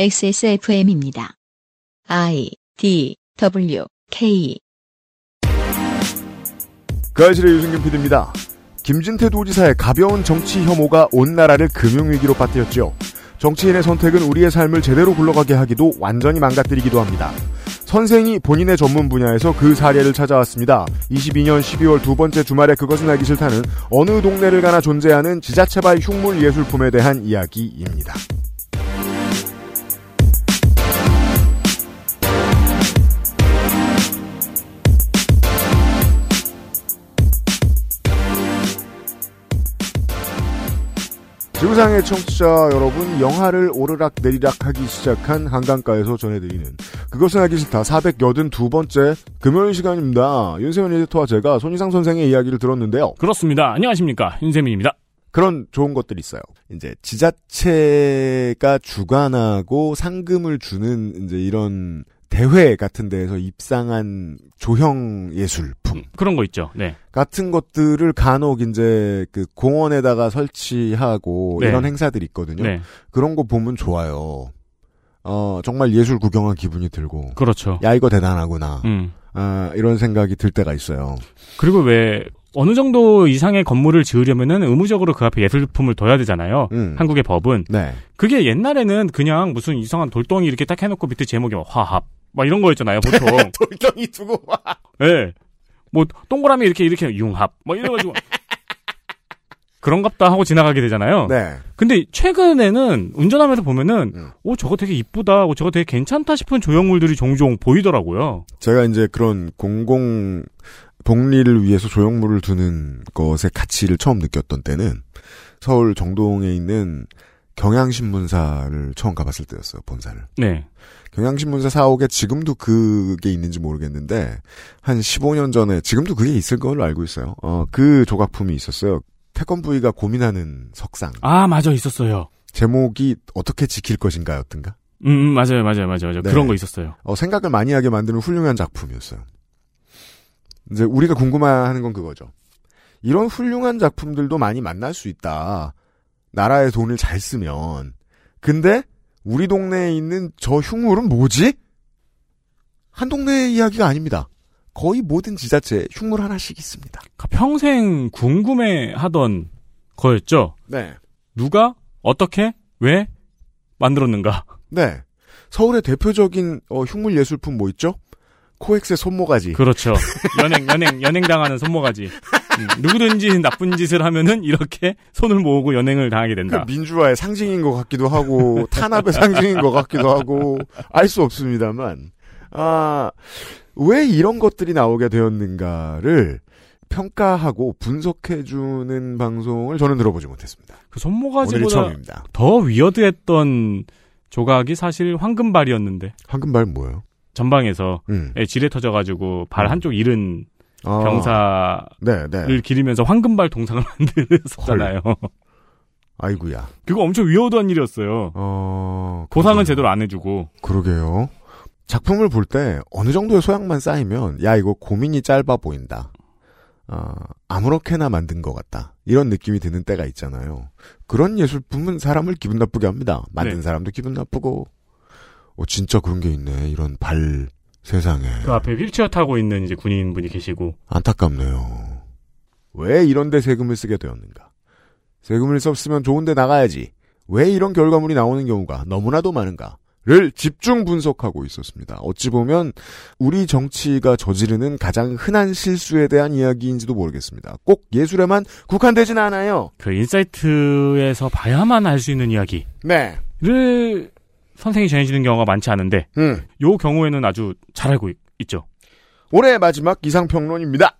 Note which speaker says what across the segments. Speaker 1: XSFM입니다. I D W K
Speaker 2: 그아실의 유승균 PD입니다. 김진태 도지사의 가벼운 정치 혐오가 온 나라를 금융위기로 빠뜨렸지요. 정치인의 선택은 우리의 삶을 제대로 굴러가게 하기도 완전히 망가뜨리기도 합니다. 선생이 본인의 전문 분야에서 그 사례를 찾아왔습니다. 22년 12월 두 번째 주말에 그것은 알기 싫다는 어느 동네를 가나 존재하는 지자체발 흉물 예술품에 대한 이야기입니다. 지구상의 청취자 여러분, 영하를 오르락 내리락 하기 시작한 한강가에서 전해드리는 그것은 알기 싫다 482번째 금요일 시간입니다. 윤세민 에디터와 제가 손희상 선생의 이야기를 들었는데요.
Speaker 3: 그렇습니다. 안녕하십니까. 윤세민입니다.
Speaker 2: 그런 좋은 것들이 있어요. 이제 지자체가 주관하고 상금을 주는 이제 이런 대회 같은 데에서 입상한 조형 예술품
Speaker 3: 그런 거 있죠. 네.
Speaker 2: 같은 것들을 간혹 이제 그 공원에다가 설치하고
Speaker 3: 네.
Speaker 2: 이런 행사들이 있거든요.
Speaker 3: 네.
Speaker 2: 그런 거 보면 좋아요. 어, 정말 예술 구경한 기분이 들고,
Speaker 3: 그렇죠.
Speaker 2: 야, 이거 대단하구나.
Speaker 3: 음.
Speaker 2: 아, 이런 생각이 들 때가 있어요.
Speaker 3: 그리고 왜 어느 정도 이상의 건물을 지으려면은 의무적으로 그 앞에 예술품을 둬야 되잖아요.
Speaker 2: 음.
Speaker 3: 한국의 법은
Speaker 2: 네.
Speaker 3: 그게 옛날에는 그냥 무슨 이상한 돌덩이 이렇게 딱 해놓고 밑에 제목이 막 화합 막 이런 거였잖아요. 보통.
Speaker 2: 돌덩이 두고 와.
Speaker 3: 예. 뭐 동그라미 이렇게 이렇게 융합 뭐 이래가지고 그런갑다 하고 지나가게 되잖아요.
Speaker 2: 네.
Speaker 3: 근데 최근에는 운전하면서 보면은
Speaker 2: 음.
Speaker 3: 오 저거 되게 이쁘다, 오 저거 되게 괜찮다 싶은 조형물들이 종종 보이더라고요.
Speaker 2: 제가 이제 그런 공공 복리를 위해서 조형물을 두는 것의 가치를 처음 느꼈던 때는 서울 정동에 있는 경향신문사를 처음 가봤을 때였어요, 본사를.
Speaker 3: 네,
Speaker 2: 경향신문사 사옥에 지금도 그게 있는지 모르겠는데 한 15년 전에 지금도 그게 있을 걸로 알고 있어요. 어, 그 조각품이 있었어요. 태권브이가 고민하는 석상.
Speaker 3: 아 맞아 있었어요.
Speaker 2: 제목이 어떻게 지킬 것인가였던가?
Speaker 3: 음 음, 맞아요 맞아요 맞아요 맞아요
Speaker 2: 네.
Speaker 3: 그런 거 있었어요.
Speaker 2: 어, 생각을 많이 하게 만드는 훌륭한 작품이었어요. 이제 우리가 궁금해하는 건 그거죠. 이런 훌륭한 작품들도 많이 만날 수 있다. 나라의 돈을 잘 쓰면. 근데 우리 동네에 있는 저 흉물은 뭐지? 한 동네의 이야기가 아닙니다. 거의 모든 지자체에 흉물 하나씩 있습니다.
Speaker 3: 평생 궁금해하던 거였죠.
Speaker 2: 네.
Speaker 3: 누가 어떻게 왜 만들었는가.
Speaker 2: 네. 서울의 대표적인 어, 흉물 예술품 뭐 있죠? 코엑스의 손모가지.
Speaker 3: 그렇죠. 연행 연행 연행 당하는 손모가지. 음, 누구든지 나쁜 짓을 하면은 이렇게 손을 모으고 연행을 당하게
Speaker 2: 그
Speaker 3: 된다.
Speaker 2: 민주화의 상징인 것 같기도 하고 탄압의 상징인 것 같기도 하고 알 수 없습니다만 아왜 이런 것들이 나오게 되었는가를 평가하고 분석해주는 방송을 저는 들어보지 못했습니다.
Speaker 3: 그
Speaker 2: 오늘이
Speaker 3: 손모가지보다
Speaker 2: 처음입니다.
Speaker 3: 더 위어드했던 조각이 사실 황금발이었는데
Speaker 2: 황금발 뭐예요?
Speaker 3: 전방에서
Speaker 2: 음.
Speaker 3: 예, 지뢰 터져가지고 발 한쪽 잃은
Speaker 2: 아,
Speaker 3: 병사를
Speaker 2: 네, 네.
Speaker 3: 기리면서 황금발 동상을 만들었잖아요.
Speaker 2: 아이구야.
Speaker 3: 그거 엄청 위험한 일이었어요.
Speaker 2: 어.
Speaker 3: 보상은
Speaker 2: 그러게요.
Speaker 3: 제대로 안 해주고.
Speaker 2: 그러게요. 작품을 볼 때 어느 정도의 소양만 쌓이면 야 이거 고민이 짧아 보인다. 아, 아무렇게나 만든 것 같다. 이런 느낌이 드는 때가 있잖아요. 그런 예술품은 사람을 기분 나쁘게 합니다. 만든
Speaker 3: 네.
Speaker 2: 사람도 기분 나쁘고. 어, 진짜 그런 게 있네. 이런 발 세상에.
Speaker 3: 그 앞에 휠체어 타고 있는 이제 군인분이 계시고.
Speaker 2: 안타깝네요. 왜 이런 데 세금을 쓰게 되었는가? 세금을 썼으면 좋은 데 나가야지. 왜 이런 결과물이 나오는 경우가 너무나도 많은가? 를 집중 분석하고 있었습니다. 어찌 보면 우리 정치가 저지르는 가장 흔한 실수에 대한 이야기인지도 모르겠습니다. 꼭 예술에만 국한되진 않아요.
Speaker 3: 그 인사이트에서 봐야만 알 수 있는
Speaker 2: 네.
Speaker 3: 이야기를 선생이 전해주는 경우가 많지 않은데,
Speaker 2: 음.
Speaker 3: 요 경우에는 아주 잘 알고 있, 죠
Speaker 2: 올해의 마지막 이상평론입니다.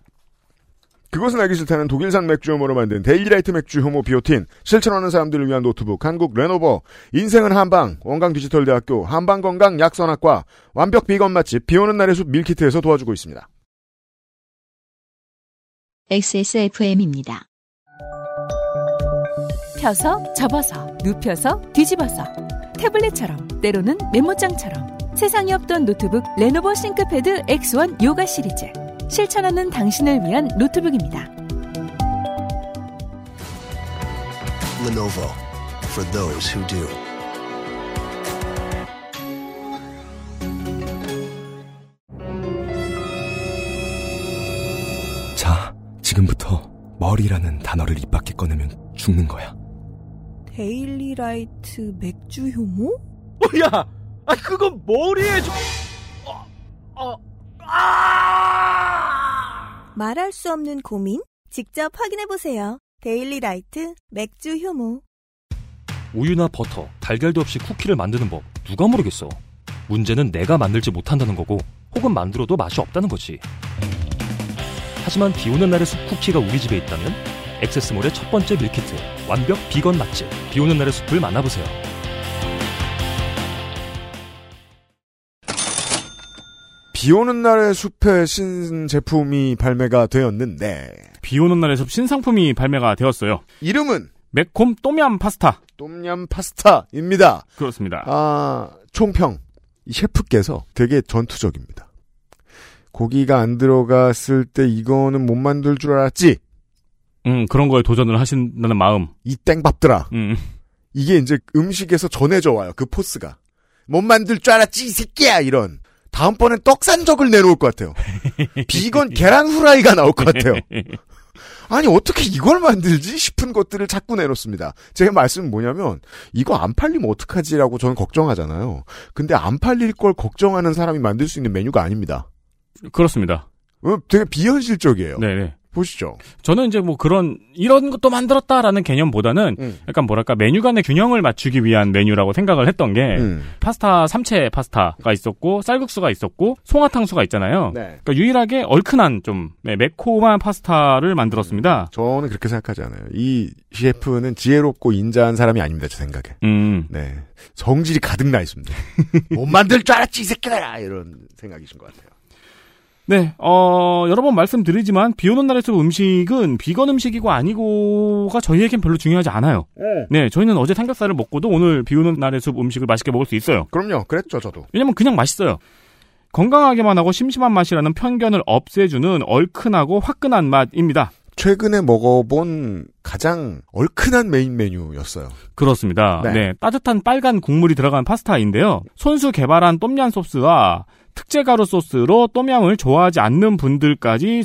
Speaker 2: 그것은 알기 싫다는 독일산 맥주 혐오로 만든 데일리라이트 맥주 혐오 비오틴, 실천하는 사람들을 위한 노트북, 한국 레노버, 인생은 한방, 원광디지털대학교, 한방건강 약선학과, 완벽 비건 맛집, 비오는 날의 숲 밀키트에서 도와주고 있습니다.
Speaker 1: XSFM입니다.
Speaker 4: 펴서 접어서 눕혀서 뒤집어서 태블릿처럼 때로는 메모장처럼 세상에 없던 노트북 레노버 싱크패드 X1 요가 시리즈 실천하는 당신을 위한 노트북입니다.
Speaker 5: Lenovo for those who do. 지금부터 머리라는 단어를 입 밖에 꺼내면 죽는 거야.
Speaker 6: 데일리라이트 맥주 효모?
Speaker 7: 뭐야? 아 그건 머리에 저... 어, 어, 아!
Speaker 6: 말할 수 없는 고민? 직접 확인해보세요. 데일리라이트 맥주 효모.
Speaker 8: 우유나 버터, 달걀도 없이 쿠키를 만드는 법 누가 모르겠어. 문제는 내가 만들지 못한다는 거고 혹은 만들어도 맛이 없다는 거지. 하지만 비 오는 날의 숲 쿠키가 우리 집에 있다면 액세스몰의 첫 번째 밀키트 완벽 비건 맛집 비 오는 날의 숲을 만나보세요.
Speaker 2: 비 오는 날의 숲에 신제품이 발매가 되었는데,
Speaker 3: 비 오는 날에서 신상품이 발매가 되었어요.
Speaker 2: 이름은
Speaker 3: 매콤 또미암 파스타.
Speaker 2: 똠얌 파스타입니다.
Speaker 3: 그렇습니다.
Speaker 2: 아, 총평. 이 셰프께서 되게 전투적입니다. 고기가 안 들어갔을 때 이거는 못 만들 줄 알았지?
Speaker 3: 음, 그런 거에 도전을 하신다는 마음.
Speaker 2: 이 땡밥들아.
Speaker 3: 음.
Speaker 2: 이게 이제 음식에서 전해져 와요. 그 포스가. 못 만들 줄 알았지, 이 새끼야! 이런. 다음번엔 떡산적을 내놓을 것 같아요. 비건 계란 후라이가 나올 것 같아요. 아니, 어떻게 이걸 만들지? 싶은 것들을 자꾸 내놓습니다. 제 말씀은 뭐냐면, 이거 안 팔리면 어떡하지라고 저는 걱정하잖아요. 근데 안 팔릴 걸 걱정하는 사람이 만들 수 있는 메뉴가 아닙니다.
Speaker 3: 그렇습니다.
Speaker 2: 어, 되게 비현실적이에요.
Speaker 3: 네네.
Speaker 2: 보시죠.
Speaker 3: 저는 이제 뭐 그런, 이런 것도 만들었다라는 개념보다는
Speaker 2: 음.
Speaker 3: 약간 뭐랄까 메뉴 간의 균형을 맞추기 위한 메뉴라고 생각을 했던 게
Speaker 2: 음.
Speaker 3: 파스타 삼채 파스타가 있었고 쌀국수가 있었고 송화탕수가 있잖아요.
Speaker 2: 네.
Speaker 3: 그러니까 유일하게 얼큰한 좀 네, 매콤한 파스타를 만들었습니다.
Speaker 2: 저는 그렇게 생각하지 않아요. 이 셰프는 지혜롭고 인자한 사람이 아닙니다. 제 생각에.
Speaker 3: 음.
Speaker 2: 네. 성질이 가득 나 있습니다. 못 만들 줄 알았지, 이 새끼들아! 이런 생각이신 것 같아요.
Speaker 3: 네, 어, 여러 번 말씀드리지만, 비 오는 날에서 음식은 비건 음식이고 아니고가 저희에겐 별로 중요하지 않아요. 네, 저희는 어제 삼겹살을 먹고도 오늘 비 오는 날의 숲 음식을 맛있게 먹을 수 있어요.
Speaker 2: 그럼요. 그랬죠, 저도.
Speaker 3: 왜냐면 그냥 맛있어요. 건강하게만 하고 심심한 맛이라는 편견을 없애주는 얼큰하고 화끈한 맛입니다.
Speaker 2: 최근에 먹어본 가장 얼큰한 메인 메뉴였어요.
Speaker 3: 그렇습니다.
Speaker 2: 네.
Speaker 3: 네. 따뜻한 빨간 국물이 들어간 파스타인데요. 손수 개발한 똠얌 소스와 특제 가루 소스로 똠얌을 좋아하지 않는 분들까지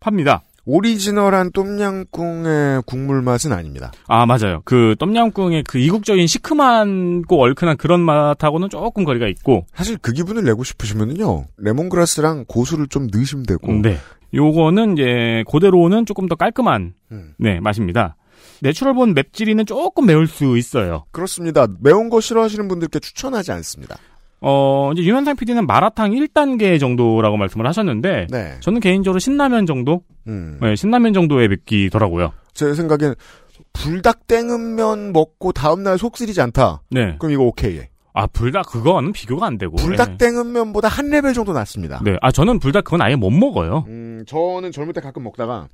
Speaker 3: 섭렵합니다.
Speaker 2: 오리지널한 똠양꿍의 국물 맛은 아닙니다.
Speaker 3: 아 맞아요. 그 똠얌꿍의 그 이국적인 시큼한고 얼큰한 그런 맛하고는 조금 거리가 있고.
Speaker 2: 사실 그 기분을 내고 싶으시면요. 레몬그라스랑 고수를 좀 넣으시면 되고.
Speaker 3: 네. 요거는 이제 그대로는 조금 더 깔끔한
Speaker 2: 음.
Speaker 3: 네 맛입니다. 내추럴본 맵찔이는 조금 매울 수 있어요.
Speaker 2: 그렇습니다. 매운 거 싫어하시는 분들께 추천하지 않습니다.
Speaker 3: 어 이제 유현상 PD는 마라탕 1단계 정도라고 말씀을 하셨는데
Speaker 2: 네.
Speaker 3: 저는 개인적으로 신라면 정도,
Speaker 2: 음.
Speaker 3: 네, 신라면 정도의 맵기더라고요.
Speaker 2: 제 생각엔 불닭 땡은면 먹고 다음날 속 쓰리지 않다.
Speaker 3: 네.
Speaker 2: 그럼 이거 오케이.
Speaker 3: 아 불닭 그거는 비교가 안 되고.
Speaker 2: 불닭
Speaker 3: 네.
Speaker 2: 땡은면보다 한 레벨 정도 낮습니다.
Speaker 3: 네. 아 저는 불닭 그건 아예 못 먹어요.
Speaker 2: 음, 저는 젊을 때 가끔 먹다가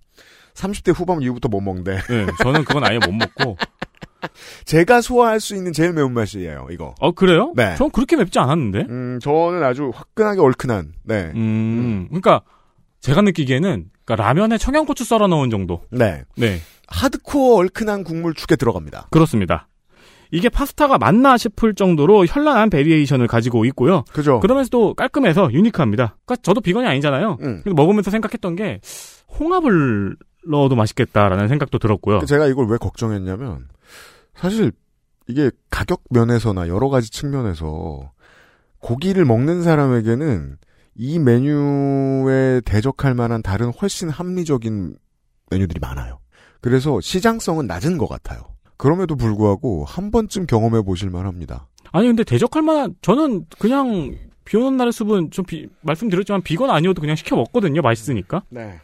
Speaker 2: 30대 후반 이후부터 못 먹는데
Speaker 3: 네. 저는 그건 아예 못 먹고.
Speaker 2: 제가 소화할 수 있는 제일 매운 맛이에요. 이거.
Speaker 3: 어 그래요?
Speaker 2: 네.
Speaker 3: 전 그렇게 맵지 않았는데.
Speaker 2: 음, 저는 아주 화끈하게 얼큰한. 네.
Speaker 3: 음, 그러니까 제가 느끼기에는 그러니까 라면에 청양고추 썰어 넣은 정도.
Speaker 2: 네.
Speaker 3: 네,
Speaker 2: 하드코어 얼큰한 국물축에 들어갑니다.
Speaker 3: 그렇습니다. 이게 파스타가 맞나 싶을 정도로 현란한 베리에이션을 가지고 있고요.
Speaker 2: 그죠?
Speaker 3: 그러면서도 깔끔해서 유니크합니다. 그러니까 저도 비건이 아니잖아요.
Speaker 2: 음.
Speaker 3: 그래서 먹으면서 생각했던 게 홍합을 넣어도 맛있겠다라는 생각도 들었고요.
Speaker 2: 제가 이걸 왜 걱정했냐면 사실 이게 가격 면에서나 여러 가지 측면에서 고기를 먹는 사람에게는 이 메뉴에 대적할 만한 다른 훨씬 합리적인 메뉴들이 많아요. 그래서 시장성은 낮은 것 같아요. 그럼에도 불구하고 한 번쯤 경험해 보실 만합니다.
Speaker 3: 아니 근데 대적할 만한 저는 그냥 비오는 날의 숲은 좀 비- 말씀드렸지만 비건 아니어도 그냥 시켜 먹거든요. 맛있으니까.
Speaker 2: 네.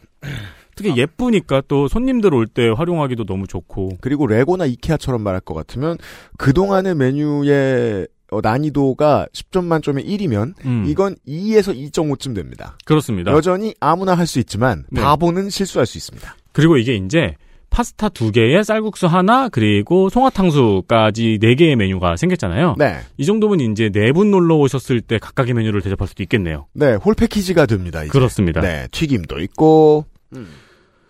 Speaker 3: 특히 예쁘니까 또 손님들 올 때 활용하기도 너무 좋고.
Speaker 2: 그리고 레고나 이케아처럼 말할 것 같으면 그동안의 메뉴의 어, 난이도가 10점 만점에 1이면
Speaker 3: 음,
Speaker 2: 이건 2에서 2.5쯤 됩니다.
Speaker 3: 그렇습니다.
Speaker 2: 여전히 아무나 할 수 있지만
Speaker 3: 네.
Speaker 2: 바보는 실수할 수 있습니다.
Speaker 3: 그리고 이게 이제 파스타 두 개에 쌀국수 하나 그리고 송화탕수까지 네 개의 메뉴가 생겼잖아요.
Speaker 2: 네,
Speaker 3: 이 정도면 이제 네 분 놀러 오셨을 때 각각의 메뉴를 대접할 수도 있겠네요.
Speaker 2: 네, 홀 패키지가 됩니다. 이제.
Speaker 3: 그렇습니다.
Speaker 2: 네, 튀김도 있고,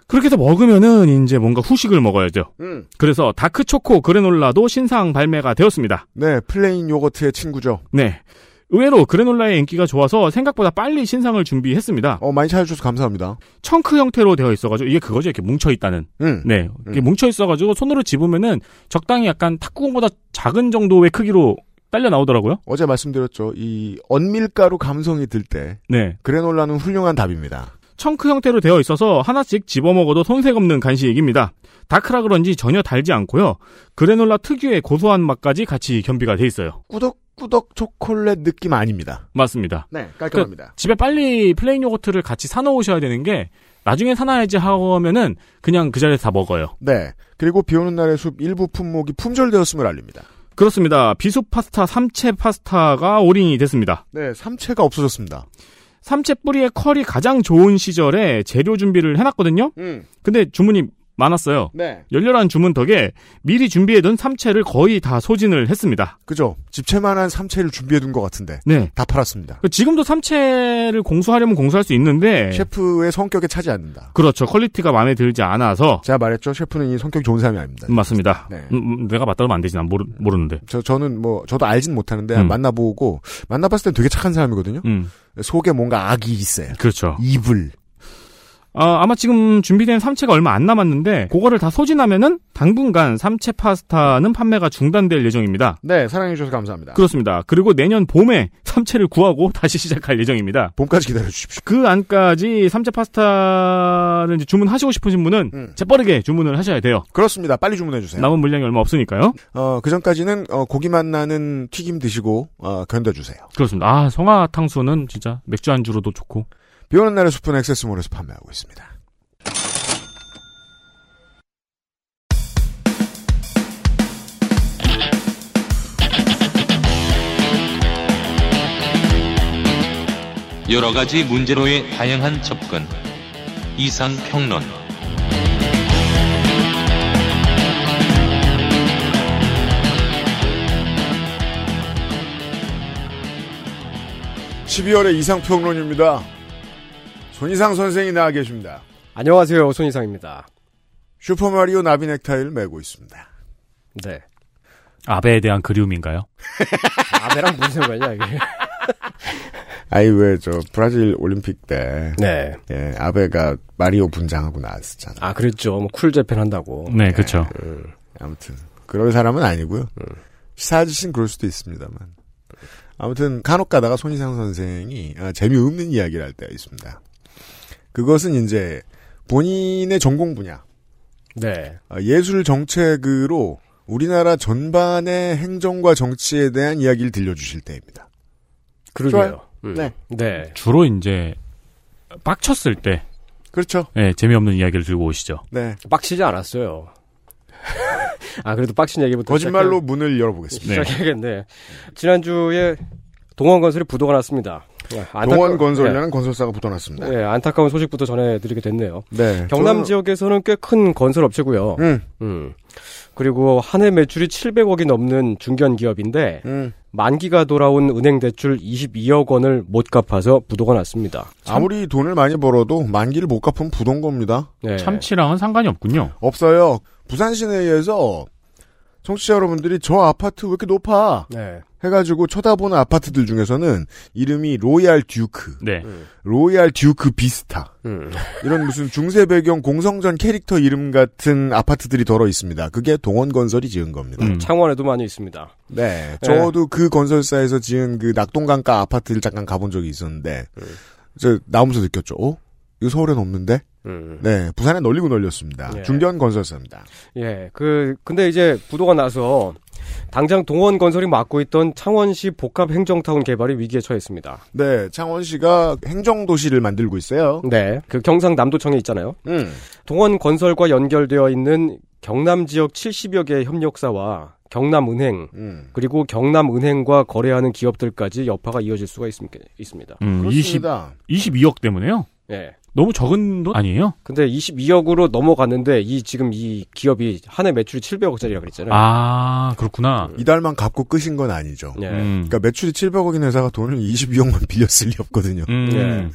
Speaker 3: 그렇게 해서 먹으면은 이제 뭔가 후식을 먹어야죠.
Speaker 2: 음.
Speaker 3: 그래서 다크 초코 그래놀라도 신상 발매가 되었습니다.
Speaker 2: 네, 플레인 요거트의 친구죠.
Speaker 3: 네. 의외로 그래놀라의 인기가 좋아서 생각보다 빨리 신상을 준비했습니다.
Speaker 2: 어, 많이 찾아주셔서 감사합니다.
Speaker 3: 청크 형태로 되어 있어가지고 이게 그거죠. 이렇게 뭉쳐 있다는.
Speaker 2: 음.
Speaker 3: 네, 이게
Speaker 2: 음.
Speaker 3: 뭉쳐 있어가지고 손으로 집으면은 적당히 약간 탁구공보다 작은 정도의 크기로 딸려 나오더라고요.
Speaker 2: 어제 말씀드렸죠. 이 언밀가루 감성이 들 때
Speaker 3: 네,
Speaker 2: 그래놀라는 훌륭한 답입니다.
Speaker 3: 청크 형태로 되어 있어서 하나씩 집어 먹어도 손색 없는 간식입니다. 다크라 그런지 전혀 달지 않고요. 그래놀라 특유의 고소한 맛까지 같이 겸비가 돼 있어요.
Speaker 2: 꾸덕꾸덕 초콜릿 느낌 아닙니다.
Speaker 3: 맞습니다.
Speaker 2: 네, 깔끔합니다.
Speaker 3: 집에 빨리 플레인 요거트를 같이 사놓으셔야 되는 게 나중에 사놔야지 하면은 그냥 그 자리에서 다 먹어요.
Speaker 2: 네. 그리고 비오는 날의 숲 일부 품목이 품절되었음을 알립니다.
Speaker 3: 그렇습니다. 비수 파스타, 삼채 파스타가 올인이 됐습니다.
Speaker 2: 네, 삼채가 없어졌습니다.
Speaker 3: 삼채 뿌리의 컬이 가장 좋은 시절에 재료 준비를 해놨거든요.
Speaker 2: 음,
Speaker 3: 근데 주문이 많았어요.
Speaker 2: 네.
Speaker 3: 열렬한 주문 덕에 미리 준비해둔 삼채를 거의 다 소진을 했습니다.
Speaker 2: 그죠. 집채만한 삼채를 준비해둔 것 같은데
Speaker 3: 네.
Speaker 2: 다 팔았습니다.
Speaker 3: 그 지금도 삼채를 공수하려면 공수할 수 있는데
Speaker 2: 셰프의 성격에 차지 않는다.
Speaker 3: 그렇죠. 퀄리티가 마음에 들지 않아서
Speaker 2: 제가 말했죠. 셰프는 이 성격이 좋은 사람이 아닙니다.
Speaker 3: 음, 맞습니다.
Speaker 2: 네.
Speaker 3: 음, 음, 내가 맞다면 안 되지. 난 모르, 모르는데.
Speaker 2: 저 저는 뭐 저도 알진 못하는데
Speaker 3: 음.
Speaker 2: 만나보고 만나봤을 땐 되게 착한 사람이거든요.
Speaker 3: 음,
Speaker 2: 속에 뭔가 악이 있어요.
Speaker 3: 그렇죠.
Speaker 2: 이불.
Speaker 3: 아, 아마 지금 준비된 삼채가 얼마 안 남았는데 그거를 다 소진하면은 당분간 삼채 파스타는 판매가 중단될 예정입니다.
Speaker 2: 네, 사랑해주셔서 감사합니다.
Speaker 3: 그렇습니다. 그리고 내년 봄에 삼채를 구하고 다시 시작할 예정입니다.
Speaker 2: 봄까지 기다려주십시오.
Speaker 3: 그 안까지 삼채 파스타를 이제 주문하시고 싶으신 분은
Speaker 2: 음. 네.
Speaker 3: 재빠르게 주문을 하셔야 돼요.
Speaker 2: 그렇습니다. 빨리 주문해주세요.
Speaker 3: 남은 물량이 얼마 없으니까요.
Speaker 2: 어, 그 전까지는 어, 고기만 나는 튀김 드시고 어, 견뎌주세요.
Speaker 3: 그렇습니다. 아, 성화탕수는 진짜 맥주 안주로도 좋고.
Speaker 2: 비 오는 날의 숲은 액세스몰에서 판매하고 있습니다.
Speaker 9: 여러 가지 문제로의 다양한 접근. 이상 평론.
Speaker 2: 십이월의 이상평론입니다. 손이상 선생이 나와 계십니다.
Speaker 10: 안녕하세요. 손희상입니다.
Speaker 2: 슈퍼마리오 나비 넥타이를 메고 있습니다.
Speaker 10: 네.
Speaker 3: 아베에 대한 그리움인가요?
Speaker 10: 아베랑 무슨 상관이야, 이게.
Speaker 2: 아이 왜 저 브라질 올림픽 때
Speaker 10: 네.
Speaker 2: 예, 아베가 마리오 분장하고 나왔었잖아.
Speaker 10: 아, 그랬죠. 뭐, 쿨재팬 한다고.
Speaker 3: 네, 그렇죠.
Speaker 10: 음.
Speaker 2: 아무튼 그럴 사람은 아니고요. 시사 아저씨는 그럴 수도 있습니다만. 아무튼 간혹 가다가 손희상 선생이 아, 재미없는 이야기를 할 때가 있습니다. 그것은 이제 본인의 전공 분야
Speaker 10: 네.
Speaker 2: 아, 예술 정책으로 우리나라 전반의 행정과 정치에 대한 이야기를 들려주실 때입니다.
Speaker 10: 그러게요. 음.
Speaker 2: 네.
Speaker 10: 네.
Speaker 3: 주로 이제 빡쳤을 때
Speaker 2: 그렇죠.
Speaker 3: 예, 재미없는 이야기를 들고 오시죠.
Speaker 2: 네.
Speaker 10: 빡치지 않았어요. 아, 그래도 빡친 얘기부터.
Speaker 2: 거짓말로 문을 열어보겠습니다.
Speaker 10: 시작해- 시작해야겠네. 지난주에 동원건설이 부도가 났습니다. 네, 안타까-
Speaker 2: 동원 건설이라는 건설사가 붙어놨습니다.
Speaker 10: 네. 네, 안타까운 소식부터 전해드리게 됐네요.
Speaker 2: 네.
Speaker 10: 경남
Speaker 2: 저는-
Speaker 10: 지역에서는 꽤 큰 건설업체고요.
Speaker 2: 음,
Speaker 10: 음. 그리고 한 해 매출이 700억이 넘는 중견 기업인데
Speaker 2: 음.
Speaker 10: 만기가 돌아온 은행 대출 22억 원을 못 갚아서 부도가 났습니다.
Speaker 2: 아무리 돈을 많이 벌어도 만기를 못 갚으면 부동 겁니다.
Speaker 10: 네.
Speaker 3: 참치랑은 상관이 없군요.
Speaker 2: 없어요. 부산 시내에서 청취자 여러분들이 저 아파트 왜 이렇게 높아?
Speaker 10: 네.
Speaker 2: 해가지고 쳐다보는 아파트들 중에서는 이름이 로얄 듀크,
Speaker 3: 네.
Speaker 2: 로얄 듀크 비스타
Speaker 10: 음.
Speaker 2: 이런 무슨 중세 배경 공성전 캐릭터 이름 같은 아파트들이 덜어 있습니다. 그게 동원건설이 지은 겁니다.
Speaker 3: 음.
Speaker 10: 창원에도 많이 있습니다.
Speaker 2: 네, 저도 그 건설사에서 지은 그 낙동강가 아파트를 잠깐 가본 적이 있었는데 저 나오면서 느꼈죠. 어? 이거 서울엔 없는데?
Speaker 10: 음.
Speaker 2: 네, 부산에 널리고 널렸습니다.
Speaker 10: 예.
Speaker 2: 중견 건설사입니다.
Speaker 10: 예. 그 근데 이제 부도가 나서 당장 동원 건설이 맡고 있던 창원시 복합 행정타운 개발이 위기에 처했습니다.
Speaker 2: 네, 창원시가 행정도시를 만들고 있어요.
Speaker 10: 네. 그 경상남도청에 있잖아요.
Speaker 2: 음.
Speaker 10: 동원 건설과 연결되어 있는 경남 지역 70여 개 협력사와 경남은행
Speaker 2: 음.
Speaker 10: 그리고 경남은행과 거래하는 기업들까지 여파가 이어질 수가 있, 있습니다.
Speaker 3: 음, 20,
Speaker 2: 그렇습니다.
Speaker 3: 22억 때문에요?
Speaker 10: 예.
Speaker 3: 너무 적은 돈 아니에요?
Speaker 10: 근데 22억으로 넘어갔는데 이 지금 이 기업이 한 해 매출이 700억짜리라
Speaker 2: 네.
Speaker 10: 그랬잖아요.
Speaker 3: 아, 그렇구나.
Speaker 2: 이달만 갚고 끝인 건 아니죠.
Speaker 10: 예.
Speaker 3: 음.
Speaker 2: 그러니까 매출이 700억인 회사가 돈을 22억만 빌렸을 리 없거든요.
Speaker 3: 음.
Speaker 2: 네.
Speaker 10: 예.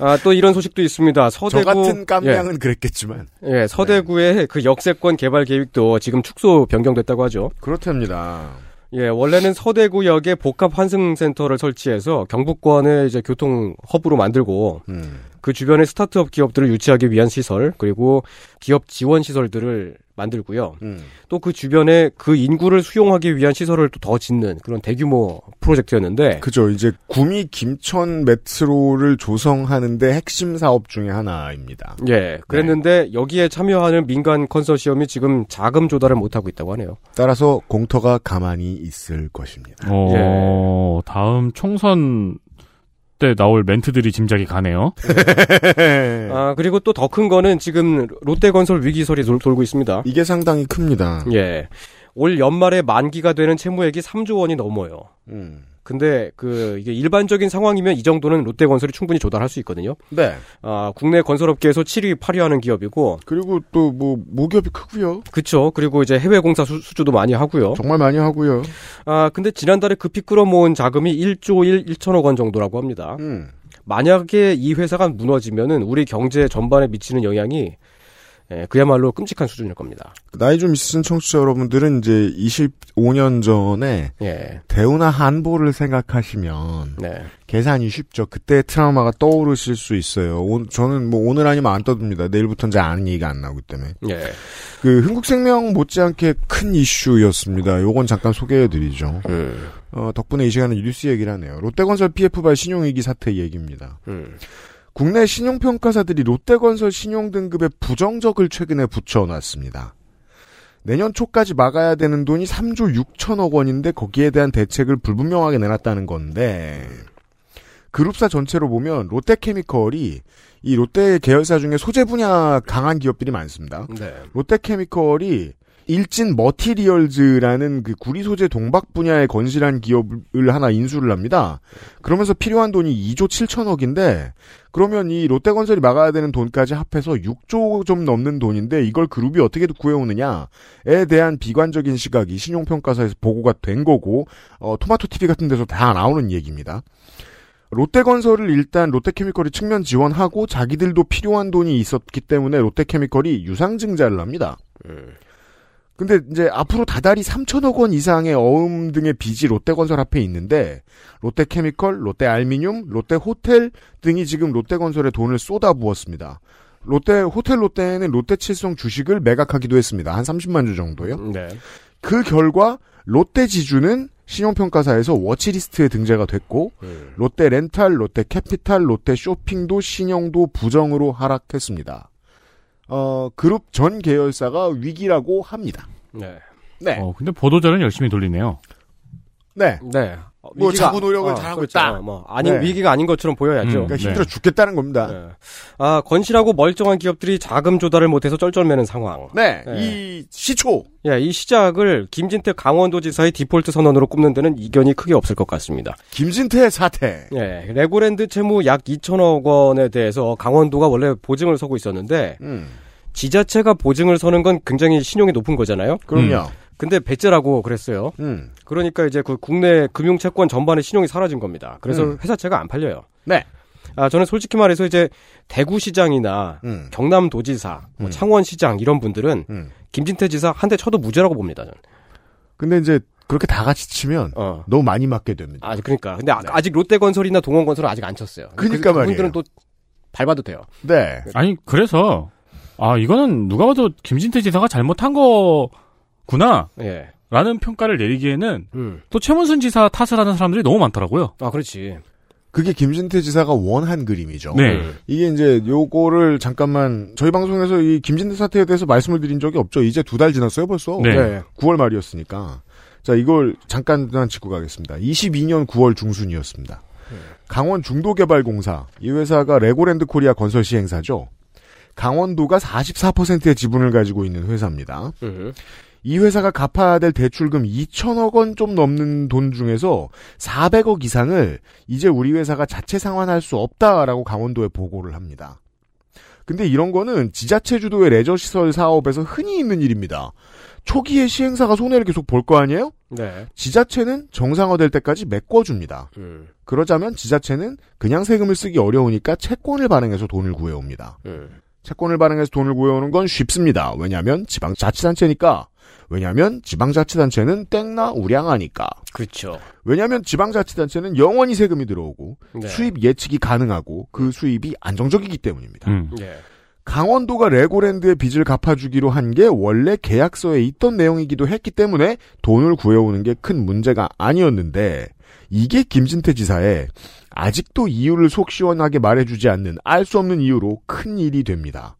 Speaker 10: 아, 또 이런 소식도
Speaker 2: 저
Speaker 10: 있습니다. 서대구
Speaker 2: 같은 깜냥은 네. 그랬겠지만
Speaker 10: 예, 예, 서대구의 그 역세권 개발 계획도 지금 축소 변경됐다고 하죠.
Speaker 2: 그렇답니다.
Speaker 10: 예, 원래는 서대구역에 복합 환승센터를 설치해서 경북권을 이제 교통 허브로 만들고
Speaker 2: 음,
Speaker 10: 그 주변에 스타트업 기업들을 유치하기 위한 시설 그리고 기업 지원 시설들을 만들고요.
Speaker 2: 음.
Speaker 10: 또 그 주변에 그 인구를 수용하기 위한 시설을 또 더 짓는 그런 대규모 프로젝트였는데
Speaker 2: 그죠. 이제 구미 김천 메트로를 조성하는데 핵심 사업 중에 하나입니다.
Speaker 10: 예, 그랬는데 여기에 참여하는 민간 컨소시엄이 지금 자금 조달을 못 하고 있다고 하네요.
Speaker 2: 따라서 공터가 가만히 있을 것입니다.
Speaker 3: 어, 다음 총선 때 나올 멘트들이 짐작이 가네요.
Speaker 2: 예.
Speaker 10: 아, 그리고 또 더 큰 거는 지금 롯데건설 위기설이 돌, 돌고 있습니다.
Speaker 2: 이게 상당히 큽니다.
Speaker 10: 예. 올 연말에 만기가 되는 채무액이 3조 원이 넘어요.
Speaker 2: 음.
Speaker 10: 근데 그 이게 일반적인 상황이면 이 정도는 롯데건설이 충분히 조달할 수 있거든요.
Speaker 2: 네.
Speaker 10: 아, 국내 건설업계에서 7위, 8위 하는 기업이고
Speaker 2: 그리고 또 뭐 모기업이 크고요.
Speaker 10: 그쵸. 그리고 이제 해외 공사 수, 주도 많이 하고요.
Speaker 2: 정말 많이 하고요.
Speaker 10: 아, 근데 지난달에 급히 끌어모은 자금이 1조 1 1천억 원 정도라고 합니다. 만약에 이 회사가 무너지면은 우리 경제 전반에 미치는 영향이 예, 그야말로 끔찍한 수준일 겁니다.
Speaker 2: 나이 좀 있으신 청취자 여러분들은 이제 25년 전에
Speaker 10: 예.
Speaker 2: 대우나 한보를 생각하시면
Speaker 10: 네.
Speaker 2: 계산이 쉽죠. 그때 트라우마가 떠오르실 수 있어요. 오- 저는 뭐 오늘 아니면 안 떠듭니다. 내일부터는 잘 아는 얘기가 안 나오기 때문에.
Speaker 10: 예.
Speaker 2: 그 흥국생명 못지않게 큰 이슈였습니다. 요건 잠깐 소개해드리죠.
Speaker 10: 음.
Speaker 2: 어, 덕분에 이 시간은 뉴스 얘기를 하네요. 롯데건설 PF발 신용위기 사태 얘기입니다. 국내 신용평가사들이 롯데건설 신용등급에 부정적을 최근에 붙여놨습니다. 내년 초까지 막아야 되는 돈이 3조 6천억 원인데 거기에 대한 대책을 불분명하게 내놨다는 건데 그룹사 전체로 보면 롯데케미컬이 이 롯데 계열사 중에 소재 분야 강한 기업들이
Speaker 10: 음.
Speaker 2: 많습니다.
Speaker 10: 네.
Speaker 2: 롯데케미컬이 음. 일진 머티리얼즈라는 그 구리 소재 동박 분야에 건실한 기업을 하나 인수를 합니다. 그러면서 필요한 돈이 2조 7천억인데 그러면 이 롯데건설이 막아야 되는 돈까지 합해서 6조 좀 넘는 돈인데 이걸 그룹이 어떻게 구해오느냐에 대한 비관적인 시각이 신용평가사에서 보고가 된 거고 어, 토마토 TV 같은 데서 다 나오는 얘기입니다. 롯데건설을 일단 롯데케미컬이 측면 지원하고 자기들도 필요한 돈이 있었기 때문에 롯데케미컬이 유상증자를 합니다. 근데 이제 앞으로 다달이 3천억 원 이상의 어음 등의 빚이 롯데건설 앞에 있는데 롯데케미컬, 롯데알미늄, 롯데호텔 등이 지금 롯데건설에 돈을 쏟아부었습니다. 롯데 호텔 롯데는 롯데칠성 주식을 매각하기도 했습니다. 한 30만 주 정도요.
Speaker 10: 네.
Speaker 2: 그 결과 롯데지주는 신용평가사에서 워치리스트에 등재가 됐고 롯데 렌탈, 롯데 캐피탈, 롯데 쇼핑도 신용도 부정으로 하락했습니다. 어, 그룹 전 계열사가 위기라고 합니다.
Speaker 10: 네.
Speaker 2: 네.
Speaker 3: 어, 근데 보도자료는 열심히 돌리네요.
Speaker 2: 네.
Speaker 10: 네.
Speaker 2: 뭐
Speaker 10: 위기가-
Speaker 2: 자구 노력을
Speaker 10: 어,
Speaker 2: 잘하고
Speaker 10: 그렇죠.
Speaker 2: 있다.
Speaker 10: 어, 뭐 아닌
Speaker 2: 네.
Speaker 10: 위기가 아닌 것처럼 보여야죠.
Speaker 3: 음, 그러니까
Speaker 2: 힘들어 죽겠다는 겁니다.
Speaker 10: 네. 아 건실하고 멀쩡한 기업들이 자금 조달을 못해서 쩔쩔매는 상황.
Speaker 2: 네,
Speaker 10: 네.
Speaker 2: 이 시초.
Speaker 10: 예, 이 시작을 김진태 강원도지사의 디폴트 선언으로 꼽는 데는 이견이 크게 없을 것 같습니다.
Speaker 2: 김진태의 사태.
Speaker 10: 예, 레고랜드 채무 약 2천억 원에 대해서 강원도가 원래 보증을 서고 있었는데
Speaker 2: 음,
Speaker 10: 지자체가 보증을 서는 건 굉장히 신용이 높은 거잖아요.
Speaker 2: 그럼요.
Speaker 10: 근데 배째라고 그랬어요.
Speaker 2: 음.
Speaker 10: 그러니까 이제 그 국내 금융 채권 전반의 신용이 사라진 겁니다. 그래서
Speaker 2: 음.
Speaker 10: 회사채가 안 팔려요.
Speaker 2: 네.
Speaker 10: 아, 저는 솔직히 말해서 이제 대구시장이나
Speaker 2: 음.
Speaker 10: 경남도지사, 뭐
Speaker 2: 음.
Speaker 10: 창원시장 이런 분들은
Speaker 2: 음.
Speaker 10: 김진태 지사 한 대 쳐도 무죄라고 봅니다. 저는.
Speaker 2: 근데 이제 그렇게 다 같이 치면
Speaker 10: 어.
Speaker 2: 너무 많이 맞게 됩니다.
Speaker 10: 아, 그러니까. 근데 아, 아직 롯데건설이나 동원건설은 아직 안 쳤어요.
Speaker 2: 네. 그러니까
Speaker 10: 그,
Speaker 2: 말이에요.
Speaker 10: 그분들은 또 밟아도 돼요.
Speaker 2: 네.
Speaker 3: 아니, 그래서, 아, 이거는 누가 봐도 김진태 지사가 잘못한 거구나.
Speaker 10: 예.
Speaker 3: 라는 평가를 내리기에는
Speaker 10: 음.
Speaker 3: 또 최문순 지사 탓을 하는 사람들이 너무 많더라고요.
Speaker 10: 아, 그렇지.
Speaker 2: 그게 김진태 지사가 원한 그림이죠.
Speaker 3: 네.
Speaker 10: 음.
Speaker 2: 이게 이제 요거를 잠깐만 저희 방송에서 이 김진태 사태에 대해서 말씀을 드린 적이 없죠. 이제 두 달 지났어요 벌써.
Speaker 3: 네.
Speaker 2: 9월 말이었으니까. 자, 이걸 잠깐만 짚고 가겠습니다. 22년 9월 중순이었습니다. 강원 중도개발공사, 이 회사가 레고랜드 코리아 건설 시행사죠. 강원도가 44%의 지분을 가지고 있는 회사입니다.
Speaker 10: 음.
Speaker 2: 이 회사가 갚아야 될 대출금 2천억 원 좀 넘는 돈 중에서 400억 이상을 이제 우리 회사가 자체 상환할 수 없다라고 강원도에 보고를 합니다. 근데 이런 거는 지자체 주도의 레저 시설 사업에서 흔히 있는 일입니다. 초기에 시행사가 손해를 계속 볼 거 아니에요?
Speaker 10: 네.
Speaker 2: 지자체는 정상화될 때까지 메꿔줍니다.
Speaker 10: 음.
Speaker 2: 그러자면 지자체는 그냥 세금을 쓰기 어려우니까 채권을 발행해서 돈을 구해옵니다.
Speaker 10: 음.
Speaker 2: 채권을 발행해서 돈을 구해오는 건 쉽습니다. 왜냐하면 지방 자치단체니까 왜냐하면 지방자치단체는 땡나 우량하니까.
Speaker 10: 그렇죠.
Speaker 2: 왜냐하면 지방자치단체는 영원히 세금이 들어오고
Speaker 10: 네.
Speaker 2: 수입 예측이 가능하고 그 수입이 안정적이기 때문입니다.
Speaker 8: 음.
Speaker 10: 예.
Speaker 2: 강원도가 레고랜드의 빚을 갚아주기로 한 게 원래 계약서에 있던 내용이기도 했기 때문에 돈을 구해오는 게 큰 문제가 아니었는데 이게 김진태 지사의 아직도 이유를 속 시원하게 말해주지 않는 알 수 없는 이유로 큰 일이 됩니다.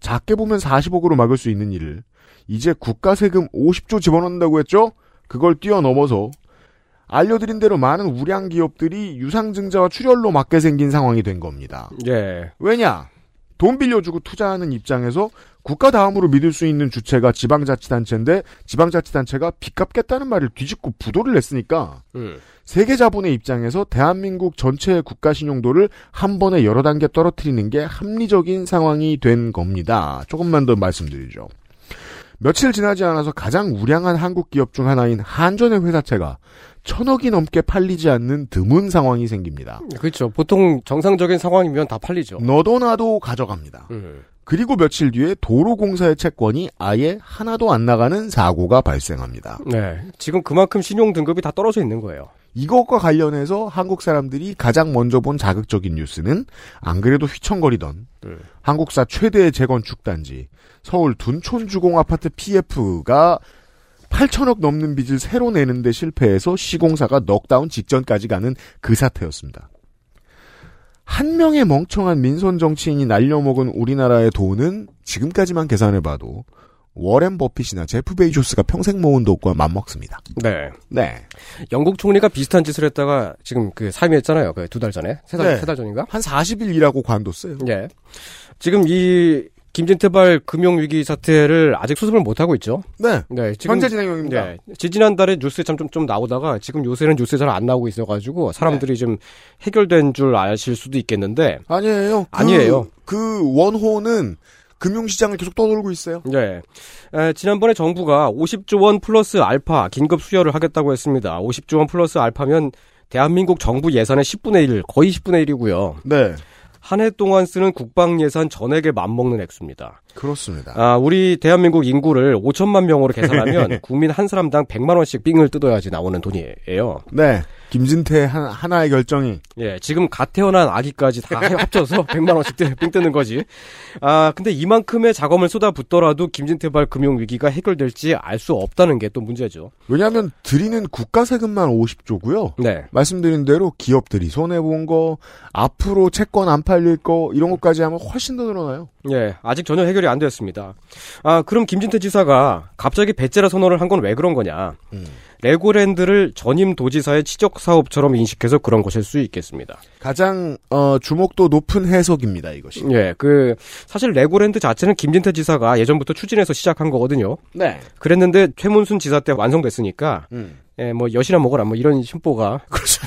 Speaker 2: 작게 보면 40억으로 막을 수 있는 일을 이제 국가 세금 50조 집어넣는다고 했죠? 그걸 뛰어넘어서 알려드린 대로 많은 우량 기업들이 유상증자와 출혈로 맞게 생긴 상황이 된 겁니다.
Speaker 10: 예.
Speaker 2: 왜냐? 돈 빌려주고 투자하는 입장에서 국가 다음으로 믿을 수 있는 주체가 지방자치단체인데 지방자치단체가 빚 갚겠다는 말을 뒤집고 부도를 냈으니까
Speaker 10: 음.
Speaker 2: 세계 자본의 입장에서 대한민국 전체의 국가 신용도를 한 번에 여러 단계 떨어뜨리는 게 합리적인 상황이 된 겁니다. 조금만 더 말씀드리죠. 며칠 지나지 않아서 가장 우량한 한국 기업 중 하나인 한전의 회사채가 천억이 넘게 팔리지 않는 드문 상황이 생깁니다.
Speaker 10: 그렇죠. 보통 정상적인 상황이면 다 팔리죠.
Speaker 2: 너도 나도 가져갑니다.
Speaker 10: 음.
Speaker 2: 그리고 며칠 뒤에 도로공사의 채권이 아예 하나도 안 나가는 사고가 발생합니다.
Speaker 10: 네. 지금 그만큼 신용 등급이 다 떨어져 있는 거예요.
Speaker 2: 이것과 관련해서 한국 사람들이 가장 먼저 본 자극적인 뉴스는 안 그래도 휘청거리던
Speaker 10: 음.
Speaker 2: 한국사 최대의 재건축 단지 서울 둔촌주공 아파트 PF가 8천억 넘는 빚을 새로 내는데 실패해서 시공사가 넉다운 직전까지 가는 그 사태였습니다. 한 명의 멍청한 민선 정치인이 날려먹은 우리나라의 돈은 지금까지만 계산해봐도 워렌 버핏이나 제프 베이조스가 평생 모은 돈과 맞먹습니다.
Speaker 10: 네.
Speaker 2: 네.
Speaker 10: 영국 총리가 비슷한 짓을 했다가 지금 그 사임했잖아요. 그 두 달 전에. 세 달,
Speaker 2: 네.
Speaker 10: 세달 전인가?
Speaker 2: 한 40일 일하고 관뒀어요.
Speaker 10: 예. 지금 이 김진태발 금융위기 사태를 아직 수습을 못하고 있죠.
Speaker 2: 네.
Speaker 10: 네. 지금
Speaker 2: 현재 진행형입니다.
Speaker 10: 네. 지지난달에 뉴스에 참 좀, 좀 나오다가 지금 요새는 뉴스에 잘 안 나오고 있어가지고
Speaker 2: 네.
Speaker 10: 사람들이 좀 해결된 줄 아실 수도 있겠는데.
Speaker 2: 아니에요. 그,
Speaker 10: 아니에요.
Speaker 2: 그 원호는 금융시장을 계속 떠돌고 있어요.
Speaker 10: 네. 에, 지난번에 정부가 50조 원 플러스 알파 긴급 수혈을 하겠다고 했습니다. 50조 원 플러스 알파면 대한민국 정부 예산의 10분의 1, 거의 10분의 1이고요.
Speaker 2: 네.
Speaker 10: 한 해 동안 쓰는 국방 예산 전액에 맞먹는 액수입니다.
Speaker 2: 그렇습니다.
Speaker 10: 아, 우리 대한민국 인구를 5천만 명으로 계산하면 국민 한 사람당 100만 원씩 삥을 뜯어야지 나오는 돈이에요.
Speaker 2: 네. 김진태 한, 하나의 결정이.
Speaker 10: 예, 지금 갓 태어난 아기까지 다 합쳐서 100만 원씩 떼- 삥 뜨는 거지. 아, 근데 이만큼의 자금을 쏟아붓더라도 김진태발 금융 위기가 해결될지 알 수 없다는 게 또 문제죠.
Speaker 2: 왜냐하면 드리는 국가세금만 50조고요.
Speaker 10: 네.
Speaker 2: 말씀드린 대로 기업들이 손해본 거, 앞으로 채권 안 팔릴 거, 이런 것까지 하면 훨씬 더 늘어나요.
Speaker 10: 예, 아직 전혀 해결이 안 되었습니다. 아, 그럼 김진태 지사가 갑자기 배째라 선언을 한 건 왜 그런 거냐? 레고랜드를 전임 도지사의 치적 사업처럼 인식해서 그런 것일 수 있겠습니다.
Speaker 2: 가장 어, 주목도 높은 해석입니다. 이것이.
Speaker 10: 예, 그 사실 레고랜드 자체는 김진태 지사가 예전부터 추진해서 시작한 거거든요.
Speaker 2: 네.
Speaker 10: 그랬는데 최문순 지사 때 완성됐으니까
Speaker 2: 음.
Speaker 10: 예, 뭐 여시나 먹어라 뭐 이런 심보가 그렇죠.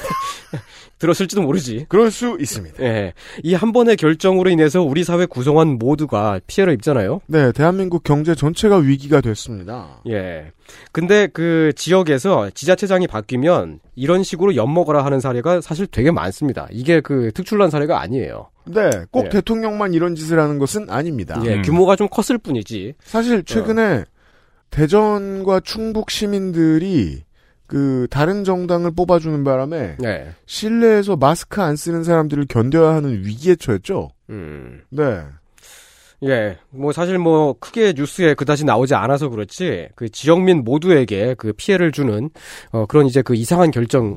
Speaker 10: 들었을지도 모르지.
Speaker 2: 그럴 수 있습니다.
Speaker 10: 예, 이 한 번의 결정으로 인해서 우리 사회 구성원 모두가 피해를 입잖아요.
Speaker 2: 네, 대한민국 경제 전체가 위기가 됐습니다.
Speaker 10: 예. 근데 그 지역에서 지자체장이 바뀌면 이런 식으로 엿먹어라 하는 사례가 사실 되게 많습니다. 이게 그 특출난 사례가 아니에요.
Speaker 2: 네, 꼭
Speaker 10: 예.
Speaker 2: 대통령만 이런 짓을 하는 것은 아닙니다.
Speaker 10: 예, 어.
Speaker 8: 음.
Speaker 10: 규모가 좀 컸을 뿐이지.
Speaker 2: 사실 최근에 대전과 충북 시민들이 그 다른 정당을 뽑아주는 바람에
Speaker 10: 네.
Speaker 2: 실내에서 마스크 안 쓰는 사람들을 견뎌야 하는 위기에 처했죠.
Speaker 10: 음.
Speaker 2: 네.
Speaker 10: 예. 뭐 사실 뭐 크게 뉴스에 그다지 나오지 않아서 그렇지 그 지역민 모두에게 그 피해를 주는 어 그런 이제 그 이상한 결정을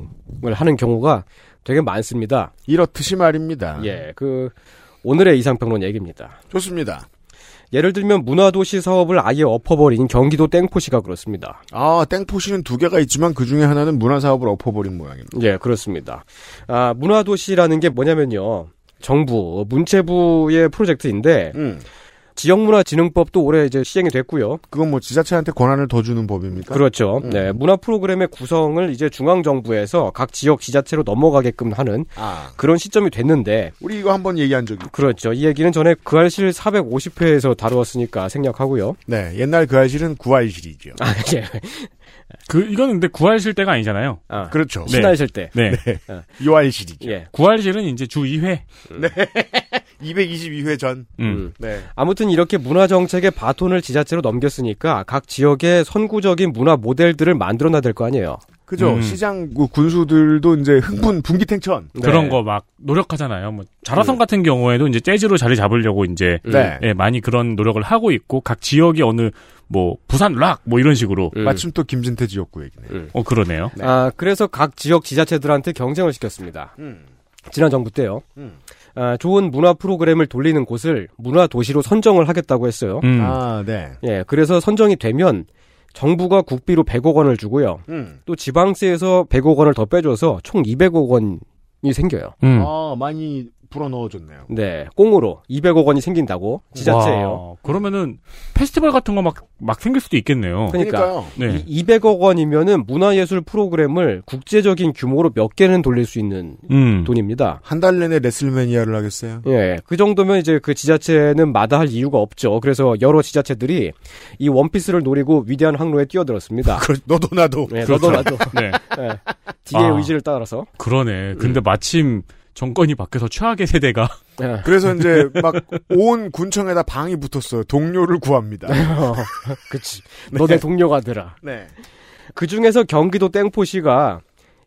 Speaker 10: 하는 경우가 되게 많습니다.
Speaker 2: 이렇듯이 말입니다.
Speaker 10: 예. 그 오늘의 이상평론 얘기입니다.
Speaker 2: 좋습니다.
Speaker 10: 예를 들면 문화도시 사업을 아예 엎어버린 경기도 땡포시가 그렇습니다.
Speaker 2: 아, 땡포시는 두 개가 있지만 그 중에 하나는 문화사업을 엎어버린 모양입니다.
Speaker 10: 예, 그렇습니다. 아, 문화도시라는 게 뭐냐면요. 정부, 문체부의 프로젝트인데,
Speaker 2: 음.
Speaker 10: 지역문화진흥법도 올해 이제 시행이 됐고요.
Speaker 2: 그건 뭐 지자체한테 권한을 더 주는 법입니까?
Speaker 10: 그렇죠.
Speaker 2: 음.
Speaker 10: 네, 문화 프로그램의 구성을 이제 중앙정부에서 각 지역 지자체로 넘어가게끔 하는
Speaker 2: 아.
Speaker 10: 그런 시점이 됐는데,
Speaker 2: 우리 이거 한번 얘기한 적이.
Speaker 10: 그렇죠. 이 얘기는 전에 그 알실 450회에서 다루었으니까 생략하고요.
Speaker 2: 네. 옛날 그 알실은 구알실이죠.
Speaker 10: 아, 예.
Speaker 3: 그 이건 근데 구할실 때가 아니잖아요.
Speaker 10: 아,
Speaker 2: 그렇죠.
Speaker 3: 네.
Speaker 10: 신하실 때.
Speaker 3: 네.
Speaker 2: 요알실이죠.
Speaker 10: 예.
Speaker 3: 구할실은 이제 주 2회.
Speaker 2: 222회 전.
Speaker 10: 음.
Speaker 2: 네.
Speaker 10: 아무튼 이렇게 문화 정책의 바톤을 지자체로 넘겼으니까 각 지역의 선구적인 문화 모델들을 만들어놔야 될 거 아니에요.
Speaker 2: 그죠.
Speaker 10: 음.
Speaker 2: 시장 구- 군수들도 이제 흥분, 분기탱천.
Speaker 10: 네.
Speaker 3: 그런 거 막 노력하잖아요. 뭐 자라성 같은 경우에도 이제 재즈로 자리 잡으려고 이제
Speaker 2: 네.
Speaker 3: 예, 많이 그런 노력을 하고 있고 각 지역이 어느 뭐 부산 락 뭐 이런 식으로
Speaker 10: 음.
Speaker 2: 마침 또 김진태 지역구 음. 얘기네.
Speaker 3: 어 그러네요.
Speaker 10: 아, 그래서 각 지역 지자체들한테 경쟁을 시켰습니다. 지난 정부 때요.
Speaker 2: 음.
Speaker 10: 아, 좋은 문화 프로그램을 돌리는 곳을 문화 도시로 선정을 하겠다고 했어요.
Speaker 2: 음. 아, 네.
Speaker 10: 예, 그래서 선정이 되면 정부가 국비로 100억 원을 주고요.
Speaker 2: 음.
Speaker 10: 또 지방세에서 100억 원을 더 빼줘서 총 200억 원이 생겨요.
Speaker 3: 음.
Speaker 2: 아, 많이 불어 넣어줬네요.
Speaker 10: 네, 꽁으로 200억 원이 생긴다고 지자체예요.
Speaker 3: 와, 그러면은 페스티벌 같은 거 막 막 생길 수도 있겠네요.
Speaker 10: 그러니까
Speaker 3: 네.
Speaker 10: 이 200억 원이면은 문화예술 프로그램을 국제적인 규모로 몇 개는 돌릴 수 있는
Speaker 3: 음.
Speaker 10: 돈입니다.
Speaker 2: 한 달 내내 레슬매니아를 하겠어요?
Speaker 10: 예, 그 정도면 이제 그 지자체는 마다할 이유가 없죠. 그래서 여러 지자체들이 이 원피스를 노리고 위대한 항로에 뛰어들었습니다.
Speaker 2: 너도 나도.
Speaker 10: 예, 너도 나도.
Speaker 3: 네.
Speaker 10: 예, 뒤의
Speaker 3: 아.
Speaker 10: 의지를 따라서.
Speaker 3: 그러네.
Speaker 10: 음.
Speaker 3: 근데 마침 정권이 바뀌어서 최악의 세대가
Speaker 10: 예.
Speaker 2: 그래서 이제 막 온 군청에다 방이 붙었어요. 동료를 구합니다.
Speaker 10: 네. 그치.
Speaker 2: 네.
Speaker 10: 너네 동료가 되라.
Speaker 2: 네.
Speaker 10: 그 중에서 경기도 땡포시가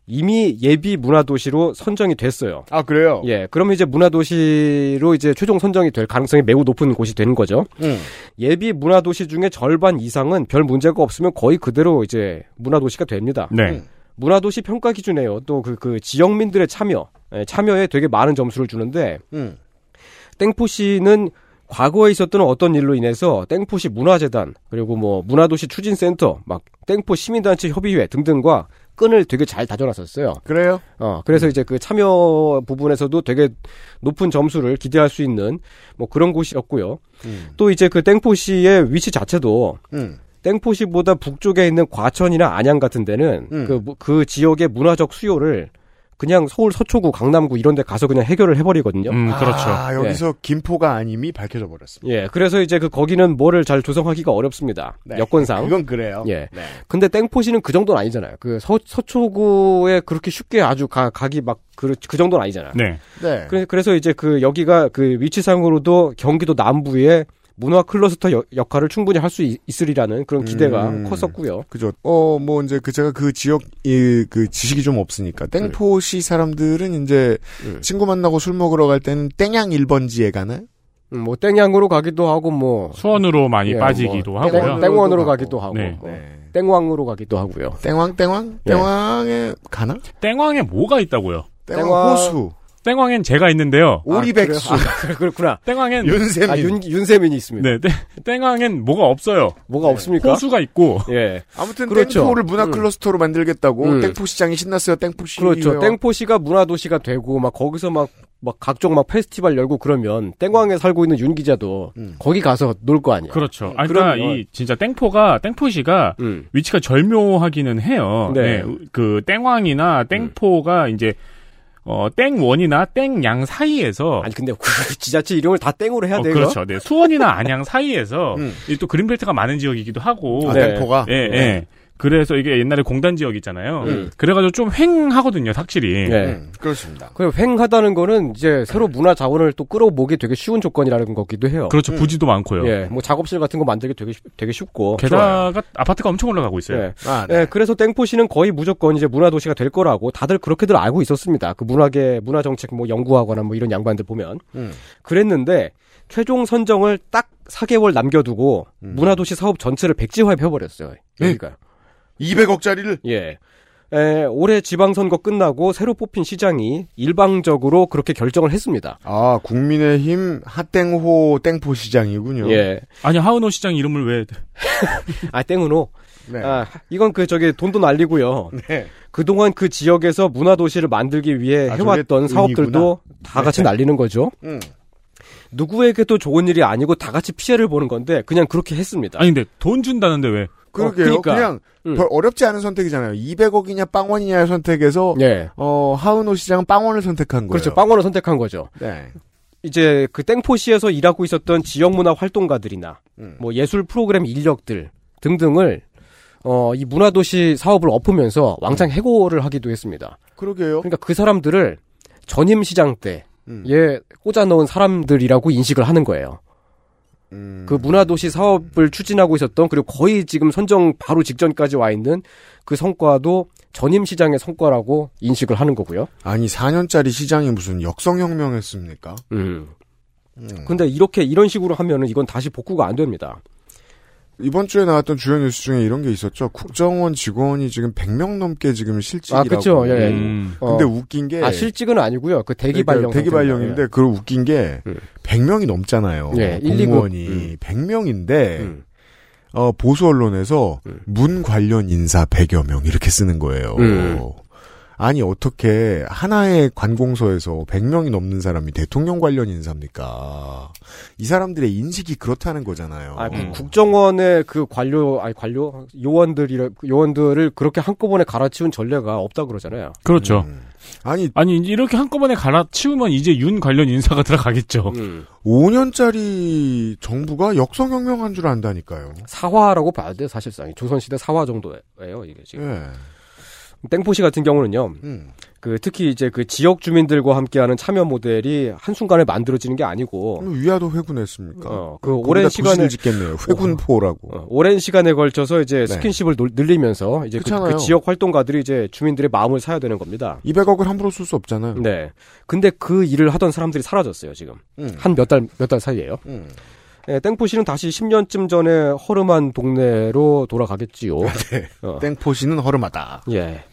Speaker 10: 이미 예비 문화도시로 선정이 됐어요.
Speaker 2: 아, 그래요?
Speaker 10: 예, 그러면 이제 문화도시로 이제 최종 선정이 될 가능성이 매우 높은 곳이 되는 거죠.
Speaker 2: 음.
Speaker 10: 예비 문화도시 중에 절반 이상은 별 문제가 없으면 거의 그대로 이제 문화도시가 됩니다.
Speaker 3: 네.
Speaker 10: 문화도시 평가 기준에요. 또 그 그 지역민들의 참여, 예, 참여에 되게 많은 점수를 주는데
Speaker 2: 음.
Speaker 10: 땡포시는 과거에 있었던 어떤 일로 인해서 땡포시 문화재단 그리고 뭐 문화도시 추진센터 막 땡포 시민단체 협의회 등등과 끈을 되게 잘 다져놨었어요.
Speaker 2: 그래요?
Speaker 10: 어 그래서 이제 그 참여 부분에서도 되게 높은 점수를 기대할 수 있는 뭐 그런 곳이었고요.
Speaker 2: 음.
Speaker 10: 또 이제 그 땡포시의 위치 자체도
Speaker 2: 음.
Speaker 10: 땡포시보다 북쪽에 있는 과천이나 안양 같은 데는
Speaker 2: 음.
Speaker 10: 그, 무- 그 지역의 문화적 수요를 그냥 서울 서초구, 강남구 이런 데 가서 그냥 해결을 해버리거든요.
Speaker 3: 음, 그렇죠.
Speaker 2: 아, 여기서
Speaker 10: 네.
Speaker 2: 김포가 아님이 밝혀져 버렸습니다.
Speaker 10: 예, 그래서 이제 그 거기는 뭐를 잘 조성하기가 어렵습니다.
Speaker 2: 네.
Speaker 10: 예. 여건상.
Speaker 2: 그건 그래요.
Speaker 10: 예.
Speaker 2: 네.
Speaker 10: 근데 땡포시는 그 정도는 아니잖아요. 그 서, 서초구에 그렇게 쉽게 아주 가, 가기 막 그, 그 정도는 아니잖아요.
Speaker 3: 네.
Speaker 2: 네.
Speaker 10: 그래, 그래서 이제 그 여기가 그 위치상으로도 경기도 남부에 문화 클러스터 여- 역할을 충분히 할 수 있으리라는 그런 기대가
Speaker 2: 음.
Speaker 10: 컸었고요.
Speaker 2: 그죠. 어, 뭐, 이제, 그, 제가 그 지역, 이, 그, 지식이 좀 없으니까. 땡포시 사람들은 이제, 친구 만나고 술 먹으러 갈 때는 땡양 1번지에 가나요?
Speaker 10: 음, 뭐 땡양으로 가기도 하고 뭐
Speaker 3: 수원으로 많이
Speaker 10: 예,
Speaker 3: 빠지기도
Speaker 10: 뭐
Speaker 3: 하고요.
Speaker 10: 땡, 원으로 가기도 하고
Speaker 3: 네.
Speaker 10: 어, 땡왕으로 가기도 하고요.
Speaker 2: 땡왕, 땡왕?
Speaker 10: 예.
Speaker 2: 땡왕에 가나?
Speaker 3: 땡왕에 뭐가 있다고요?
Speaker 2: 땡왕, 아,
Speaker 10: 땡왕.
Speaker 2: 호수.
Speaker 3: 땡왕엔 제가 있는데요.
Speaker 2: 오리백수.
Speaker 10: 아, 그래- 그렇구나.
Speaker 3: 땡왕엔
Speaker 2: 윤세민.
Speaker 10: 아, 윤, 윤세민이 있습니다.
Speaker 3: 네, 땡- 땡왕엔 뭐가 없어요.
Speaker 10: 뭐가
Speaker 2: 네.
Speaker 10: 없습니까?
Speaker 3: 호수가 있고
Speaker 10: 예.
Speaker 2: 아무튼
Speaker 10: 그렇죠.
Speaker 2: 땡포를 문화 클러스터로 만들겠다고
Speaker 10: 음.
Speaker 2: 땡포시장이 신났어요. 땡포시.
Speaker 10: 그렇죠. 땡포시가 문화도시가 되고 막 거기서 막, 막 각종 막 페스티벌 열고 그러면 땡왕에 살고 있는 윤 기자도
Speaker 2: 음.
Speaker 10: 거기 가서 놀 거 아니야.
Speaker 3: 그렇죠. 아, 그러니까
Speaker 10: 예. 그럼요.
Speaker 3: 이 진짜 땡포가 땡포시가
Speaker 10: 음.
Speaker 3: 위치가 절묘하기는 해요.
Speaker 10: 네. 음.
Speaker 3: 그 땡왕이나 땡포가 이제 어, 땡원이나 땡양 사이에서
Speaker 10: 아니 근데 그 지자체 이름을 다 땡으로 해야
Speaker 3: 어,
Speaker 10: 돼요.
Speaker 3: 그렇죠. 네. 수원이나 안양 사이에서
Speaker 2: 음.
Speaker 3: 이또 그린벨트가 많은 지역이기도 하고
Speaker 2: 아,
Speaker 10: 네.
Speaker 2: 땡포가?
Speaker 3: 예, 예. 그래서 이게 옛날에 공단 지역 있잖아요.
Speaker 10: 음.
Speaker 3: 그래가지고 좀 횡하거든요, 확실히.
Speaker 10: 예.
Speaker 2: 음, 그렇습니다.
Speaker 10: 그리고 횡하다는 거는 이제 새로 문화 자원을 또 끌어모기 되게 쉬운 조건이라는 거기도 해요.
Speaker 3: 그렇죠, 부지도 많고요.
Speaker 10: 예, 뭐 작업실 같은 거 만들기 되게 쉽- 되게 쉽고.
Speaker 3: 게다가 아파트가 엄청 올라가고 있어요.
Speaker 10: 예.
Speaker 2: 아,
Speaker 10: 예, 그래서 땡포시는 거의 무조건 이제 문화 도시가 될 거라고 다들 그렇게들 알고 있었습니다. 그 문학의 문화 정책 뭐 연구하거나 뭐 이런 양반들 보면
Speaker 2: 음.
Speaker 10: 그랬는데 최종 선정을 딱 4개월 남겨두고
Speaker 2: 음. 네.
Speaker 10: 문화 도시 사업 전체를 백지화해 버렸어요. 여기가
Speaker 2: 200억짜리를.
Speaker 10: 예. 에, 올해 지방선거 끝나고 새로 뽑힌 시장이 일방적으로 그렇게 결정을 했습니다.
Speaker 2: 아, 국민의힘 핫땡호 땡포시장이군요.
Speaker 10: 예.
Speaker 3: 아니 하은호 시장 이름을 왜?
Speaker 10: 아, 땡은호.
Speaker 2: 네.
Speaker 10: 아, 이건 그 저기 돈도 날리고요.
Speaker 2: 네.
Speaker 10: 그동안 그 지역에서 문화도시를 만들기 위해
Speaker 2: 아, 저게 네.
Speaker 10: 해왔던 사업들도 다 같이 날리는 거죠.
Speaker 2: 음.
Speaker 10: 누구에게도 좋은 일이 아니고 다 같이 피해를 보는 건데 그냥 그렇게 했습니다.
Speaker 3: 아니 근데 돈 준다는데 왜?
Speaker 2: 어, 그러게요.
Speaker 10: 그러니까.
Speaker 2: 그냥
Speaker 10: 음.
Speaker 2: 별 어렵지 않은 선택이잖아요. 200억이냐 빵원이냐의 선택에서
Speaker 10: 예.
Speaker 2: 어, 하은호 시장은 빵원을 선택한 거예요.
Speaker 10: 그렇죠. 빵원을 선택한 거죠.
Speaker 2: 네.
Speaker 10: 이제 그 땡포시에서 일하고 있었던 지역문화 활동가들이나
Speaker 2: 음.
Speaker 10: 뭐 예술 프로그램 인력들 등등을 어, 이 문화도시 사업을 엎으면서 왕창 해고를 하기도 했습니다.
Speaker 2: 그렇죠? 그러게요.
Speaker 10: 그러니까 그 사람들을 전임 시장 때
Speaker 2: 음.
Speaker 10: 에 꽂아 넣은 사람들이라고 인식을 하는 거예요.
Speaker 2: 음.
Speaker 10: 그 문화도시 사업을 추진하고 있었던 그리고 거의 지금 선정 바로 직전까지 와 있는 그 성과도 전임 시장의 성과라고 인식을 하는 거고요.
Speaker 2: 아니 4년짜리 시장이 무슨 역성혁명했습니까?
Speaker 10: 음. 근데 이렇게 이런 식으로 하면은 이건 다시 복구가 안 됩니다.
Speaker 2: 이번 주에 나왔던 주요 뉴스 중에 이런 게 있었죠. 국정원 직원이 지금 100명 넘게 지금 실직이라고. 음.
Speaker 10: 아, 그쵸. 예, 예.
Speaker 3: 음,
Speaker 2: 근데
Speaker 10: 어.
Speaker 2: 웃긴 게
Speaker 10: 아 실직은 아니고요. 그 대기
Speaker 2: 그러니까
Speaker 10: 발령
Speaker 2: 대기
Speaker 10: 상태입니다.
Speaker 2: 발령인데 그 웃긴 게 100명이 넘잖아요.
Speaker 10: 예, 일, 이구. 음.
Speaker 2: 공무원이 100명인데 어, 보수 언론에서
Speaker 10: 네.
Speaker 2: 문 관련 인사 100여 명 이렇게 쓰는 거예요.
Speaker 10: 네.
Speaker 11: 음.
Speaker 2: 아니 어떻게 하나의 관공서에서 100명이 넘는 사람이 대통령 관련 인사입니까? 이 사람들의 인식이 그렇다는 거잖아요. 음.
Speaker 10: 아, 그 국정원의 그 관료 아니 관료 요원들이 요원들을 그렇게 한꺼번에 갈아치운 전례가 없다 그러잖아요.
Speaker 3: 그렇죠.
Speaker 2: 음. 아니
Speaker 3: 아니 이제 이렇게 한꺼번에 갈아치우면 이제 윤 관련 인사가 들어가겠죠.
Speaker 10: 음.
Speaker 2: 5년짜리 정부가 역성혁명한 줄 안다니까요.
Speaker 10: 사화라고 봐야 돼요, 사실상. 조선시대 사화 정도예요, 이게
Speaker 2: 네.
Speaker 10: 지금. 땡포시 같은 경우는요,
Speaker 2: 음.
Speaker 10: 그 특히 이제 그 지역 주민들과 함께하는 참여 모델이 한순간에 만들어지는 게 아니고.
Speaker 2: 위화도 회군했습니까?
Speaker 10: 그 오랜 시간을
Speaker 2: 음.
Speaker 10: 어.
Speaker 2: 짓겠네요. 회군포라고.
Speaker 10: 오랜 시간에 걸쳐서 이제
Speaker 2: 네.
Speaker 10: 스킨십을 놀- 늘리면서 이제 그,
Speaker 2: 그렇잖아요.
Speaker 10: 그 지역 활동가들이 이제 주민들의 마음을 사야 되는 겁니다.
Speaker 2: 200억을 함부로 쓸 수 없잖아요.
Speaker 10: 네. 근데 그 일을 하던 사람들이 사라졌어요, 지금.
Speaker 2: 음.
Speaker 10: 한 몇 달, 몇 달 사이에요. 예, 땡포시는 다시 10년쯤 전에 허름한 동네로 돌아가겠지요. 어.
Speaker 2: 땡포시는 허름하다.
Speaker 10: 예.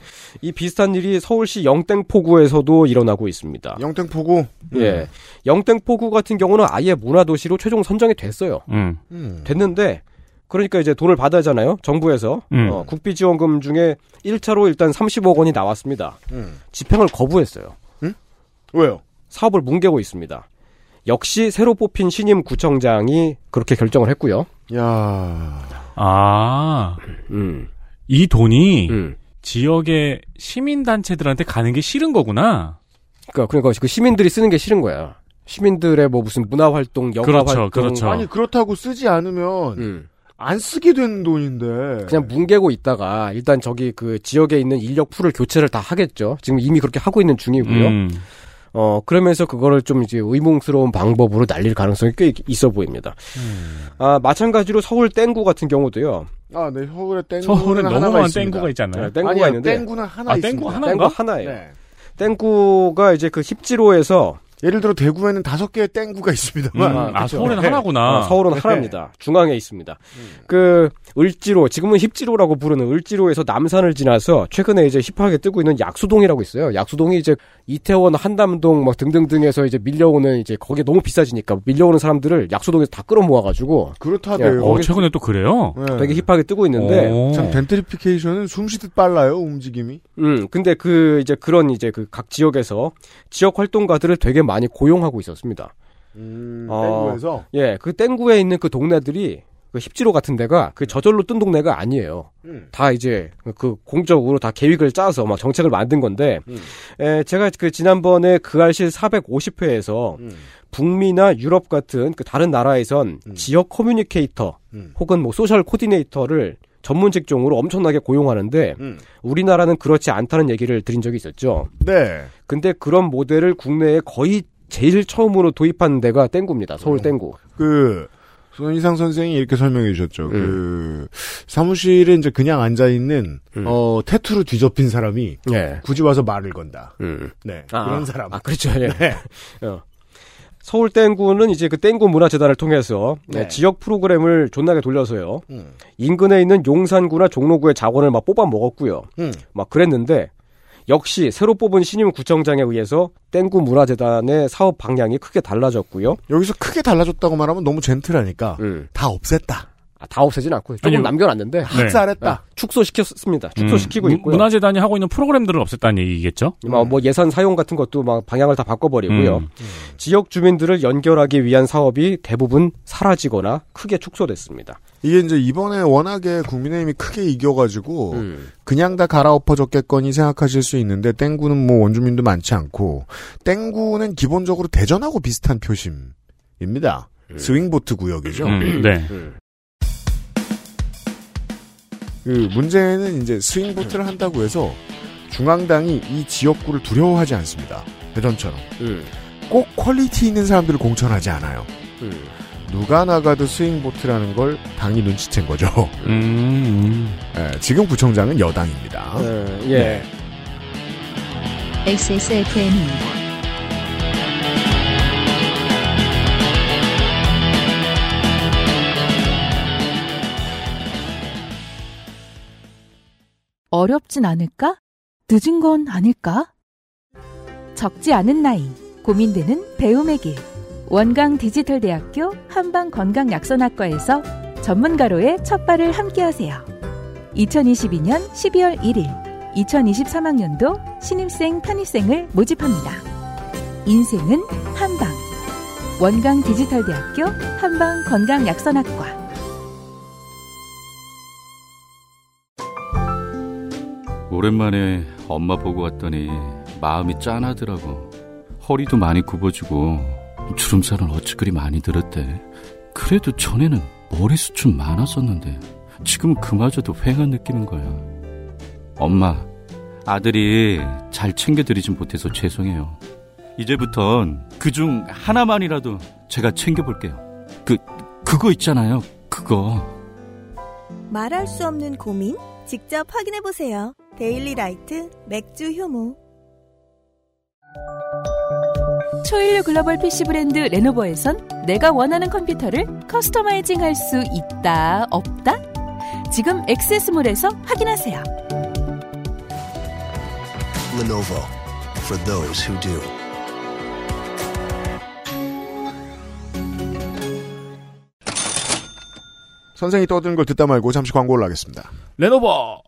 Speaker 10: 이 비슷한 일이 서울시 영땡포구에서도 일어나고 있습니다.
Speaker 2: 영땡포구? 네.
Speaker 10: 예. 영땡포구 같은 경우는 아예 문화도시로 최종 선정이 됐어요.
Speaker 3: 음.
Speaker 10: 됐는데, 그러니까 이제 돈을 받아잖아요. 정부에서.
Speaker 3: 음.
Speaker 10: 어, 국비지원금 중에 1차로 일단 30억 원이 나왔습니다.
Speaker 2: 음.
Speaker 10: 집행을 거부했어요.
Speaker 2: 왜요?
Speaker 10: 사업을 뭉개고 있습니다. 역시 새로 뽑힌 신임 구청장이 그렇게 결정을 했고요.
Speaker 2: 야.
Speaker 3: 아.
Speaker 10: 음.
Speaker 3: 이
Speaker 2: 음.
Speaker 3: 돈이 지역의 시민 단체들한테 가는 게 싫은 거구나.
Speaker 10: 그러니까 그러니까 그 시민들이 쓰는 게 싫은 거예요. 시민들의 뭐 무슨 문화 활동, 영화 활동,
Speaker 2: 아니 그렇죠, 그렇다고 쓰지 않으면 안 쓰게 되는 돈인데.
Speaker 10: 음. 그냥 뭉개고 있다가 일단 저기 그 지역에 있는 인력 풀을 교체를 다 하겠죠. 지금 이미 그렇게 하고 있는 중이고요.
Speaker 3: 음.
Speaker 10: 어 그러면서 그거를 좀 이제 의문스러운 방법으로 날릴 가능성이 꽤 있- 있어 보입니다. 아 마찬가지로 서울 땡구 같은 경우도요.
Speaker 2: 아, 네, 서울에 땡구는
Speaker 10: 서울에 너무
Speaker 2: 하나가
Speaker 10: 많은
Speaker 2: 있습니다.
Speaker 10: 땡구가 있잖아요. 네, 땡구가
Speaker 2: 땡구가 아니요,
Speaker 10: 있는데.
Speaker 2: 땡구는 하나
Speaker 10: 아, 땡구
Speaker 2: 있습니다. 네.
Speaker 10: 하나인가? 네. 땡구 하나예요. 땡구가 이제 그 힙지로에서
Speaker 2: 예를 들어 대구에는 다섯 개의 땡구가 있습니다만
Speaker 10: 음, 아,
Speaker 2: 그쵸?
Speaker 10: 서울에는
Speaker 2: 네.
Speaker 10: 하나구나. 아, 서울은 하나입니다. 중앙에 있습니다. 그 을지로 지금은 힙지로라고 부르는 을지로에서 남산을 지나서 최근에 이제 힙하게 뜨고 있는 약수동이라고 있어요. 약수동이 이제 이태원, 한남동 막 등등등에서 이제 밀려오는 이제 거기에 너무 비싸지니까 밀려오는 사람들을 약수동에서 다 끌어모아가지고
Speaker 2: 그렇다대요. 네.
Speaker 3: 어, 최근에 또 그래요?
Speaker 10: 되게 힙하게 뜨고 있는데
Speaker 2: 참 덴트리피케이션은 숨쉬듯 빨라요 움직임이.
Speaker 10: 음, 근데 그 이제 그런 이제 그 각 지역에서 지역 활동가들을 되게 많이 고용하고 있었습니다. 음.
Speaker 2: 땡구에서?
Speaker 10: 예, 그 땡구에 있는 그 동네들이 그 힙지로 같은 데가 그 저절로 뜬 동네가 아니에요.
Speaker 2: 음.
Speaker 10: 다 이제 그 공적으로 다 계획을 짜서 막 정책을 만든 건데, 에, 제가 그 지난번에 그 알실 450회에서
Speaker 2: 음.
Speaker 10: 북미나 유럽 같은 그 다른 나라에선 지역 커뮤니케이터 혹은 뭐 소셜 코디네이터를 전문 직종으로 엄청나게 고용하는데
Speaker 2: 음.
Speaker 10: 우리나라는 그렇지 않다는 얘기를 드린 적이 있었죠.
Speaker 2: 네.
Speaker 10: 근데 그런 모델을 국내에 거의 제일 처음으로 도입한 데가 땡구입니다. 서울 땡구.
Speaker 2: 그 손희상 선생이 이렇게 설명해
Speaker 10: 음.
Speaker 2: 주셨죠. 그 사무실에 이제 그냥 앉아 있는
Speaker 10: 음.
Speaker 2: 어 태투로 뒤접힌 사람이
Speaker 10: 예.
Speaker 2: 굳이 와서 말을 건다. 네
Speaker 10: 아,
Speaker 2: 그런 사람. 네.
Speaker 10: 아, 그렇죠. 예. 어. 서울 땡구는 이제 그 땡구 문화재단을 통해서
Speaker 2: 네.
Speaker 10: 네, 지역 프로그램을 존나게 돌려서요.
Speaker 2: 음.
Speaker 10: 인근에 있는 용산구나 종로구의 자원을 막 뽑아 먹었고요.
Speaker 2: 음.
Speaker 10: 막 그랬는데 역시 새로 뽑은 신임 구청장에 의해서 땡구 문화재단의 사업 방향이 크게 달라졌고요.
Speaker 2: 여기서 크게 달라졌다고 말하면 너무
Speaker 10: 음.
Speaker 2: 젠틀하니까 다 없앴다.
Speaker 10: 아, 다 없애진 않고 조금
Speaker 2: 아니요.
Speaker 10: 남겨놨는데
Speaker 2: 학살했다.
Speaker 10: 아, 축소시켰습니다. 축소시키고
Speaker 3: 네. 음, 문-
Speaker 10: 있고요.
Speaker 3: 문화재단이 하고 있는 프로그램들을 없앴다는 얘기겠죠?
Speaker 10: 뭐, 뭐 예산 사용 같은 것도 막 방향을 다 바꿔버리고요.
Speaker 3: 음.
Speaker 10: 지역 주민들을 연결하기 위한 사업이 대부분 사라지거나 크게 축소됐습니다.
Speaker 2: 이게 이제 이번에 워낙에 국민의힘이 크게 이겨가지고
Speaker 10: 음.
Speaker 2: 그냥 다 갈아엎어졌겠거니 생각하실 수 있는데 땡구는 뭐 원주민도 많지 않고 땡구는 기본적으로 대전하고 비슷한 표심입니다.
Speaker 10: 음.
Speaker 2: 스윙보트 구역이죠.
Speaker 3: 음, 네.
Speaker 2: 그 문제는 이제 스윙보트를 한다고 해서 중앙당이 이 지역구를 두려워하지 않습니다. 대전처럼.
Speaker 3: 예.
Speaker 2: 꼭 퀄리티 있는 사람들을 공천하지 않아요. 누가 나가도 스윙보트라는 걸 당이 눈치챈 거죠.
Speaker 3: 음.
Speaker 2: 예, 지금 구청장은 여당입니다.
Speaker 10: 예.
Speaker 2: 네.
Speaker 1: XSFM입니다.
Speaker 4: 어렵진 않을까? 늦은 건 아닐까? 적지 않은 나이, 고민되는 배움의 길. 원광 디지털 대학교 한방 건강 약선학과에서 전문가로의 첫 발을 함께 하세요. 2022년 12월 1일, 2023학년도 신입생 편입생을 모집합니다. 인생은 한방. 원광 디지털 대학교 한방 건강 약선학과.
Speaker 11: 오랜만에 엄마 보고 왔더니 마음이 짠하더라고. 허리도 많이 굽어지고 주름살은 어찌 그리 많이 들었대. 그래도 전에는 머리숱은 많았었는데 지금은 그마저도 휑한 느낌인 거야. 엄마, 아들이 잘 챙겨드리진 못해서 죄송해요. 이제부턴 그중 하나만이라도 제가 챙겨볼게요. 그, 그거 있잖아요. 그거.
Speaker 6: 말할 수 없는 고민? 직접 확인해 보세요. 데일리 라이트 맥주 효모.
Speaker 4: 초일류 글로벌 PC 브랜드 레노버에선 내가 원하는 컴퓨터를 커스터마이징 할 수 있다, 없다? 지금 액세스몰에서 확인하세요.
Speaker 12: Lenovo for those who do.
Speaker 2: 선생이 떠드는 걸 듣다 말고 잠시 광고를 하겠습니다.
Speaker 3: 레노버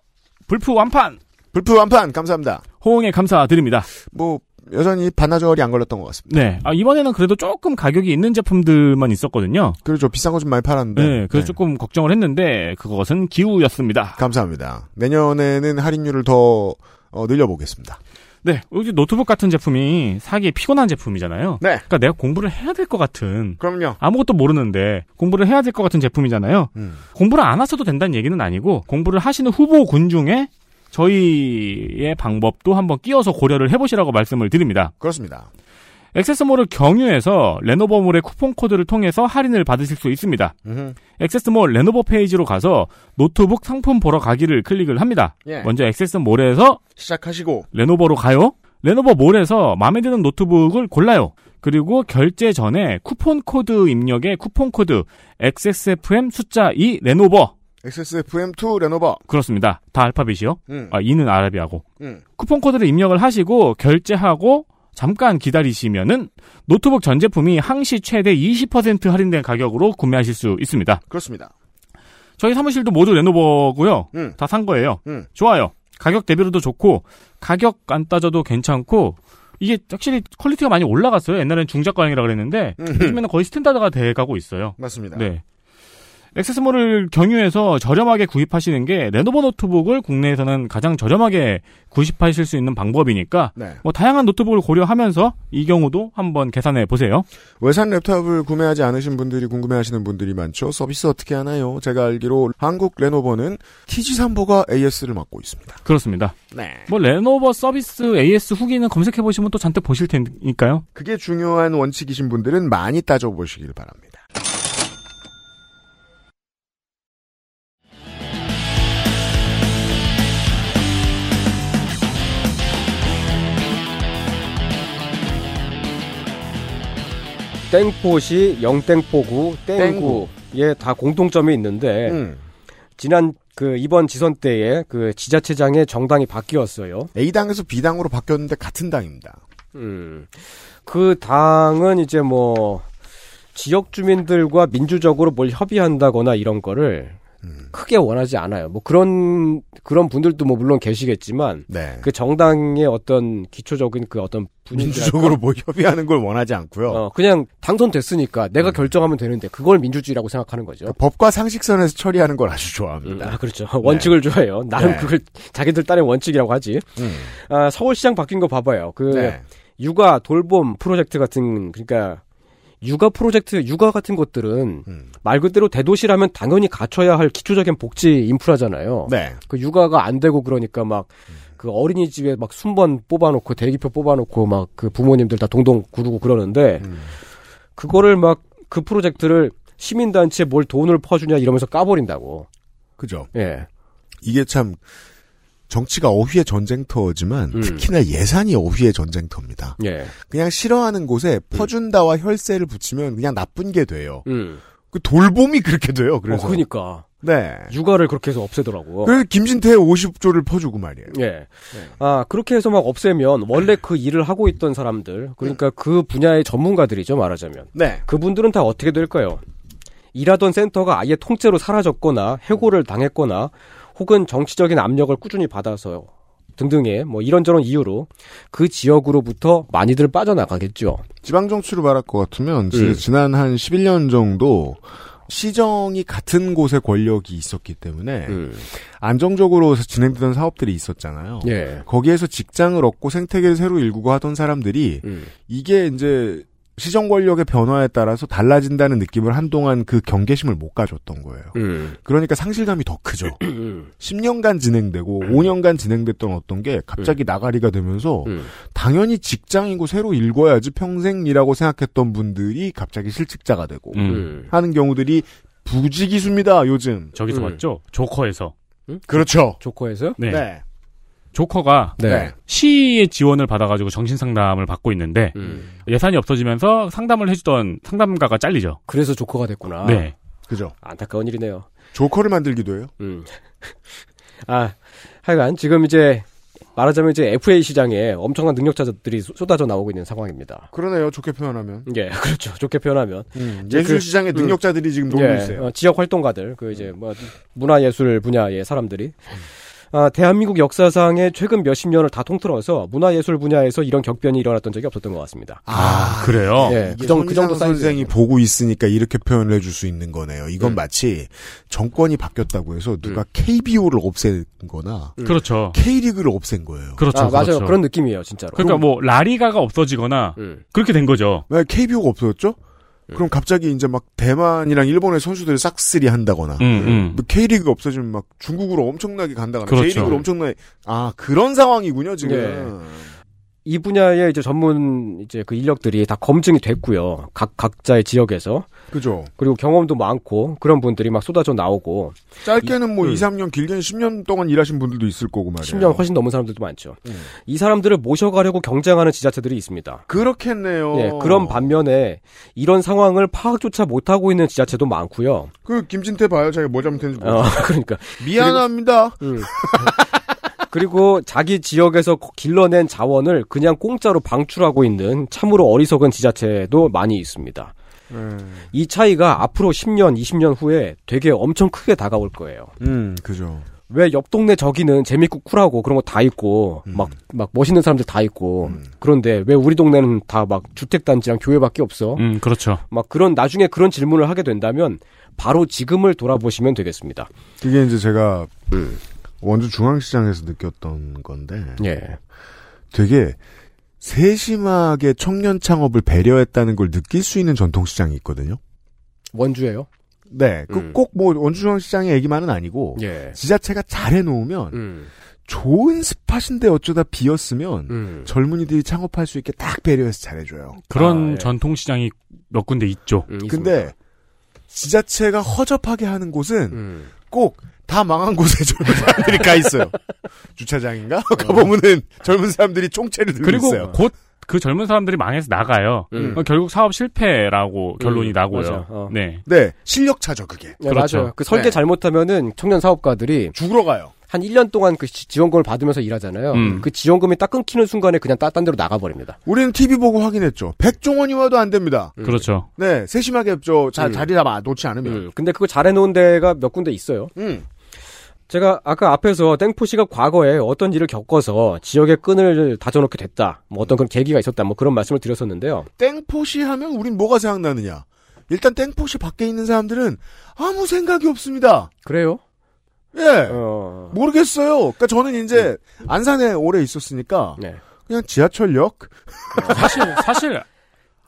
Speaker 3: 불프 완판
Speaker 2: 불프 완판 감사합니다.
Speaker 3: 호응에 감사드립니다.
Speaker 2: 뭐 여전히 반나절이 안 걸렸던 것 같습니다.
Speaker 3: 네. 아, 이번에는 그래도 조금 가격이 있는 제품들만 있었거든요.
Speaker 2: 그렇죠. 비싼 거 좀 많이 팔았는데.
Speaker 3: 네. 그래서 조금 걱정을 했는데 그것은 기우였습니다.
Speaker 2: 감사합니다. 내년에는 할인율을 더 어, 늘려보겠습니다.
Speaker 3: 네. 여기 노트북 같은 제품이 사기 피곤한 제품이잖아요.
Speaker 2: 네.
Speaker 3: 그러니까 내가 공부를 해야 될 것 같은.
Speaker 2: 그럼요.
Speaker 3: 아무것도 모르는데 공부를 해야 될 것 같은 제품이잖아요. 공부를 안 하셔도 된다는 얘기는 아니고 공부를 하시는 후보군 중에 저희의 방법도 한번 끼워서 고려를 해보시라고 말씀을 드립니다.
Speaker 2: 그렇습니다.
Speaker 3: 액세스몰을 경유해서 레노버몰의 쿠폰 코드를 통해서 할인을 받으실 수 있습니다. 액세스몰 레노버 페이지로 가서 노트북 상품 보러 가기를 클릭을 합니다.
Speaker 2: 예.
Speaker 3: 먼저 액세스몰에서
Speaker 2: 시작하시고
Speaker 3: 레노버로 가요. 레노버 몰에서 마음에 드는 노트북을 골라요. 그리고 결제 전에 쿠폰 코드 입력에 쿠폰 코드 XSFM 숫자 2 레노버
Speaker 2: XSFM2 레노버.
Speaker 3: 그렇습니다. 다 알파벳이요.
Speaker 2: 음.
Speaker 3: 아 2는 아라비아고.
Speaker 2: 음.
Speaker 3: 쿠폰 코드를 입력을 하시고 결제하고 잠깐 기다리시면은 노트북 전 제품이 항시 최대 20% 할인된 가격으로 구매하실 수 있습니다.
Speaker 2: 그렇습니다.
Speaker 3: 저희 사무실도 모두 레노버고요.
Speaker 2: 음.
Speaker 3: 다 산 거예요.
Speaker 2: 음.
Speaker 3: 좋아요. 가격 대비로도 좋고 가격 안 따져도 괜찮고 이게 확실히 퀄리티가 많이 올라갔어요. 옛날엔 중저가형이라 그랬는데 요즘에는 거의 스탠다드가 돼가고 있어요.
Speaker 2: 음. 맞습니다.
Speaker 3: 네. 액세스몰을 경유해서 저렴하게 구입하시는 게 레노버 노트북을 국내에서는 가장 저렴하게 구입하실 수 있는 방법이니까
Speaker 2: 네.
Speaker 3: 뭐 다양한 노트북을 고려하면서 이 경우도 한번 계산해 보세요.
Speaker 2: 외산 랩탑을 구매하지 않으신 분들이 궁금해하시는 분들이 많죠. 서비스 어떻게 하나요? 제가 알기로 한국 레노버는 TG3보가 AS를 맡고 있습니다.
Speaker 3: 그렇습니다.
Speaker 2: 네.
Speaker 3: 뭐 레노버 서비스 AS 후기는 검색해 보시면 또 잔뜩 보실 테니까요.
Speaker 2: 그게 중요한 원칙이신 분들은 많이 따져보시길 바랍니다.
Speaker 10: 땡포시, 영땡포구, 땡구에 다 공통점이 있는데
Speaker 2: 음.
Speaker 10: 지난 그 이번 지선 때에 그 지자체장의 정당이 바뀌었어요.
Speaker 2: A당에서 B당으로 바뀌었는데 같은 당입니다.
Speaker 10: 음. 그 당은 이제 뭐 지역 주민들과 민주적으로 뭘 협의한다거나 이런 거를
Speaker 2: 음.
Speaker 10: 크게 원하지 않아요. 뭐 그런 그런 분들도 뭐 물론 계시겠지만
Speaker 2: 네.
Speaker 10: 그 정당의 어떤 기초적인 그 어떤 분위기랄까?
Speaker 2: 민주적으로 뭐 협의하는 걸 원하지 않고요.
Speaker 10: 어, 그냥 당선됐으니까
Speaker 2: 음.
Speaker 10: 내가 결정하면 되는데 그걸 민주주의라고 생각하는 거죠.
Speaker 2: 법과 상식선에서 처리하는 걸 아주 좋아합니다.
Speaker 10: 아, 그렇죠. 원칙을 좋아해요. 나름
Speaker 2: 네.
Speaker 10: 그걸 자기들 딴의 원칙이라고 하지.
Speaker 2: 음.
Speaker 10: 아, 서울시장 바뀐 거 봐봐요. 그
Speaker 2: 네.
Speaker 10: 육아 돌봄 프로젝트 같은 그러니까 육아 프로젝트 육아 같은 것들은
Speaker 2: 음.
Speaker 10: 말 그대로 대도시라면 당연히 갖춰야 할 기초적인 복지 인프라잖아요.
Speaker 2: 네.
Speaker 10: 그 육아가 안 되고 그러니까 막 그 어린이집에 막 순번 뽑아놓고 대기표 뽑아놓고 막 그 부모님들 다 동동 구르고 그러는데
Speaker 2: 음.
Speaker 10: 그거를 막 그 프로젝트를 시민단체에 뭘 돈을 퍼주냐 이러면서 까버린다고.
Speaker 2: 그죠.
Speaker 10: 예.
Speaker 2: 이게 참 정치가 어휘의 전쟁터지만
Speaker 10: 음.
Speaker 2: 특히나 예산이 어휘의 전쟁터입니다.
Speaker 10: 예.
Speaker 2: 그냥 싫어하는 곳에 퍼준다와 혈세를 붙이면 그냥 나쁜 게 돼요.
Speaker 10: 음.
Speaker 2: 그 돌봄이 그렇게 돼요. 그래서
Speaker 10: 어, 그러니까.
Speaker 2: 네.
Speaker 10: 육아를 그렇게 해서 없애더라고.
Speaker 2: 그래서 김진태의 50조를 퍼주고 말이에요.
Speaker 10: 예. 아, 그렇게 해서 막 없애면 원래 그 일을 하고 있던 사람들, 그러니까 그 분야의 전문가들이죠, 말하자면.
Speaker 2: 네.
Speaker 10: 그분들은 다 어떻게 될까요? 일하던 센터가 아예 통째로 사라졌거나 해고를 당했거나 혹은 정치적인 압력을 꾸준히 받아서 등등의 뭐 이런저런 이유로 그 지역으로부터 많이들 빠져나가겠죠.
Speaker 2: 지방 정치로 말할 것 같으면 지-
Speaker 10: 음.
Speaker 2: 지난 한 11년 정도 시정이 같은 곳의 권력이 있었기 때문에
Speaker 10: 음.
Speaker 2: 안정적으로 진행되던 사업들이 있었잖아요.
Speaker 10: 예.
Speaker 2: 거기에서 직장을 얻고 생태계를 새로 일구고 하던 사람들이 이게 이제 시정 권력의 변화에 따라서 달라진다는 느낌을 한동안 그 경계심을 못 가졌던 거예요.
Speaker 10: 음.
Speaker 2: 그러니까 상실감이 더 크죠. 음. 10년간 진행되고 5년간 진행됐던 어떤 게 갑자기 나가리가 되면서 당연히 직장이고 새로 읽어야지 평생이라고 생각했던 분들이 갑자기 실직자가 되고
Speaker 3: 음.
Speaker 2: 하는 경우들이 부지기수입니다 요즘.
Speaker 3: 저기서 봤죠? 조커에서.
Speaker 2: 그렇죠.
Speaker 10: 조커에서요?
Speaker 3: 네. 조커가
Speaker 2: 네.
Speaker 3: 시의 지원을 받아가지고 정신 상담을 받고 있는데
Speaker 10: 음.
Speaker 3: 예산이 없어지면서 상담을 해주던 상담가가 잘리죠.
Speaker 10: 그래서 조커가 됐구나.
Speaker 3: 네.
Speaker 2: 그죠.
Speaker 10: 안타까운 일이네요.
Speaker 2: 조커를 만들기도 해요.
Speaker 10: 음. 아, 하여간 지금 이제 말하자면 이제 FA 시장에 엄청난 능력자들이 쏟- 쏟아져 나오고 있는 상황입니다.
Speaker 2: 그러네요. 좋게 표현하면.
Speaker 10: 예, 그렇죠. 좋게 표현하면
Speaker 2: 음,
Speaker 10: 이제
Speaker 2: 예술
Speaker 10: 그-
Speaker 2: 시장의
Speaker 10: 음.
Speaker 2: 능력자들이 지금 놀고
Speaker 10: 예,
Speaker 2: 있어요.
Speaker 10: 어, 지역 활동가들, 그 이제
Speaker 3: 음.
Speaker 10: 뭐 문화예술 분야의 사람들이 아, 대한민국 역사상의 최근 몇십 년을 다 통틀어서 문화예술 분야에서 이런 격변이 일어났던 적이 없었던 것 같습니다.
Speaker 2: 아,
Speaker 3: 그래요?
Speaker 10: 예, 그 정도, 그 정도
Speaker 2: 손희상
Speaker 10: 사이즈.
Speaker 2: 선생이 보고 있으니까 이렇게 표현을 해줄 수 있는 거네요. 이건 마치 정권이 바뀌었다고 해서 누가
Speaker 10: 네.
Speaker 2: KBO를 없앤 거나 아,
Speaker 3: 그렇죠.
Speaker 2: K리그를 없앤 거예요.
Speaker 3: 그렇죠.
Speaker 10: 아, 맞아요.
Speaker 3: 그렇죠.
Speaker 10: 그런 음. 느낌이에요, 진짜로. 음.
Speaker 3: 그러니까 뭐 라리가가 없어지거나 그렇게 된 거죠.
Speaker 2: 왜 KBO가 없어졌죠?
Speaker 10: 네.
Speaker 2: 그럼 갑자기 이제 막 대만이랑 일본의 선수들을 싹쓸이 한다거나
Speaker 3: 음, 음.
Speaker 2: 뭐 K리그가 없어지면 막 중국으로 엄청나게 간다거나
Speaker 10: 그렇죠.
Speaker 2: J리그로 엄청나게 아 그런 상황이군요 지금
Speaker 10: 네. 이 분야의 이제 전문 이제 그 인력들이 다 검증이 됐고요. 각 각자의 지역에서
Speaker 2: 그죠
Speaker 10: 그리고 경험도 많고 그런 분들이 막 쏟아져 나오고
Speaker 2: 짧게는 뭐
Speaker 10: 음.
Speaker 2: 2, 3년 길게는 10년 동안 일하신 분들도 있을 거고 말이에요 음.
Speaker 10: 10년 훨씬 넘은 사람들도 많죠. 이 사람들을 모셔가려고 경쟁하는 지자체들이 있습니다.
Speaker 2: 그렇겠네요
Speaker 10: 예, 그런 반면에 이런 상황을 파악조차 못하고 있는 지자체도 많고요.
Speaker 2: 그 김진태 봐요 자기가 뭐 잘못했는지
Speaker 10: 어, 그러니까
Speaker 2: 미안합니다
Speaker 10: 음. 그리고 자기 지역에서 거- 길러낸 자원을 그냥 공짜로 방출하고 있는 참으로 어리석은 지자체도 많이 있습니다.
Speaker 2: 예.
Speaker 10: 이 차이가 앞으로 10년, 20년 후에 되게 엄청 크게 다가올 거예요.
Speaker 2: 음 그죠
Speaker 10: 왜 옆 동네 저기는 재밌고 쿨하고 그런 거 다 있고
Speaker 2: 음.
Speaker 10: 막, 막 멋있는 사람들 다 있고 그런데 왜 우리 동네는 다 막 주택단지랑 교회밖에 없어?
Speaker 3: 음, 그렇죠.
Speaker 10: 막 그런 나중에 그런 질문을 하게 된다면 바로 지금을 돌아보시면 되겠습니다.
Speaker 2: 이게 이제 제가 원주 중앙시장에서 느꼈던 건데 되게 세심하게 청년 창업을 배려했다는 걸 느낄 수 있는 전통시장이 있거든요.
Speaker 10: 원주예요?
Speaker 2: 네,
Speaker 10: 음.
Speaker 2: 그꼭뭐 원주 중앙시장의 얘기만은 아니고
Speaker 10: 예.
Speaker 2: 지자체가 잘 해놓으면
Speaker 10: 음,
Speaker 2: 좋은 스팟인데 어쩌다 비었으면
Speaker 10: 음,
Speaker 2: 젊은이들이 창업할 수 있게 딱 배려해서 잘해줘요.
Speaker 3: 그런 전통 시장이 몇 군데 있죠.
Speaker 10: 음,
Speaker 2: 근데 지자체가 허접하게 하는 곳은 꼭 다 망한 곳에 젊은 사람들이 가 있어요. 주차장인가? 가보면은 젊은 사람들이 총체를 들고
Speaker 3: 그리고
Speaker 2: 음. 있어요.
Speaker 3: 곧 그 젊은 사람들이 망해서 나가요.
Speaker 2: 음.
Speaker 3: 어, 결국 사업 실패라고 결론이
Speaker 10: 음, 맞아요.
Speaker 3: 나고요.
Speaker 10: 어.
Speaker 3: 네.
Speaker 2: 네, 실력차죠, 그게.
Speaker 10: 네, 맞아요. 그 설계
Speaker 2: 네.
Speaker 10: 잘못하면은 청년 사업가들이
Speaker 2: 죽으러 가요.
Speaker 10: 한 1년 동안 그 지- 지원금을 받으면서 일하잖아요.
Speaker 2: 음.
Speaker 10: 그 지원금이 딱 끊기는 순간에 그냥 따, 딴 데로 나가버립니다.
Speaker 2: 우리는 TV 보고 확인했죠. 백종원이 와도 안 됩니다.
Speaker 3: 그렇죠.
Speaker 2: 네, 세심하게 저 자,
Speaker 10: 음.
Speaker 2: 자리 잡아 놓지 않으면.
Speaker 10: 근데 그거 잘해놓은 데가 몇 군데 있어요.
Speaker 2: 음.
Speaker 10: 제가 아까 앞에서 땡포씨가 과거에 어떤 일을 겪어서 지역의 끈을 다져놓게 됐다. 뭐 어떤 그런 계기가 있었다. 뭐 그런 말씀을 드렸었는데요.
Speaker 2: 땡포시 하면 우린 뭐가 생각나느냐? 일단 땡포시 밖에 있는 사람들은 아무 생각이 없습니다.
Speaker 10: 그래요?
Speaker 2: 예.
Speaker 10: 어.
Speaker 2: 모르겠어요. 그러니까 저는 이제
Speaker 10: 네.
Speaker 2: 안산에 오래 있었으니까 그냥 지하철역
Speaker 3: 사실 사실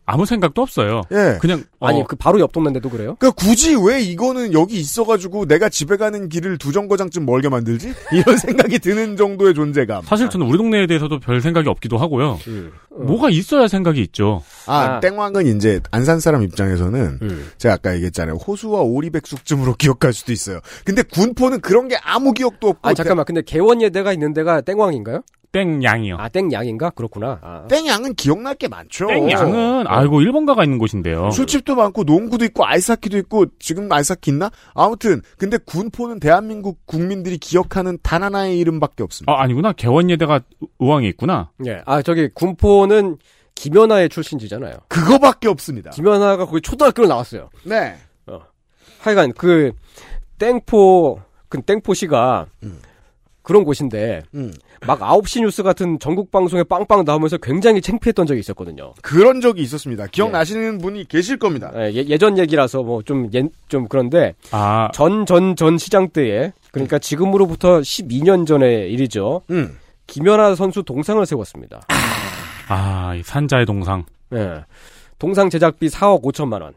Speaker 3: 아무 생각도 없어요.
Speaker 2: 예.
Speaker 3: 그냥 어,
Speaker 10: 아니 그 바로 옆 동네인데도 그래요?
Speaker 2: 그러니까 굳이 왜 이거는 여기 있어가지고 내가 집에 가는 길을 두 정거장쯤 멀게 만들지? 이런 생각이 드는 정도의 존재감.
Speaker 3: 사실 저는 우리 동네에 대해서도 별 생각이 없기도 하고요.
Speaker 10: 음.
Speaker 3: 뭐가 있어야 생각이 있죠.
Speaker 2: 아, 땡왕은 이제 안산 사람 입장에서는
Speaker 3: 음.
Speaker 2: 제가 아까 얘기했잖아요. 호수와 오리백숙쯤으로 기억할 수도 있어요. 근데 군포는 그런 게 아무 기억도 없고.
Speaker 10: 아 잠깐만 근데 개원예대가 있는 데가 땡왕인가요?
Speaker 3: 땡양이요.
Speaker 10: 아 땡양인가 그렇구나. 아.
Speaker 2: 땡양은 기억날 게 많죠. 어.
Speaker 3: 땡양은
Speaker 10: 어.
Speaker 3: 아이고 일본가가 있는 곳인데요.
Speaker 2: 술집도 많고 농구도 있고 아이스하키도 있고 지금 아이스하키 있나? 아무튼 근데 군포는 대한민국 국민들이 기억하는 단 하나의 이름밖에 없습니다.
Speaker 3: 아 아니구나 개원예대가 의왕에 있구나.
Speaker 10: 예. 아 저기 군포는 김연아의 출신지잖아요.
Speaker 2: 그거밖에 없습니다.
Speaker 10: 김연아가 거기 초등학교를 나왔어요.
Speaker 2: 네.
Speaker 10: 하여간 그 땡포 그 땡포시가 그런 곳인데 막 9시 뉴스 같은 전국 방송에 빵빵 나오면서 굉장히 창피했던 적이 있었거든요.
Speaker 2: 그런 적이 있었습니다. 기억나시는 분이 계실 겁니다.
Speaker 10: 예, 예- 예전 얘기라서 뭐 좀 좀 그런데
Speaker 3: 아
Speaker 10: 전 전 전 시장 때에 그러니까
Speaker 2: 네.
Speaker 10: 지금으로부터 12년 전의 일이죠.
Speaker 2: 음.
Speaker 10: 김연아 선수 동상을 세웠습니다.
Speaker 3: 아이 산자의 동상.
Speaker 10: 예. 동상 제작비 4억 5천만 원.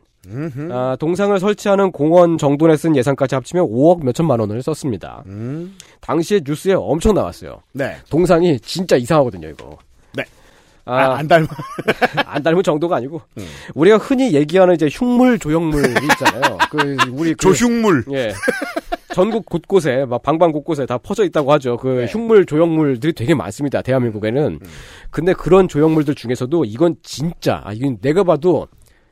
Speaker 10: 아, 동상을 설치하는 공원 정돈에 쓴 예산까지 합치면 5억 몇천만 원을 썼습니다.
Speaker 2: 음.
Speaker 10: 당시에 뉴스에 엄청 나왔어요.
Speaker 2: 네.
Speaker 10: 동상이 진짜 이상하거든요, 이거.
Speaker 2: 네.
Speaker 10: 아,
Speaker 2: 안 닮은.
Speaker 10: 안 닮은 정도가 아니고.
Speaker 2: 음.
Speaker 10: 우리가 흔히 얘기하는 이제 흉물, 조형물이 있잖아요. 그, 우리. 그-
Speaker 2: 조흉물.
Speaker 10: 예. 전국 곳곳에, 막 방방 곳곳에 다 퍼져 있다고 하죠. 그
Speaker 2: 네.
Speaker 10: 흉물, 조형물들이 되게 많습니다. 대한민국에는.
Speaker 2: 음.
Speaker 10: 근데 그런 조형물들 중에서도 이건 진짜, 아, 이건 내가 봐도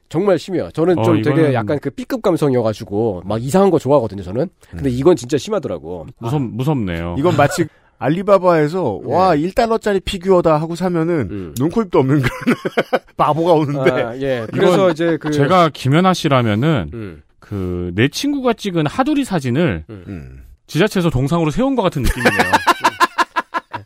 Speaker 10: 정말 심해요. 저는
Speaker 3: 어,
Speaker 10: 좀 되게
Speaker 3: 이거는-
Speaker 10: 약간 그 B급 감성이어가지고 막 이상한 거 좋아하거든요, 저는. 근데
Speaker 2: 음.
Speaker 10: 이건 진짜 심하더라고.
Speaker 3: 무섭
Speaker 10: 어.
Speaker 3: 무섭네요.
Speaker 2: 이건 마치 알리바바에서
Speaker 10: 예.
Speaker 2: 와 1달러짜리 피규어다 하고 사면은 눈코입도 없는 그런 바보가 오는데
Speaker 10: 음. 아, 예. 그래서
Speaker 3: 이건
Speaker 10: 이제 그.
Speaker 3: 제가 김연아 씨라면은
Speaker 10: 음.
Speaker 3: 그 내 친구가 찍은 하두리 사진을
Speaker 2: 음.
Speaker 3: 지자체에서 동상으로 세운 것 같은 느낌이네요.
Speaker 10: 음.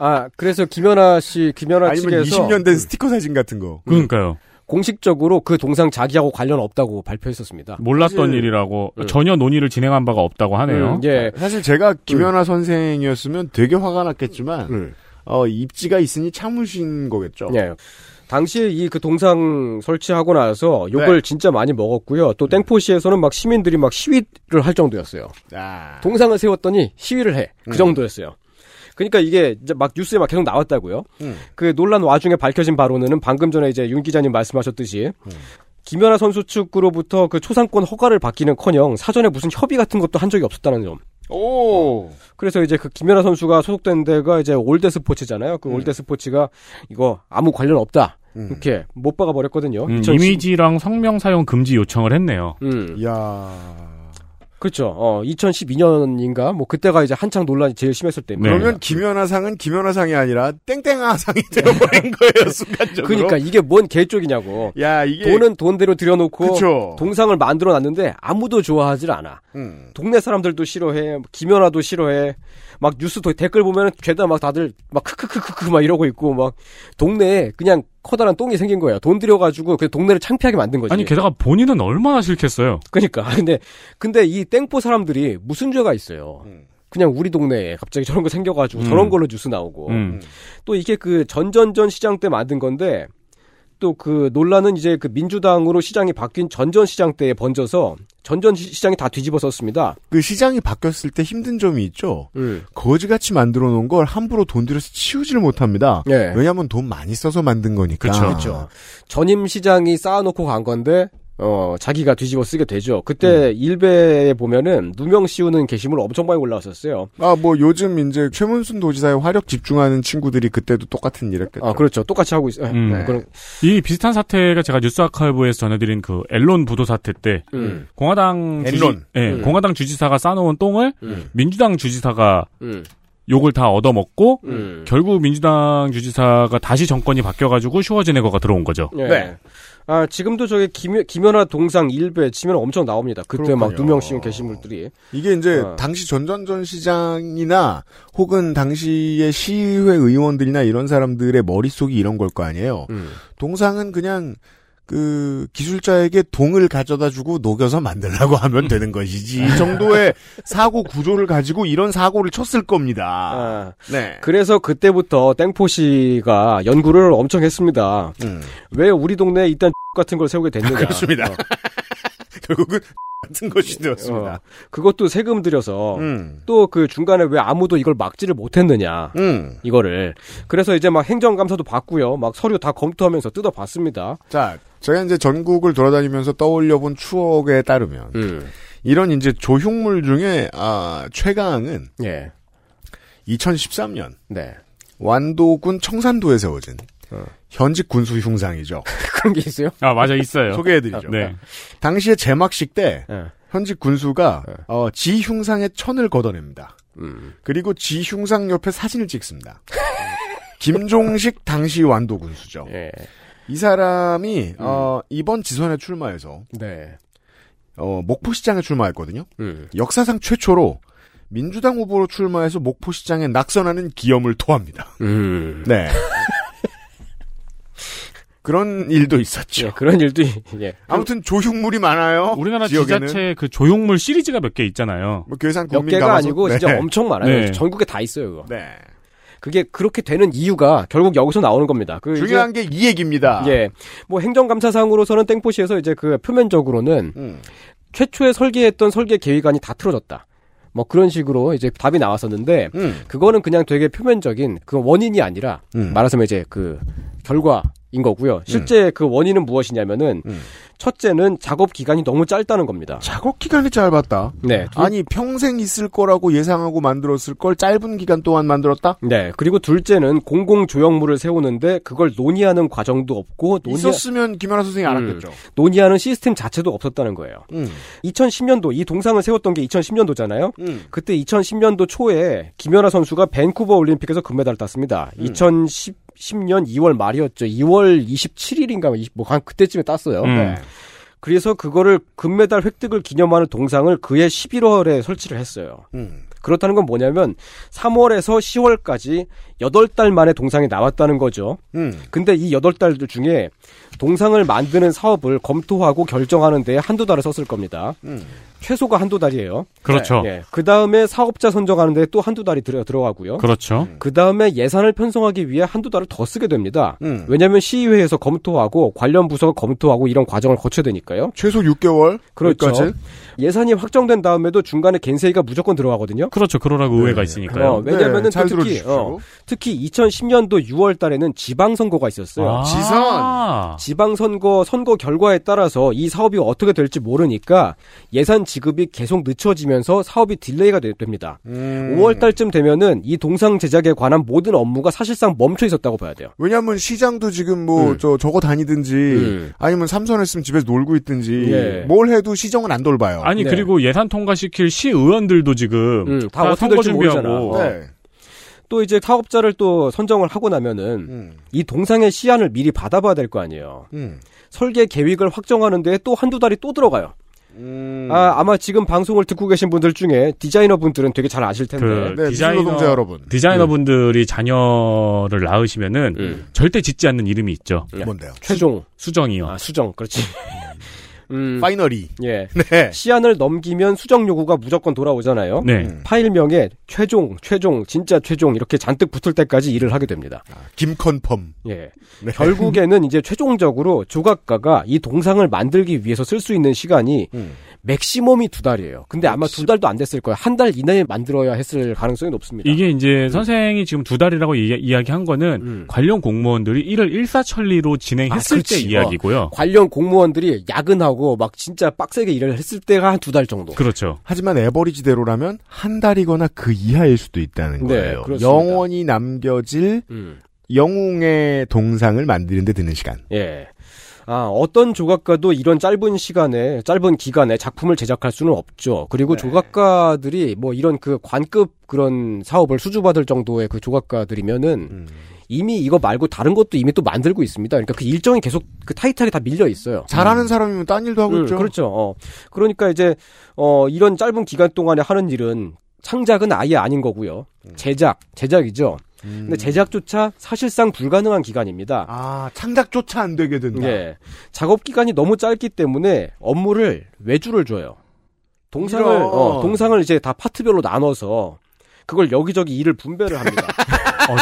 Speaker 10: 아, 그래서 김연아 씨, 김연아
Speaker 2: 아니면
Speaker 10: 측에서
Speaker 2: 20년 된 스티커 사진 같은 거.
Speaker 3: 그러니까요.
Speaker 10: 공식적으로 그 동상 자기하고 관련 없다고 발표했었습니다.
Speaker 3: 몰랐던
Speaker 10: 사실- 네.
Speaker 3: 일이라고 전혀 논의를 진행한 바가 없다고 하네요.
Speaker 10: 음, 예.
Speaker 2: 사실 제가 김연아 선생이었으면 되게 화가 났겠지만 어, 입지가 있으니 참으신 거겠죠.
Speaker 10: 예. 당시에 이 그 동상 설치하고 나서 욕을
Speaker 2: 네.
Speaker 10: 진짜 많이 먹었고요. 또 땡포시에서는 막 시민들이 막 시위를 할 정도였어요.
Speaker 2: 아.
Speaker 10: 동상을 세웠더니 시위를 해. 그
Speaker 2: 음.
Speaker 10: 정도였어요. 그러니까 이게 이제 막 뉴스에 막 계속 나왔다고요.
Speaker 2: 음.
Speaker 10: 그 논란 와중에 밝혀진 바로는 방금 전에 이제 윤 기자님 말씀하셨듯이
Speaker 2: 음.
Speaker 10: 김연아 선수 측으로부터 그 초상권 허가를 받기는커녕 사전에 무슨 협의 같은 것도 한 적이 없었다는 점.
Speaker 2: 오.
Speaker 10: 그래서 이제 그 김연아 선수가 소속된 데가 이제 올드 스포츠잖아요. 그 올드 스포츠가 이거 아무 관련 없다.
Speaker 2: 음.
Speaker 10: 이렇게 못 박아 버렸거든요.
Speaker 3: 음, 이미지랑 성명 사용 금지 요청을 했네요.
Speaker 10: 음.
Speaker 2: 야.
Speaker 10: 그렇죠. 어, 2012년인가 뭐 그때가 이제 한창 논란이 제일 심했을 때.
Speaker 2: 그러면 김연아상은 김연아상이 아니라 땡땡아상이 되어버린 거예요 순간적으로.
Speaker 10: 그러니까 이게 뭔 개쪽이냐고.
Speaker 2: 야 이게
Speaker 10: 돈은 돈대로 들여놓고
Speaker 2: 그쵸.
Speaker 10: 동상을 만들어 놨는데 아무도 좋아하질 않아.
Speaker 2: 음.
Speaker 10: 동네 사람들도 싫어해. 김연아도 싫어해. 막 뉴스 도- 댓글 보면은 죄다 막 다들 막 크크크크크 막 이러고 있고 막 동네에 그냥 커다란 똥이 생긴 거예요. 돈 들여가지고 그 동네를 창피하게 만든 거지.
Speaker 3: 아니 그- 게다가 본인은 얼마나 싫겠어요.
Speaker 10: 그러니까 아, 근데 근데 이 땡포 사람들이 무슨 죄가 있어요. 그냥 우리 동네에 갑자기 저런 거 생겨가지고
Speaker 3: 음.
Speaker 10: 저런 걸로 뉴스 나오고
Speaker 3: 음.
Speaker 10: 또 이게 그 전전전 시장 때 만든 건데 또 그 논란은 이제 그 민주당으로 시장이 바뀐 전전 시장 때에 번져서 전전 시- 시장이 다 뒤집어졌습니다.
Speaker 2: 그 시장이 바뀌었을 때 힘든 점이 있죠.
Speaker 3: 음.
Speaker 2: 거지같이 만들어 놓은 걸 함부로 돈 들여서 치우지를 못합니다.
Speaker 10: 예.
Speaker 2: 왜냐하면 돈 많이 써서 만든 거니까.
Speaker 10: 그쵸. 그쵸. 전임 시장이 쌓아놓고 간 건데 어 자기가 뒤집어 쓰게 되죠.
Speaker 2: 음.
Speaker 10: 그때 일베에 보면은 누명 씌우는 게시물 엄청 많이 올라왔었어요.
Speaker 2: 아, 뭐 요즘 이제 최문순 도지사의 화력 집중하는 친구들이 그때도 똑같은 일 했겠죠.
Speaker 10: 아 그렇죠. 똑같이 하고 있어요.
Speaker 3: 음.
Speaker 10: 네. 그런-
Speaker 3: 이 비슷한 사태가 제가 뉴스 아카이브에서 전해드린 그 앨런 부도 사태 때
Speaker 10: 음.
Speaker 3: 공화당 주지,
Speaker 10: 앨런.
Speaker 3: 예,
Speaker 10: 음.
Speaker 3: 공화당 주지사가 싸놓은 똥을
Speaker 10: 음.
Speaker 3: 민주당 주지사가
Speaker 10: 음.
Speaker 3: 욕을 다 얻어먹고
Speaker 10: 음.
Speaker 3: 결국 민주당 주지사가 다시 정권이 바뀌어가지고 슈워제네거가 들어온 거죠.
Speaker 10: 예. 아 지금도 저게 김, 김연아 동상 일베 치면 엄청 나옵니다. 그때 막
Speaker 2: 그렇군요.
Speaker 10: 누명 씌운 게시물들이.
Speaker 2: 이게 이제
Speaker 10: 어.
Speaker 2: 당시 전전전 시장이나 혹은 당시의 음. 시의회 의원들이나 이런 사람들의 머릿속이 이런 걸 거 아니에요. 동상은 그냥 그 기술자에게 동을 가져다주고 녹여서 만들라고 하면 되는 것이지 이 정도의 사고 구조를 가지고 이런 사고를 쳤을
Speaker 3: 아,
Speaker 2: 겁니다. 네.
Speaker 10: 아. 그래서 그때부터 땡포시가 연구를 엄청 했습니다.
Speaker 3: 그
Speaker 2: 음.
Speaker 10: 왜 우리 동네에 이딴 같은 걸 세우게 됐느냐.
Speaker 2: 그렇습니다.
Speaker 10: 어.
Speaker 2: 결국은 같은 것이 되었습니다.
Speaker 10: 어, 그것도 세금
Speaker 3: 어,
Speaker 10: 들여서
Speaker 2: 음.
Speaker 10: 또 그 중간에 왜 아무도 이걸 막지를 못했느냐
Speaker 2: 음.
Speaker 10: 이거를 그래서 이제 막 행정감사도 받고요 막 서류 다 검토하면서 뜯어봤습니다
Speaker 2: 자 제가 이제 전국을 돌아다니면서 떠올려본 추억에 따르면
Speaker 3: 음.
Speaker 2: 이런 이제 조흉물 중에 아, 최강은
Speaker 10: 예.
Speaker 2: 2013년
Speaker 10: 네.
Speaker 2: 완도군 청산도에 세워진
Speaker 3: 어.
Speaker 2: 현직 군수 흉상이죠.
Speaker 10: 그런 게 있어요?
Speaker 3: 아 맞아 있어요.
Speaker 2: 소개해드리죠.
Speaker 3: 네.
Speaker 2: 당시에 제막식 때
Speaker 10: 예.
Speaker 2: 현직 군수가 어, 지 흉상의 천을 걷어냅니다. 그리고 지 흉상 옆에 사진을 찍습니다. 김종식 당시 완도 군수죠.
Speaker 10: 예.
Speaker 2: 이 사람이
Speaker 10: 음.
Speaker 2: 어, 이번 지선에 출마해서 어, 목포시장에 출마했거든요.
Speaker 10: 음.
Speaker 2: 역사상 최초로 민주당 후보로 출마해서 목포시장에 낙선하는 기염을 토합니다. 네. 그런 일도 있었죠.
Speaker 10: 그런 일도 예.
Speaker 2: 아무튼 조흉물이
Speaker 10: 어,
Speaker 2: 많아요.
Speaker 3: 우리나라
Speaker 2: 지역에는.
Speaker 3: 지자체 그 조형물 시리즈가 몇 개 있잖아요.
Speaker 2: 뭐 괴산
Speaker 10: 몇 개가 아니고
Speaker 2: 네.
Speaker 10: 진짜 엄청 많아요 전국에 다 있어요 그거 그게 그렇게 되는 이유가 결국 여기서 나오는 겁니다 그 이제-
Speaker 2: 중요한 게 이 얘기입니다.
Speaker 10: 예. 뭐 행정감사상으로서는 땡포시에서 이제 그 표면적으로는
Speaker 2: 음.
Speaker 10: 최초에 설계했던 설계 계획안이 다 틀어졌다. 뭐 그런 식으로 이제 답이
Speaker 2: 음.
Speaker 10: 나왔었는데 그거는 그냥 되게 표면적인 그 원인이 아니라
Speaker 2: 음.
Speaker 10: 말하자면 이제 그 결과인 거고요. 실제 그 원인은 무엇이냐면은
Speaker 2: 음.
Speaker 10: 첫째는 작업 기간이 너무 짧다는 겁니다.
Speaker 2: 작업 기간이 짧았다.
Speaker 10: 네.
Speaker 2: 아니 평생 있을 거라고 예상하고 만들었을 걸 짧은 기간 동안 만들었다.
Speaker 10: 네. 그리고 둘째는 공공 조형물을 세우는데 그걸 논의하는 과정도 없고 논의
Speaker 2: 있었으면 김연아 선생이
Speaker 10: 음,
Speaker 2: 알았겠죠.
Speaker 10: 논의하는 시스템 자체도 없었다는 거예요.
Speaker 2: 음.
Speaker 10: 2010년도 이 동상을 세웠던 게 2010년도잖아요. 그때 2010년도 초에 김연아 선수가 밴쿠버 올림픽에서 금메달을 땄습니다. 2010년 2월 말이었죠. 2월 27일인가 뭐한 그때쯤에 땄어요.
Speaker 3: 음.
Speaker 10: 네. 그래서 그거를 금메달 획득을 기념하는 동상을 그해 11월에 설치를 했어요.
Speaker 2: 음.
Speaker 10: 그렇다는 건 뭐냐면 3월에서 10월까지 8달 만에 동상이 나왔다는 거죠.
Speaker 2: 음.
Speaker 10: 근데 이 8달들 중에 동상을 만드는 사업을 검토하고 결정하는 데 한두 달을 썼을 겁니다. 최소가 한두 달이에요.
Speaker 3: 그렇죠.
Speaker 10: 그 다음에 사업자 선정하는 데 또 한두 달이 들어, 들어가고요.
Speaker 3: 그렇죠.
Speaker 10: 그 다음에 예산을 편성하기 위해 한두 달을 더 쓰게 됩니다.
Speaker 3: 음.
Speaker 10: 왜냐하면 시의회에서 검토하고 관련 부서가 검토하고 이런 과정을 거쳐야 되니까요.
Speaker 2: 최소 6개월
Speaker 10: 그렇죠.
Speaker 2: 까지?
Speaker 10: 예산이 확정된 다음에도 중간에 겐세이가 무조건 들어가거든요.
Speaker 3: 그렇죠. 그러라고
Speaker 2: 네.
Speaker 3: 의회가 있으니까요.
Speaker 10: 어, 왜냐면은
Speaker 3: 네,
Speaker 10: 또
Speaker 3: 잘
Speaker 10: 특히
Speaker 3: 들어주십시오.
Speaker 10: 어, 특히 2010년도 6월 달에는 지방 선거가 있었어요.
Speaker 3: 아. 지선.
Speaker 10: 지방 선거 선거 결과에 따라서 이 사업이 어떻게 될지 모르니까 예산 지급이 계속 늦춰지면서 사업이 딜레이가 되- 됩니다.
Speaker 2: 음.
Speaker 10: 5월 음. 달쯤 되면은 이 동상 제작에 관한 모든 업무가 사실상 멈춰 있었다고 봐야 돼요.
Speaker 2: 왜냐하면 시장도 지금 뭐 저 저거 다니든지 아니면 삼선했으면 집에서 놀고 있든지
Speaker 3: 예.
Speaker 2: 뭘 해도 시정은 안 돌봐요.
Speaker 3: 아니 그리고 예산 통과시킬 시의원들도 지금
Speaker 10: 네. 음, 다 어떻게
Speaker 3: 선거
Speaker 10: 될지
Speaker 3: 준비하고
Speaker 10: 모르잖아.
Speaker 2: 네.
Speaker 10: 또 이제 사업자를 또 선정을 하고 나면은 이 동상의 시안을 미리 받아봐야 될 거 아니에요.
Speaker 2: 음.
Speaker 10: 설계 계획을 확정하는데 또 한두 달이 또 들어가요.
Speaker 2: 음.
Speaker 10: 아, 아마 지금 방송을 듣고 계신 분들 중에 디자이너 분들은 되게 잘 아실 텐데. 네.
Speaker 3: 그
Speaker 2: 네,
Speaker 3: 디자이너
Speaker 10: 음.
Speaker 3: 디자이너분들이 자녀를 낳으시면은 절대 짓지 않는 이름이 있죠.
Speaker 2: 뭔데요?
Speaker 10: 최종 아,
Speaker 3: 수정이요.
Speaker 10: 수정 그렇지. 음,
Speaker 2: 파이널이.
Speaker 10: 예.
Speaker 2: 네.
Speaker 10: 시안을 넘기면 수정 요구가 무조건 돌아오잖아요.
Speaker 3: 네.
Speaker 2: 음,
Speaker 10: 파일명에 최종, 최종, 진짜 최종 이렇게 잔뜩 붙을 때까지 일을 하게 됩니다.
Speaker 2: 김컨펌. 네.
Speaker 10: 예. 결국에는 이제 최종적으로 조각가가 이 동상을 만들기 위해서 쓸 수 있는 시간이
Speaker 3: 음.
Speaker 10: 맥시멈이 두 달이에요. 근데 아마 두 달도 안 됐을 거예요. 한 달 이내에 만들어야 했을 가능성이 높습니다.
Speaker 3: 이게 이제 선생이 지금 두 달이라고 이야, 기한 거는 관련 공무원들이 일을 일사천리로 진행했을
Speaker 10: 음. 아,
Speaker 3: 때
Speaker 10: 그렇지.
Speaker 3: 이야기고요.
Speaker 10: 어, 관련 공무원들이 야근하고 막 진짜 빡세게 일을 했을 때가 한 두 달 정도.
Speaker 3: 그렇죠.
Speaker 2: 하지만 에버리지대로라면 한 달이거나 그 이하일 수도 있다는
Speaker 10: 네,
Speaker 2: 거예요.
Speaker 10: 그렇습니다.
Speaker 2: 영원히 남겨질
Speaker 10: 음.
Speaker 2: 영웅의 동상을 만드는데 드는 시간.
Speaker 10: 예. 아, 어떤 조각가도 이런 짧은 시간에, 짧은 기간에 작품을 제작할 수는 없죠. 그리고
Speaker 2: 네.
Speaker 10: 조각가들이 뭐 이런 그 관급 그런 사업을 수주받을 정도의 그 조각가들이면은
Speaker 2: 음.
Speaker 10: 이미 이거 말고 다른 것도 이미 또 만들고 있습니다. 그러니까 그 일정이 계속 그 타이트하게 다 밀려 있어요.
Speaker 2: 잘하는 사람이면 딴 일도 하고
Speaker 10: 음,
Speaker 2: 있죠.
Speaker 10: 그렇죠. 어. 그러니까 이제 어,
Speaker 2: 음.
Speaker 10: 이런 짧은 기간 동안에 하는 일은 창작은 아예 아닌 거고요. 제작, 제작이죠. 근데 제작조차 사실상 불가능한 기간입니다.
Speaker 2: 아, 창작조차 안 되게 된다.
Speaker 10: 예. 작업 기간이 너무 짧기 때문에 업무를 외주를 줘요. 동상을
Speaker 2: 이런.
Speaker 10: 어, 동상을 이제 다 파트별로 나눠서 그걸 여기저기 일을 분배를 합니다.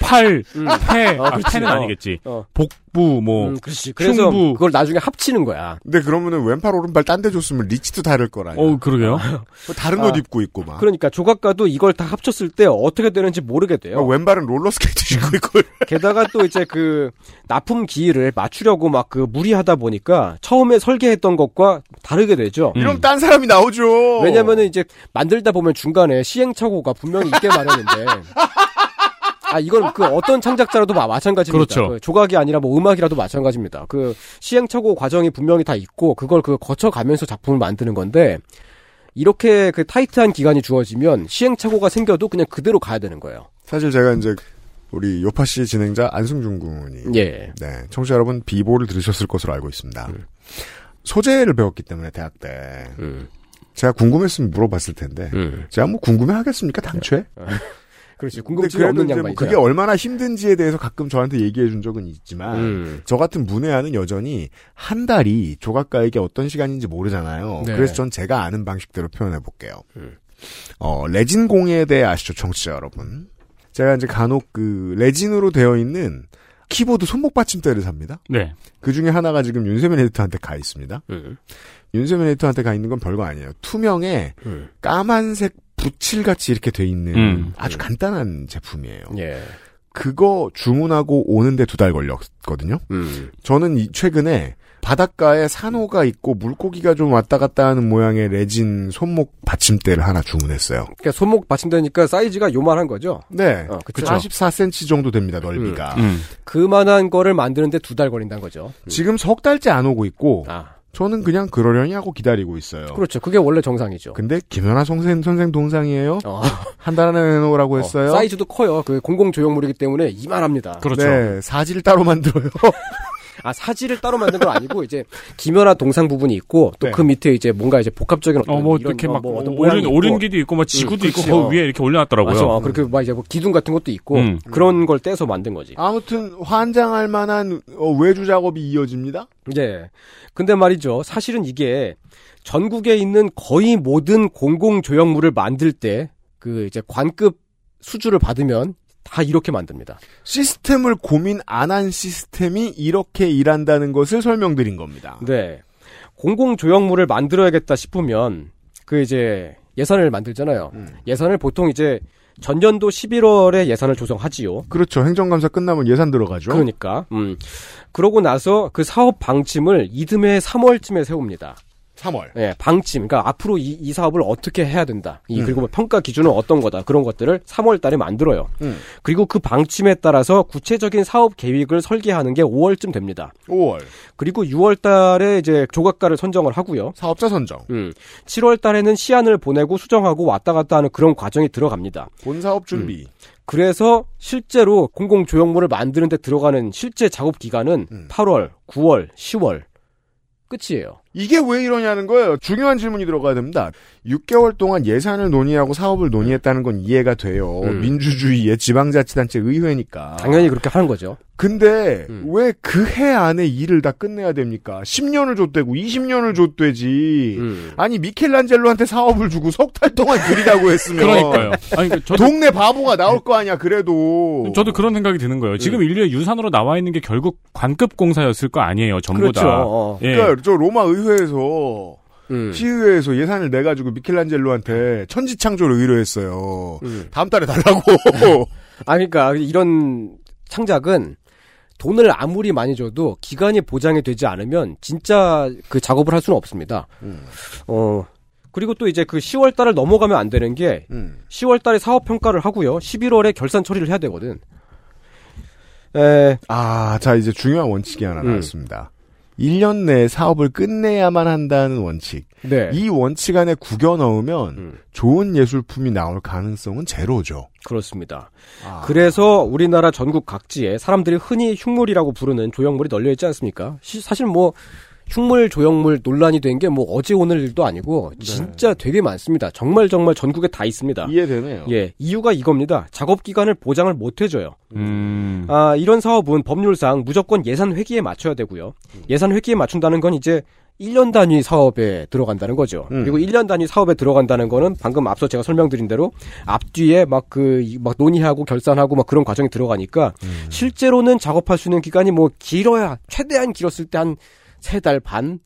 Speaker 3: 팔, 폐,
Speaker 10: 어,
Speaker 3: 아,
Speaker 10: 그렇지.
Speaker 3: 폐는
Speaker 10: 어,
Speaker 3: 아니겠지.
Speaker 10: 어.
Speaker 3: 복부, 뭐,
Speaker 10: 음, 그렇지. 그래서
Speaker 3: 흉부.
Speaker 10: 그걸 나중에 합치는 거야.
Speaker 2: 근데 그러면은 왼팔 오른팔 딴 데 줬으면 리치도 다를 거라니.
Speaker 3: 어, 그러게요.
Speaker 2: 뭐 다른
Speaker 10: 아,
Speaker 2: 옷 입고 있고 막.
Speaker 10: 그러니까 조각가도 이걸 다 합쳤을 때 어떻게 되는지 모르게 돼요.
Speaker 2: 막뭐 왼발은 롤러스케이트
Speaker 10: 음.
Speaker 2: 신고 있고.
Speaker 10: 게다가 또 이제 그 납품 기일을 맞추려고 막 그 무리하다 보니까 처음에 설계했던 것과 다르게 되죠.
Speaker 2: 이러면 딴 사람이
Speaker 3: 어.
Speaker 2: 나오죠.
Speaker 10: 왜냐면은 이제 만들다 보면 중간에 시행착오가 분명히 있게 마련인데. 아, 이건 그 어떤 창작자라도 마, 마찬가지입니다.
Speaker 3: 그렇죠.
Speaker 10: 그 조각이 아니라 뭐 음악이라도 마찬가지입니다. 그 시행착오 과정이 분명히 다 있고 그걸 그 거쳐가면서 작품을 만드는 건데 이렇게 그 타이트한 기간이 주어지면 시행착오가 생겨도 그냥 그대로 가야 되는 거예요.
Speaker 2: 사실 제가 이제 우리 요파 씨 진행자 안승준 군이
Speaker 10: 예.
Speaker 2: 네, 청취자 여러분 비보를 들으셨을 것으로 알고 있습니다.
Speaker 10: 네.
Speaker 2: 소재를 배웠기 때문에 대학 때 제가 궁금했으면 물어봤을 텐데 제가 뭐 궁금해하겠습니까 당초에? 근데
Speaker 10: 그렇지. 네. 궁금증이
Speaker 2: 그래도
Speaker 10: 없는
Speaker 2: 이제 뭐
Speaker 10: 양반이죠.
Speaker 2: 그게 얼마나 힘든지에 대해서 가끔 저한테 얘기해 준 적은
Speaker 10: 아.
Speaker 2: 있지만
Speaker 10: 음.
Speaker 2: 저 같은 문외한은 여전히 한 달이 조각가에게 어떤 시간인지 모르잖아요.
Speaker 13: 네.
Speaker 2: 그래서 전 제가 아는 방식대로 표현해 볼게요.
Speaker 10: 음.
Speaker 2: 어, 레진 공예에 대해 아시죠, 청취자 여러분? 제가 이제 간혹 그 레진으로 되어 있는 키보드 손목 받침대를 삽니다.
Speaker 3: 네.
Speaker 2: 그 중에 하나가 지금 윤세민 에디터한테 가 있습니다.
Speaker 10: 예.
Speaker 2: 윤세민 에디터한테 가 있는 건 별거 아니에요. 투명에
Speaker 10: 예.
Speaker 2: 까만색 붓칠같이 이렇게 돼 있는
Speaker 13: 음.
Speaker 2: 아주 간단한 제품이에요.
Speaker 10: 예.
Speaker 2: 그거 주문하고 오는데 두 달 걸렸거든요. 저는 이- 최근에 바닷가에 산호가 있고 물고기가 좀 왔다 갔다 하는 모양의 레진 손목 받침대를 하나 주문했어요.
Speaker 10: 그러니까 손목 받침대니까 사이즈가 요만한 거죠.
Speaker 2: 네.
Speaker 10: 어, 그쵸. 음.
Speaker 2: 44cm 정도 됩니다, 넓이가.
Speaker 10: 그만한 거를 만드는데 두 달 걸린다는 거죠.
Speaker 2: 지금 석 달째 안 오고 있고,
Speaker 10: 아.
Speaker 3: 아.
Speaker 2: 저는 그냥 그러려니 하고 기다리고 있어요.
Speaker 10: 그렇죠. 그게 원래 정상이죠. 어.
Speaker 2: 근데 김연아 선생, 선생 동상이에요?
Speaker 3: 아,
Speaker 2: 한 달 안에 내놓으라고 했어요?
Speaker 10: 사이즈도 그렇죠. 커요. 그 공공 조형물이기 때문에 이만합니다.
Speaker 2: 네, 사지를 따로 만들어요.
Speaker 10: 아 사지를 따로 만든 건 아니고 이제 김연아 동상 부분이 있고 또 그 밑에 이제 뭔가 이제 복합적인 어떤
Speaker 3: 네. 어, 뭐,
Speaker 10: 이런
Speaker 3: 이렇게
Speaker 10: 어,
Speaker 3: 막,
Speaker 10: 뭐 어떤 모양이
Speaker 3: 오른,
Speaker 10: 있고.
Speaker 3: 오른기도 있고, 막 지구도
Speaker 10: 음,
Speaker 3: 있고,
Speaker 10: 그렇죠.
Speaker 3: 그 위에 이렇게 올려놨더라고요.
Speaker 10: 맞아. 어, 그렇게 막 이제 뭐 기둥 같은 것도 있고
Speaker 3: 음.
Speaker 10: 그런 걸 떼서 만든 거지.
Speaker 2: 아무튼 환장할 만한 어, 외주 작업이 이어집니다.
Speaker 10: 예. 근데 말이죠. 사실은 이게 전국에 있는 거의 모든 공공 조형물을 만들 때 그 이제 관급 수주를 받으면 다 이렇게 만듭니다.
Speaker 2: 시스템을 고민 안 한 시스템이 이렇게 일한다는 것을 설명드린 겁니다.
Speaker 10: 네. 공공 조형물을 만들어야겠다 싶으면 그 이제 예산을 만들잖아요.
Speaker 2: 음.
Speaker 10: 예산을 보통 이제 전년도 11월에 예산을 조성하지요.
Speaker 2: 그렇죠. 행정감사 끝나면 예산 들어가죠.
Speaker 10: 그러니까 음. 그러고 나서 그 사업 방침을 이듬해 3월쯤에 세웁니다.
Speaker 2: 3월.
Speaker 10: 예, 방침. 그러니까 앞으로 이, 이 사업을 어떻게 해야 된다. 이,
Speaker 13: 음.
Speaker 10: 그리고 뭐 평가 기준은 어떤 거다. 그런 것들을 3월 달에 만들어요.
Speaker 13: 음.
Speaker 10: 그리고 그 방침에 따라서 구체적인 사업 계획을 설계하는 게 5월쯤 됩니다.
Speaker 2: 5월.
Speaker 10: 그리고 6월 달에 이제 조각가를 선정을 하고요.
Speaker 2: 사업자 선정.
Speaker 10: 음. 7월 달에는 시안을 보내고 수정하고 왔다 갔다 하는 그런 과정이 들어갑니다.
Speaker 2: 본사업
Speaker 10: 음.
Speaker 2: 준비.
Speaker 10: 그래서 실제로 공공 조형물을 만드는 데 들어가는 실제 작업 기간은
Speaker 3: 음.
Speaker 10: 8월, 9월, 10월 끝이에요.
Speaker 2: 이게 왜 이러냐는 거예요. 중요한 질문이 들어가야 됩니다. 6개월 동안 예산을 논의하고 사업을 논의했다는 건 이해가 돼요.
Speaker 10: 음.
Speaker 2: 민주주의의 지방자치단체 의회니까.
Speaker 3: 아.
Speaker 10: 당연히 그렇게 하는 거죠.
Speaker 2: 근데 왜 그 해 안에 일을 다 끝내야 됩니까? 10년을 줬대고 20년을 줬대지.
Speaker 10: 음.
Speaker 2: 아니 미켈란젤로한테 사업을 주고 석 달 동안 그리라고 했으면
Speaker 3: 그러니까요.
Speaker 10: 어.
Speaker 3: 아니, 그 저도-
Speaker 2: 동네 바보가 나올 거 아니야 그래도.
Speaker 3: 저도 그런 생각이 드는 거예요.
Speaker 10: 음.
Speaker 3: 지금 인류의 유산으로 나와 있는 게 결국 관급 공사였을 거 아니에요, 전부
Speaker 10: 그렇죠.
Speaker 3: 다.
Speaker 10: 어.
Speaker 3: 예.
Speaker 2: 그러니까 저 로마 의회에서
Speaker 10: 음.
Speaker 2: 시의회에서 예산을 내 가지고 미켈란젤로한테 천지 창조를 의뢰했어요. 다음 달에 달라고.
Speaker 10: 아, 그러니까 이런 창작은 돈을 아무리 많이 줘도 기간이 보장이 되지 않으면 진짜 그 작업을 할 수는 없습니다.
Speaker 3: 음.
Speaker 10: 어. 그리고 또 이제 그 10월 달을 넘어가면 안 되는 게
Speaker 2: 음.
Speaker 10: 10월 달에 사업 평가를 하고요. 11월에 결산 처리를 해야 되거든. 에.
Speaker 2: 아, 자 이제 중요한 원칙이 하나 나왔습니다. 1년 내에 사업을 끝내야만 한다는 원칙.
Speaker 10: 네.
Speaker 2: 이 원칙 안에 구겨 넣으면 좋은 예술품이 나올 가능성은 제로죠.
Speaker 10: 그렇습니다. 그래서 우리나라 전국 각지에 사람들이 흔히 흉물이라고 부르는 조형물이 널려 있지 않습니까? 시- 사실 뭐 흉물 조형물 논란이 된 게 뭐 어제 오늘 일도 아니고 진짜 되게 많습니다. 정말 정말 전국에 다 있습니다.
Speaker 2: 아. 이해되네요.
Speaker 10: 예, 이유가 이겁니다. 작업 기간을 보장을 못 해줘요.
Speaker 3: 음.
Speaker 10: 아, 이런 사업은 법률상 무조건 예산 회기에 맞춰야 되고요. 예산 회기에 맞춘다는 건 이제 1년 단위 사업에 들어간다는 거죠. 그리고 1년 단위 사업에 들어간다는 거는 방금 앞서 제가 설명드린 대로 앞뒤에 막 그, 이- 막 논의하고 결산하고 막 그런 과정이 들어가니까 실제로는 작업할 수 있는 기간이 뭐 길어야, 최대한 길었을 때 한 세 달 반?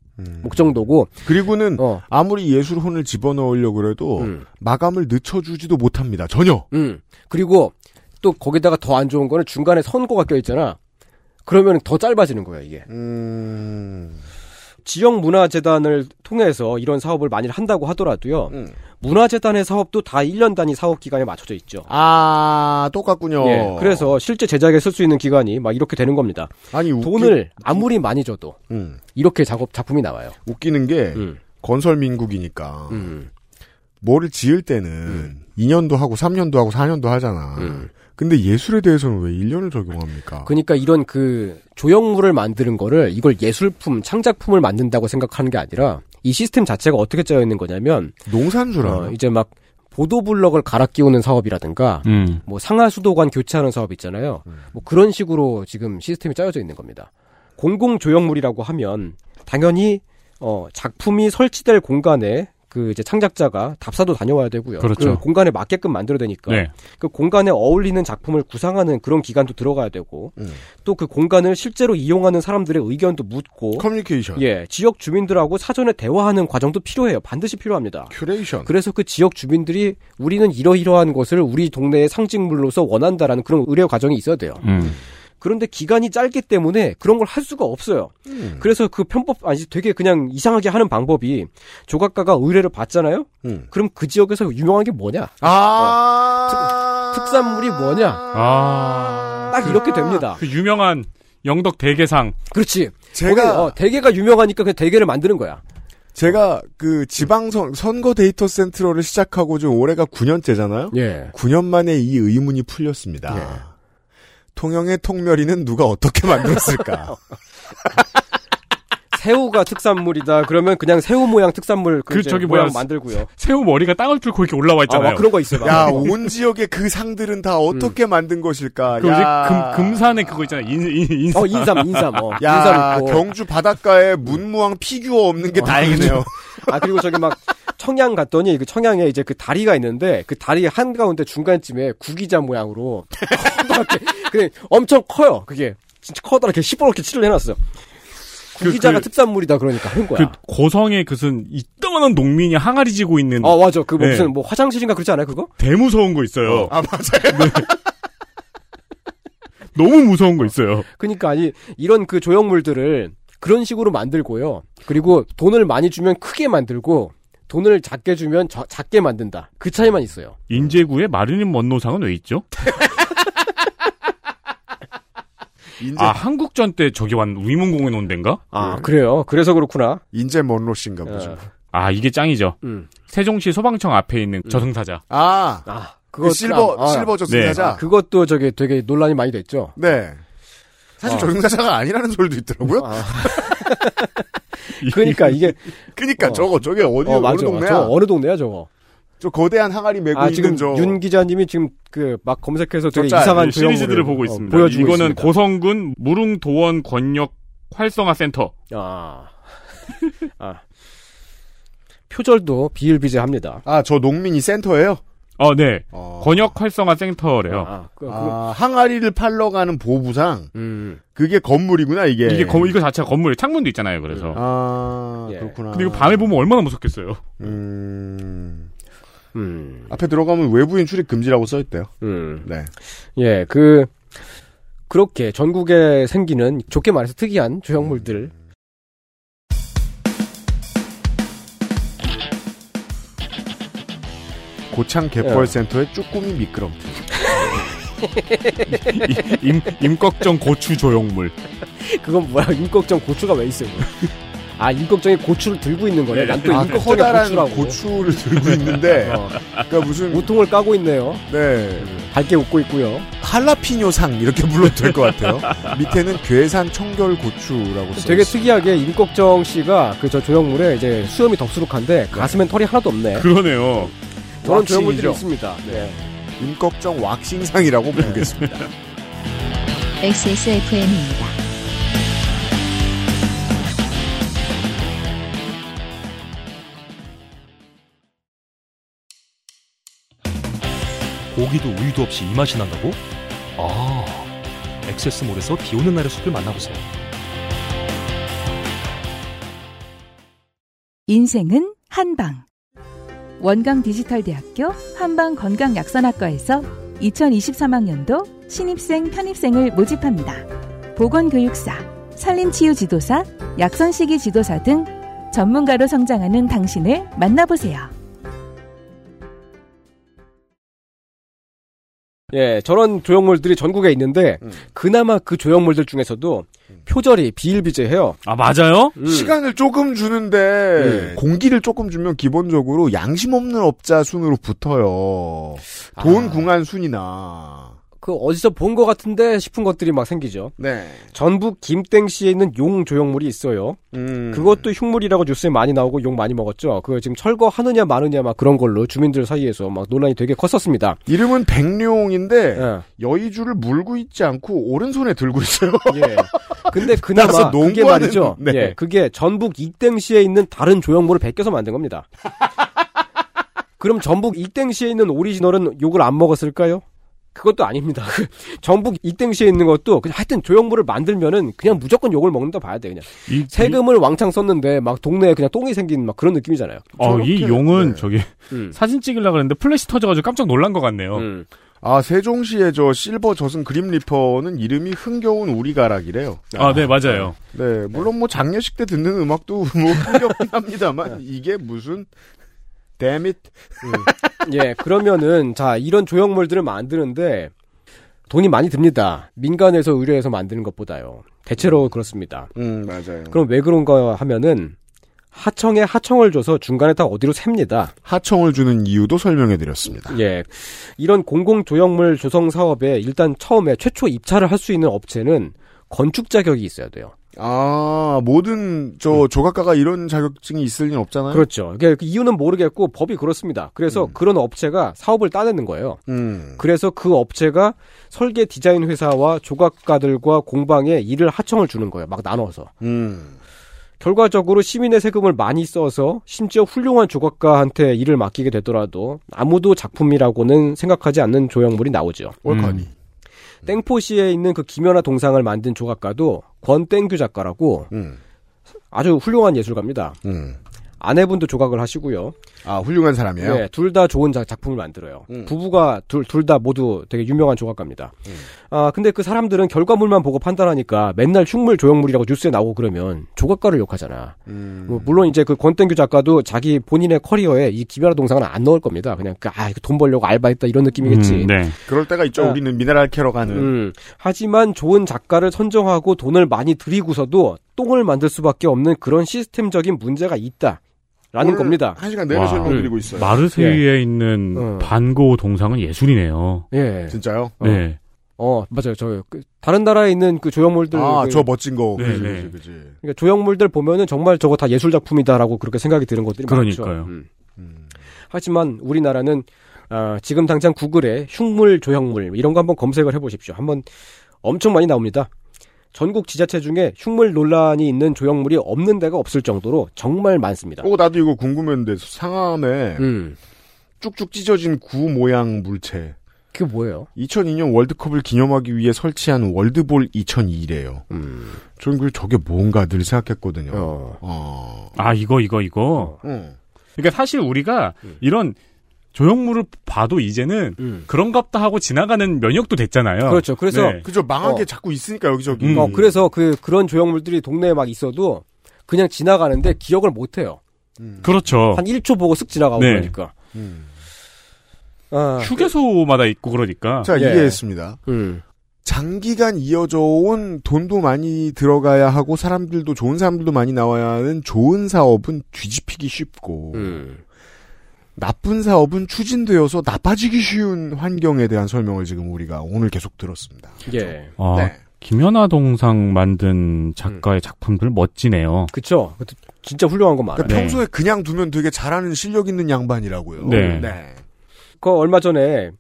Speaker 10: 목 정도고. 어.
Speaker 2: 그리고는 아무리 예술혼을 집어넣으려고 해도 마감을 늦춰주지도 못합니다. 전혀.
Speaker 10: 음. 그리고 또 거기다가 더 안 좋은 거는 중간에 선고가 껴있잖아. 그러면 더 짧아지는 거예요, 이게.
Speaker 2: 음.
Speaker 10: 지역 문화재단을 통해서 이런 사업을 많이 한다고 하더라도요. 문화재단의 사업도 다 1년 단위 사업 기간에 맞춰져 있죠.
Speaker 2: 아, 똑같군요.
Speaker 10: 예, 그래서 실제 제작에 쓸 수 있는 기간이 막 이렇게 되는 겁니다.
Speaker 2: 아니, 웃기-
Speaker 10: 돈을 아무리 많이 줘도
Speaker 2: 음.
Speaker 10: 이렇게 작업 작품이 나와요.
Speaker 2: 웃기는 게 건설 민국이니까
Speaker 10: 음.
Speaker 2: 뭐를 지을 때는 2년도 하고 3년도 하고 4년도 하잖아. 근데 예술에 대해서는 왜 1년을 적용합니까?
Speaker 10: 음. 그러니까 이런 그 조형물을 만드는 거를 이걸 예술품, 창작품을 만든다고 생각하는 게 아니라 이 시스템 자체가 어떻게 짜여 있는 거냐면
Speaker 2: 농산 줄
Speaker 10: 알아. 어, 이제 막 보도블럭을 갈아 끼우는 사업이라든가
Speaker 3: 음.
Speaker 10: 뭐 상하 수도관 교체하는 사업 있잖아요. 뭐 그런 식으로 지금 시스템이 짜여져 있는 겁니다. 공공 조형물이라고 하면 당연히 어 작품이 설치될 공간에 그 이제 창작자가 답사도 다녀와야 되고요.
Speaker 3: 그렇죠.
Speaker 10: 그 공간에 맞게끔 만들어야 되니까
Speaker 3: 네.
Speaker 10: 그 공간에 어울리는 작품을 구상하는 그런 기간도 들어가야 되고 또 그 공간을 실제로 이용하는 사람들의 의견도 묻고
Speaker 2: 커뮤니케이션
Speaker 10: 예 지역 주민들하고 사전에 대화하는 과정도 필요해요. 반드시 필요합니다.
Speaker 2: 큐레이션
Speaker 10: 그래서 그 지역 주민들이 우리는 이러이러한 것을 우리 동네의 상징물로서 원한다라는 그런 의뢰 과정이 있어야 돼요.
Speaker 3: 음.
Speaker 10: 그런데 기간이 짧기 때문에 그런 걸 할 수가 없어요.
Speaker 2: 음.
Speaker 10: 그래서 그 편법 아니 되게 그냥 이상하게 하는 방법이 조각가가 의뢰를 받잖아요.
Speaker 2: 음.
Speaker 10: 그럼 그 지역에서 유명한 게 뭐냐?
Speaker 2: 아.
Speaker 10: 어, 아. 특, 산물이 뭐냐?
Speaker 3: 아.
Speaker 10: 딱 이렇게 됩니다.
Speaker 3: 그 유명한 영덕 대게상.
Speaker 10: 그렇지.
Speaker 2: 제가-
Speaker 10: 거기, 어, 대게가 유명하니까 그 대게를 만드는 거야.
Speaker 2: 제가 그 지방선 선거 데이터 센트럴을 시작하고 지금 올해가 9년째잖아요.
Speaker 10: 예.
Speaker 2: 9년 만에 이 의문이 풀렸습니다. 통영의 통멸이는 누가 어떻게
Speaker 10: 아,
Speaker 2: 만들었을까?
Speaker 10: 새우가 특산물이다. 그러면 그냥 새우 모양 특산물 그
Speaker 3: 그
Speaker 10: 이제
Speaker 3: 저기
Speaker 10: 모양
Speaker 3: 뭐야.
Speaker 10: 만들고요.
Speaker 3: 새우 머리가 땅을 뚫고 이렇게 올라와 있잖아요.
Speaker 10: 아, 음. 막 그런 거 있어요.
Speaker 2: 야, 온 지역의 그 상들은 다 어떻게 만든 것일까?
Speaker 3: 그 뭐지?
Speaker 2: 야.
Speaker 3: 금, 금산에 그거 있잖아. 인, 인,
Speaker 10: 어,
Speaker 3: 인삼.
Speaker 2: 야, 아, 경주 바닷가에 문무왕 피규어 없는 게 다행이네요.
Speaker 10: 아 그리고 저기 막 청양 갔더니 그 청양에 이제 그 다리가 있는데 그 다리 한 가운데 중간쯤에 구기자 모양으로 커다랗게 그 엄청 커요. 그게 진짜 커다랗게 시뻘겋게 칠을 해놨어. 구기자가
Speaker 3: 그-
Speaker 10: 특산물이다 그러니까 한 거야.
Speaker 3: 그 고성에 그슨 이따만한 농민이 항아리 지고 있는.
Speaker 10: 아 맞아. 그
Speaker 3: 네.
Speaker 10: 무슨 뭐 화장실인가 그러지 않아요 그거?
Speaker 3: 대무서운 거 있어요.
Speaker 2: 아 맞아요.
Speaker 3: 너무 무서운 거 있어요.
Speaker 10: 그러니까 아니 이런 그 조형물들을 그런 식으로 만들고요. 그리고 돈을 많이 주면 크게 만들고 돈을 작게 주면 저- 작게 만든다. 그 차이만 있어요.
Speaker 3: 인제구의 마르닌 먼로상은 왜 있죠? 아 한국전 때 저기 완 위문공원 온 데인가?
Speaker 10: 아 그래요. 그래서 그렇구나.
Speaker 2: 인제 먼로씨인가 보죠.
Speaker 3: 아 이게 짱이죠.
Speaker 10: 음.
Speaker 3: 세종시 소방청 앞에 있는 저승사자.
Speaker 2: 아, 그 실버 실버 저승사자.
Speaker 10: 아, 그것도 저기 되게 논란이 많이 됐죠.
Speaker 2: 네. 사실
Speaker 10: 어.
Speaker 2: 저승사자가 아니라는 소리도 있더라고요.
Speaker 10: 그러니까 이게
Speaker 2: 그러니까 저거 저게 어디
Speaker 10: 어,
Speaker 2: 어느
Speaker 10: 맞아.
Speaker 2: 동네야?
Speaker 10: 저 어느 동네야 저거.
Speaker 2: 저 거대한 항아리 메고
Speaker 10: 아
Speaker 2: 있는
Speaker 10: 지금
Speaker 2: 저
Speaker 10: 윤 기자님이 지금 그 막 검색해서
Speaker 2: 저
Speaker 10: 되게
Speaker 2: 짤,
Speaker 10: 이상한
Speaker 2: 예,
Speaker 10: 조형물을,
Speaker 3: 네, 시리즈들을 보고
Speaker 10: 어,
Speaker 3: 있습니다.
Speaker 10: 보여주고
Speaker 3: 이거는
Speaker 10: 있습니다.
Speaker 3: 고성군 무릉도원 권역 활성화 센터.
Speaker 10: 아. 아. 표절도 비일비재합니다.
Speaker 2: 아, 저 농민이 센터예요?
Speaker 3: 어, 네. 권역 활성화 센터래요.
Speaker 10: 그,
Speaker 2: 아, 항아리를 팔러 가는 보부상.
Speaker 10: 음.
Speaker 2: 그게 건물이구나 이게.
Speaker 10: 예.
Speaker 3: 이게 거, 이거 자체가 건물 창문도 있잖아요. 그래서.
Speaker 2: 아,
Speaker 10: 예.
Speaker 2: 그렇구나.
Speaker 3: 근데 이거 밤에 보면 얼마나 무섭겠어요.
Speaker 2: 음.
Speaker 10: 음.
Speaker 2: 앞에 들어가면 외부인 출입 금지라고 써 있대요.
Speaker 10: 음.
Speaker 2: 네.
Speaker 10: 예, 그 그렇게 전국에 생기는 좋게 말해서 특이한 조형물들.
Speaker 2: 고창
Speaker 10: 예.
Speaker 2: 갯벌 센터의 쭈꾸미 미끄럼틀.
Speaker 3: 임, 임꺽정 고추 조형물.
Speaker 10: 예. 그건 뭐야? 임꺽정 고추가 왜 있어요? 그거? 아, 인걱정에 고추를 들고 있는 거네. 난 또
Speaker 2: 아,
Speaker 10: 인걱정에
Speaker 2: 커다란
Speaker 10: 고추라고.
Speaker 2: 고추를 들고 있는데 그러니까 무슨
Speaker 10: 우통을 어. 까고 있네요.
Speaker 2: 네.
Speaker 10: 밝게 웃고 있고요.
Speaker 2: 할라피뇨상 이렇게 불러도 될 것 같아요. 밑에는 괴산 청결 고추라고 써.
Speaker 10: 되게 특이하게 임꺽정 씨가 그 저 조형물에 이제 수염이
Speaker 2: 네.
Speaker 10: 덥수룩한데 가슴엔 털이 하나도 없네.
Speaker 3: 그러네요.
Speaker 2: 왁싱이죠.
Speaker 10: 저런
Speaker 2: 네.
Speaker 10: 조형물들이 있습니다.
Speaker 2: 임꺽정 왁싱상이라고 부르겠습니다.
Speaker 1: XSFM입니다.
Speaker 8: 고기도 우유도 없이 이 맛이 난다고? 아, 액세스몰에서 비 오는 날의 숲을 만나보세요.
Speaker 4: 인생은 한방. 원광 디지털대학교 한방 건강약선학과에서 2023학년도 신입생 편입생을 모집합니다. 보건교육사, 산림치유지도사, 약선시기 지도사 등 전문가로 성장하는 당신을 만나보세요.
Speaker 10: 예, 저런 조형물들이 전국에 있는데
Speaker 2: 음.
Speaker 10: 그나마 그 조형물들 중에서도 표절이 비일비재해요.
Speaker 3: 아 맞아요?
Speaker 2: 음. 시간을 조금 주는데 예, 공기를 조금 주면 기본적으로 양심 없는 업자 순으로 붙어요. 돈 궁한 순이나
Speaker 10: 아, 그 어디서 본 것 같은데 싶은 것들이 막 생기죠.
Speaker 2: 네.
Speaker 10: 전북 김땡시에 있는 용 조형물이 있어요.
Speaker 2: 음.
Speaker 10: 그것도 흉물이라고 뉴스에 많이 나오고 용 많이 먹었죠. 그거 지금 철거하느냐 마느냐 막 그런 걸로 주민들 사이에서 막 논란이 되게 컸었습니다.
Speaker 2: 이름은 백룡인데 여의주를 물고 있지 않고 오른손에 들고 있어요.
Speaker 10: 예. 근데 그나마
Speaker 2: 따라서
Speaker 10: 그게
Speaker 2: 농구하는-
Speaker 10: 말이죠.
Speaker 2: 네.
Speaker 10: 예, 그게 전북 익땡시에 있는 다른 조형물을 베껴서 만든 겁니다. 그럼 전북 익땡시에 있는 오리지널은 욕을 안 먹었을까요? 그것도 아닙니다. 전북 익땡시에 있는 것도 그냥 하여튼 조형물을 만들면은 그냥 무조건 욕을 먹는다 봐야 돼 그냥
Speaker 3: 이-
Speaker 10: 세금을 왕창 썼는데 막 동네에 그냥 똥이 생긴 막 그런 느낌이잖아요.
Speaker 3: 어, 이 용은 저기
Speaker 10: 음.
Speaker 3: 사진 찍으려고 그랬는데 플래시 터져가지고 깜짝 놀란 것 같네요.
Speaker 2: 아 세종시의 저 실버 젖은 그림 리퍼는 이름이 흥겨운 우리가락이래요.
Speaker 3: 아, 네, 맞아요.
Speaker 2: 네 물론 뭐 장례식 때 듣는 음악도 뭐 흥겹긴 합니다만
Speaker 10: 네.
Speaker 2: 이게 무슨 데밋
Speaker 10: 예, 그러면은 자 이런 조형물들을 만드는데 돈이 많이 듭니다. 민간에서 의뢰해서 만드는 것보다요. 대체로 그렇습니다.
Speaker 2: 음 맞아요.
Speaker 10: 그럼 왜 그런가 하면은 하청에 하청을 줘서 중간에 다 어디로 셉니다.
Speaker 2: 하청을 주는 이유도 설명해 드렸습니다.
Speaker 10: 예. 이런 공공 조형물 조성 사업에 일단 처음에 최초 입찰을 할 수 있는 업체는 건축 자격이 있어야 돼요.
Speaker 2: 아 모든 저 조각가가 이런 자격증이 있을 리는 없잖아요.
Speaker 10: 음. 그렇죠. 이게 그 이유는 모르겠고 법이 그렇습니다. 그래서 그런 업체가 사업을 따내는 거예요.
Speaker 2: 음.
Speaker 10: 그래서 그 업체가 설계 디자인 회사와 조각가들과 공방에 일을 하청을 주는 거예요. 막 나눠서.
Speaker 2: 음.
Speaker 10: 결과적으로 시민의 세금을 많이 써서 심지어 훌륭한 조각가한테 일을 맡기게 되더라도 아무도 작품이라고는 생각하지 않는 조형물이 나오죠.
Speaker 2: 월커니.
Speaker 10: 땡포시에 있는 그 김연아 동상을 만든 조각가도 권땡규 작가라고 아주 훌륭한 예술가입니다.
Speaker 2: 음.
Speaker 10: 아내분도 조각을 하시고요.
Speaker 2: 아 훌륭한 사람이에요.
Speaker 10: 네, 둘 다 좋은 자- 작품을 만들어요.
Speaker 2: 음.
Speaker 10: 부부가 둘 둘 다 모두 되게 유명한 조각가입니다. 아 근데 그 사람들은 결과물만 보고 판단하니까 맨날 흉물 조형물이라고 뉴스에 나오고 그러면 조각가를 욕하잖아.
Speaker 2: 음.
Speaker 10: 뭐 물론 이제 그 권땡규 작가도 자기 본인의 커리어에 이 김연아 동상은 안 넣을 겁니다. 그냥 그, 아 이거 돈 벌려고 알바했다 이런 느낌이겠지.
Speaker 3: 음, 네.
Speaker 2: 그럴 때가 있죠.
Speaker 10: 아.
Speaker 2: 우리는 미네랄 캐러 가는.
Speaker 10: 음, 하지만 좋은 작가를 선정하고 돈을 많이 들이고서도 똥을 만들 수밖에 없는 그런 시스템적인 문제가 있다. 라는
Speaker 2: 오늘
Speaker 10: 겁니다. 음.
Speaker 2: 한 시간 내내 와. 설명드리고
Speaker 3: 네.
Speaker 2: 있어요.
Speaker 3: 마르세유에 있는
Speaker 10: 어.
Speaker 3: 반고 동상은 예술이네요.
Speaker 10: 예.
Speaker 2: 진짜요?
Speaker 3: 네.
Speaker 10: 어, 맞아요. 저, 그 다른 나라에 있는 그 조형물들.
Speaker 2: 아
Speaker 10: 그-
Speaker 2: 저 멋진 거.
Speaker 3: 네,
Speaker 2: 그지,
Speaker 3: 네.
Speaker 2: 그지, 음. 그지.
Speaker 10: 그러니까 조형물들 보면은 정말 저거 다 예술작품이다라고 그렇게 생각이 드는 것들이
Speaker 3: 그러니까요.
Speaker 10: 많죠. 음. 하지만 우리나라는, 아, 지금 당장 구글에 흉물 조형물 이런 거 한번 검색을 해보십시오. 한번 엄청 많이 나옵니다. 전국 지자체 중에 흉물 논란이 있는 조형물이 없는 데가 없을 정도로 정말 많습니다.
Speaker 2: 어 나도 이거 궁금했는데 상암에
Speaker 10: 음.
Speaker 2: 쭉쭉 찢어진 구 모양 물체.
Speaker 10: 그게 뭐예요?
Speaker 2: 2002년 월드컵을 기념하기 위해 설치한 월드볼 2002래요. 저는 그 저게 뭔가 늘 생각했거든요.
Speaker 10: 어.
Speaker 2: 어.
Speaker 3: 아 이거 이거 이거.
Speaker 2: 음.
Speaker 3: 그러니까 사실 우리가 이런 조형물을 봐도 이제는 그런갑다 하고 지나가는 면역도 됐잖아요.
Speaker 10: 음. 그렇죠. 그래서
Speaker 3: 네.
Speaker 2: 그죠 망한 게
Speaker 10: 어.
Speaker 2: 자꾸 있으니까 여기저기. 음.
Speaker 10: 어, 그래서 그 그런 조형물들이 동네에 막 있어도 그냥 지나가는데 기억을 못 해요.
Speaker 3: 그렇죠.
Speaker 10: 한 1초 보고 쓱 지나가고
Speaker 3: 네.
Speaker 10: 그러니까. 어.
Speaker 2: 음.
Speaker 10: 아,
Speaker 3: 휴게소마다 있고 그러니까.
Speaker 10: 예.
Speaker 2: 자 이해했습니다. 장기간 이어져온 돈도 많이 들어가야 하고 사람들도 좋은 사람들도 많이 나와야 하는 좋은 사업은 뒤집히기 쉽고
Speaker 10: 음.
Speaker 2: 나쁜 사업은 추진되어서 나빠지기 쉬운 환경에 대한 설명을 지금 우리가 오늘 계속 들었습니다. 네.
Speaker 10: 예.
Speaker 3: 어, 김연아 동상 만든 작가의 작품들 멋지네요.
Speaker 10: 그쵸. 진짜 훌륭한 거 많아요.
Speaker 2: 그러니까 평소에 그냥 두면 되게 잘하는 실력 있는 양반이라고요.
Speaker 10: 네. 그 얼마 전에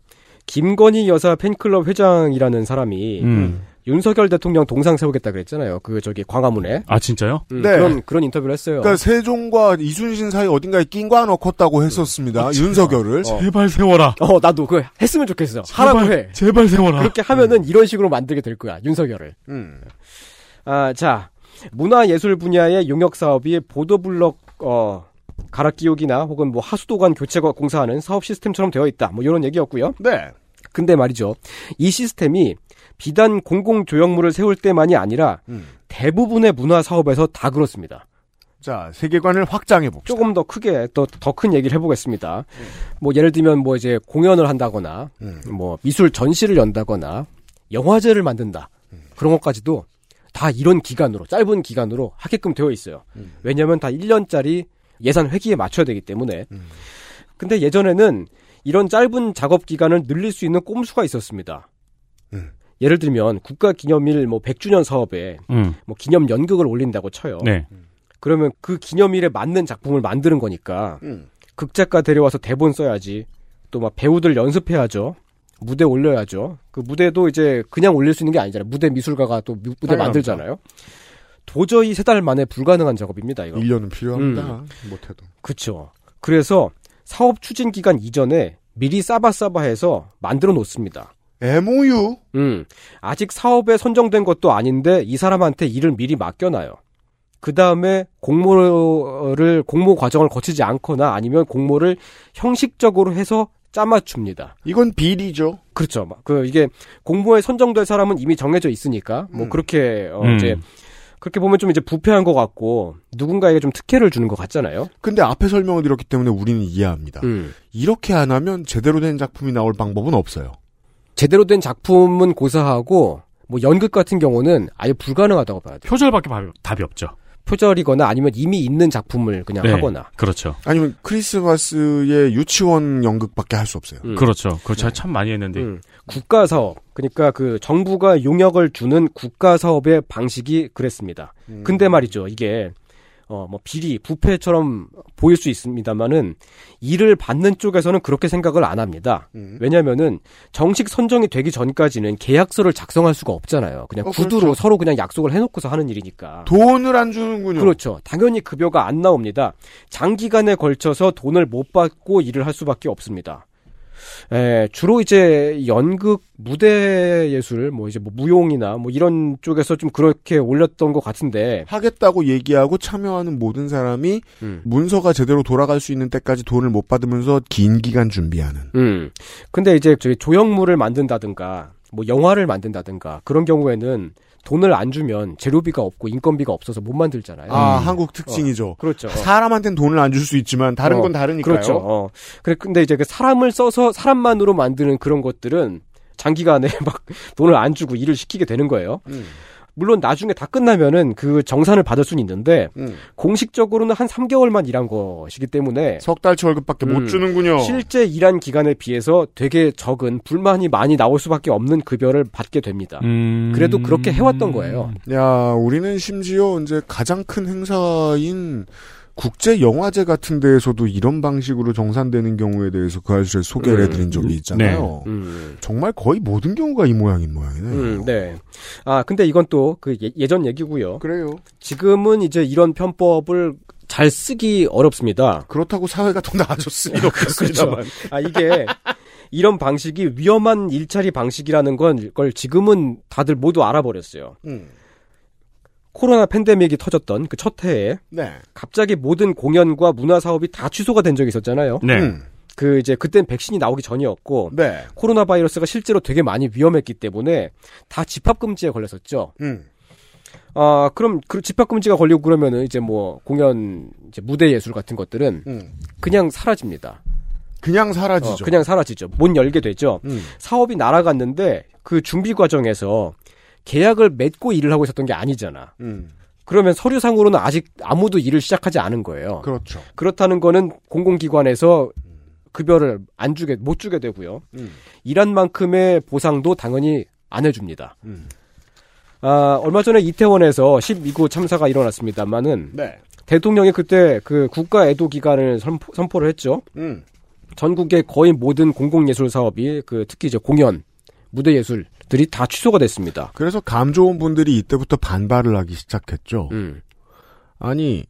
Speaker 10: 김건희 여사 팬클럽 회장이라는 사람이
Speaker 3: 음.
Speaker 10: 윤석열 대통령 동상 세우겠다 그랬잖아요. 그 저기 광화문에.
Speaker 3: 아 진짜요?
Speaker 10: 음, 그런 그런 인터뷰를 했어요.
Speaker 2: 그러니까 세종과 이순신 사이 어딘가에 낀과 넣었다고 했었습니다.
Speaker 10: 음. 아,
Speaker 2: 윤석열을
Speaker 3: 제발 세워라.
Speaker 10: 어 나도 그거 했으면 좋겠어. 하라고 해.
Speaker 3: 제발 세워라.
Speaker 10: 그렇게 하면은 이런 식으로 만들게 될 거야. 윤석열을.
Speaker 2: 음.
Speaker 10: 아, 자. 문화예술 분야의 용역 사업이 보도블럭, 어, 갈아 끼우기나 혹은 뭐 하수도관 교체가 공사하는 사업 시스템처럼 되어 있다. 뭐 이런 얘기였고요.
Speaker 2: 네.
Speaker 10: 근데 말이죠. 이 시스템이 비단 공공 조형물을 세울 때만이 아니라
Speaker 2: 음.
Speaker 10: 대부분의 문화 사업에서 다 그렇습니다.
Speaker 2: 자, 세계관을 확장해 봅시다.
Speaker 10: 조금 더 크게 또 더 큰 얘기를 해보겠습니다. 뭐 예를 들면 뭐 이제 공연을 한다거나
Speaker 2: 음.
Speaker 10: 뭐 미술 전시를 연다거나 영화제를 만든다 그런 것까지도 다 이런 기간으로 짧은 기간으로 하게끔 되어 있어요. 왜냐하면 다 1년짜리 예산 회기에 맞춰야 되기 때문에. 근데 예전에는 이런 짧은 작업 기간을 늘릴 수 있는 꼼수가 있었습니다. 예를 들면 국가 기념일 뭐 100주년 사업에
Speaker 3: 음.
Speaker 10: 뭐 기념 연극을 올린다고 쳐요.
Speaker 3: 네.
Speaker 10: 그러면 그 기념일에 맞는 작품을 만드는 거니까
Speaker 2: 음.
Speaker 10: 극작가 데려와서 대본 써야지 또 막 배우들 연습해야죠 무대 올려야죠 그 무대도 이제 그냥 올릴 수 있는 게 아니잖아요 무대 미술가가 또 무- 무대
Speaker 2: 당연하죠.
Speaker 10: 만들잖아요 도저히 세 달 만에 불가능한 작업입니다 이거
Speaker 2: 1년은 필요합니다.
Speaker 10: 음.
Speaker 2: 못해도.
Speaker 10: 그쵸 그래서 사업 추진 기간 이전에 미리 싸바싸바해서 만들어 놓습니다
Speaker 2: MOU?
Speaker 10: 음 아직 사업에 선정된 것도 아닌데 이 사람한테 일을 미리 맡겨놔요 그 다음에 공모를 공모 과정을 거치지 않거나 아니면 공모를 형식적으로 해서 짜맞춥니다.
Speaker 2: 이건 비리죠.
Speaker 10: 그렇죠. 막그 이게 공모에 선정될 사람은 이미 정해져 있으니까 뭐 그렇게 어
Speaker 3: 음.
Speaker 10: 이제 그렇게 보면 좀 이제 부패한 것 같고 누군가에게 좀 특혜를 주는 것 같잖아요.
Speaker 2: 근데 앞에 설명을 드렸기 때문에 우리는 이해합니다.
Speaker 10: 음.
Speaker 2: 이렇게 안 하면 제대로 된 작품이 나올 방법은 없어요.
Speaker 10: 제대로 된 작품은 고사하고 뭐 연극 같은 경우는 아예 불가능하다고 봐야 돼요.
Speaker 3: 표절밖에 답이 없죠.
Speaker 10: 표절이거나 아니면 이미 있는 작품을 그냥
Speaker 3: 네.
Speaker 10: 하거나.
Speaker 3: 그렇죠.
Speaker 2: 아니면 크리스마스의 유치원 연극밖에 할 수 없어요.
Speaker 10: 음.
Speaker 3: 그렇죠. 그렇죠. 참 많이 했는데.
Speaker 2: 네.
Speaker 10: 국가 사업 그러니까 그 정부가 용역을 주는 국가 사업의 방식이 그랬습니다.
Speaker 3: 음.
Speaker 10: 근데 말이죠 이게 어 뭐 비리 부패처럼 보일 수 있습니다만은 일을 받는 쪽에서는 그렇게 생각을 안 합니다.
Speaker 2: 음.
Speaker 10: 왜냐면은 정식 선정이 되기 전까지는 계약서를 작성할 수가 없잖아요. 그냥
Speaker 2: 어,
Speaker 10: 구두로
Speaker 2: 그렇죠.
Speaker 10: 서로 그냥 약속을 해놓고서 하는 일이니까.
Speaker 2: 돈을 안 주는군요.
Speaker 10: 그렇죠. 당연히 급여가 안 나옵니다. 장기간에 걸쳐서 돈을 못 받고 일을 할 수밖에 없습니다. 에, 주로 이제 연극 무대 예술 뭐 이제 뭐 무용이나 뭐 이런 쪽에서 좀 그렇게 올렸던 것 같은데
Speaker 2: 하겠다고 얘기하고 참여하는 모든 사람이
Speaker 10: 음.
Speaker 2: 문서가 제대로 돌아갈 수 있는 때까지 돈을 못 받으면서 긴 기간 준비하는.
Speaker 10: 음. 근데 이제 저기 조형물을 만든다든가 뭐 영화를 만든다든가 그런 경우에는 돈을 안 주면 재료비가 없고 인건비가 없어서 못 만들잖아요.
Speaker 2: 아,
Speaker 10: 음.
Speaker 2: 한국 특징이죠.
Speaker 10: 어, 그렇죠.
Speaker 2: 사람한테는 돈을 안 줄 수 있지만 다른
Speaker 10: 어,
Speaker 2: 건 다르니까요.
Speaker 10: 그렇죠. 어. 그래, 근데 이제 그 사람을 써서 사람만으로 만드는 그런 것들은 장기간에 막 돈을 안 주고 일을 시키게 되는 거예요.
Speaker 2: 음,
Speaker 10: 물론 나중에 다 끝나면은 그 정산을 받을 수는 있는데
Speaker 2: 음.
Speaker 10: 공식적으로는 한 3개월만 일한 것이기 때문에
Speaker 2: 석 달치 월급밖에
Speaker 10: 음.
Speaker 2: 못 주는군요.
Speaker 10: 실제 일한 기간에 비해서 되게 적은 불만이 많이 나올 수밖에 없는 급여를 받게 됩니다.
Speaker 3: 음.
Speaker 10: 그래도 그렇게 해왔던 거예요.
Speaker 2: 야, 우리는 심지어 이제 가장 큰 행사인 국제 영화제 같은 데에서도 이런 방식으로 정산되는 경우에 대해서 그 아저씨를 소개를
Speaker 10: 음.
Speaker 2: 해드린 적이 있잖아요.
Speaker 10: 네. 음.
Speaker 2: 정말 거의 모든 경우가 이 모양인 모양이네.
Speaker 10: 음, 네. 아, 근데 이건 또 그 예전 얘기고요.
Speaker 2: 그래요.
Speaker 10: 지금은 이제 이런 편법을 잘 쓰기 어렵습니다.
Speaker 2: 그렇다고 사회가 더
Speaker 10: 음.
Speaker 2: 나아졌으니 없겠습니다만.
Speaker 10: 아, 이게 이런 방식이 위험한 일자리 방식이라는 건 걸 지금은 다들 모두 알아버렸어요.
Speaker 2: 음.
Speaker 10: 코로나 팬데믹이 터졌던 그 첫 해에
Speaker 2: 네.
Speaker 10: 갑자기 모든 공연과 문화 사업이 다 취소가 된 적이 있었잖아요.
Speaker 3: 네. 음.
Speaker 10: 그 이제 그땐 백신이 나오기 전이었고
Speaker 2: 네.
Speaker 10: 코로나 바이러스가 실제로 되게 많이 위험했기 때문에 다 집합 금지에 걸렸었죠.
Speaker 2: 음.
Speaker 10: 아 그럼 그 집합 금지가 걸리고 그러면은 이제 뭐 공연 이제 무대 예술 같은 것들은
Speaker 2: 음.
Speaker 10: 그냥 사라집니다.
Speaker 2: 그냥 사라지죠. 음.
Speaker 10: 어, 그냥 사라지죠. 못 열게 되죠. 사업이 날아갔는데 그 준비 과정에서 계약을 맺고 일을 하고 있었던 게 아니잖아.
Speaker 2: 음.
Speaker 10: 그러면 서류상으로는 아직 아무도 일을 시작하지 않은 거예요.
Speaker 2: 그렇죠.
Speaker 10: 그렇다는 거는 공공기관에서 급여를 안 주게 못 주게 되고요.
Speaker 2: 음.
Speaker 10: 일한 만큼의 보상도 당연히 안 해줍니다.
Speaker 2: 음.
Speaker 10: 아, 얼마 전에 이태원에서 12구 참사가 일어났습니다만은
Speaker 2: 네.
Speaker 10: 대통령이 그때 그 국가 애도 기간을 선포, 선포를 했죠.
Speaker 2: 음.
Speaker 10: 전국의 거의 모든 공공예술 사업이 그 특히 이제 공연, 무대 예술들이 다 취소가 됐습니다.
Speaker 2: 그래서 감 좋은 분들이 이때부터 반발을 하기
Speaker 10: 뭐.
Speaker 2: 시작했죠.
Speaker 10: 음.
Speaker 2: 아니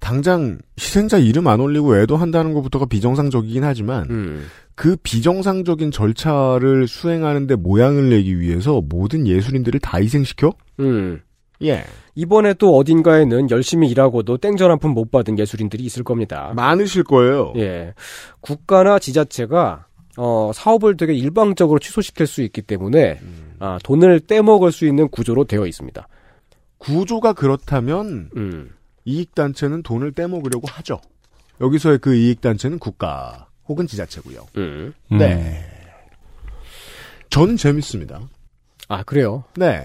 Speaker 2: 당장 희생자 이름 안 올리고 애도한다는 것부터가 비정상적이긴 하지만
Speaker 10: 음.
Speaker 2: 그 비정상적인 절차를 수행하는데 모양을 내기 위해서 모든 예술인들을 다 희생시켜?
Speaker 10: 음.
Speaker 2: 예.
Speaker 10: 이번에 또 어딘가에는 열심히 일하고도 땡전 한 푼 못 받은 예술인들이 있을 겁니다.
Speaker 2: 많으실 거예요.
Speaker 10: 예. 국가나 지자체가 어, 사업을 되게 일방적으로 취소시킬 수 있기 때문에 아, 돈을 떼먹을 수 있는 구조로 되어 있습니다.
Speaker 2: 구조가 그렇다면
Speaker 10: 음,
Speaker 2: 이익단체는 돈을 떼먹으려고 하죠. 여기서의 그 이익단체는 국가 혹은 지자체고요.
Speaker 10: 음.
Speaker 3: 음.
Speaker 2: 네. 저는 재밌습니다.
Speaker 10: 아 그래요?
Speaker 2: 네.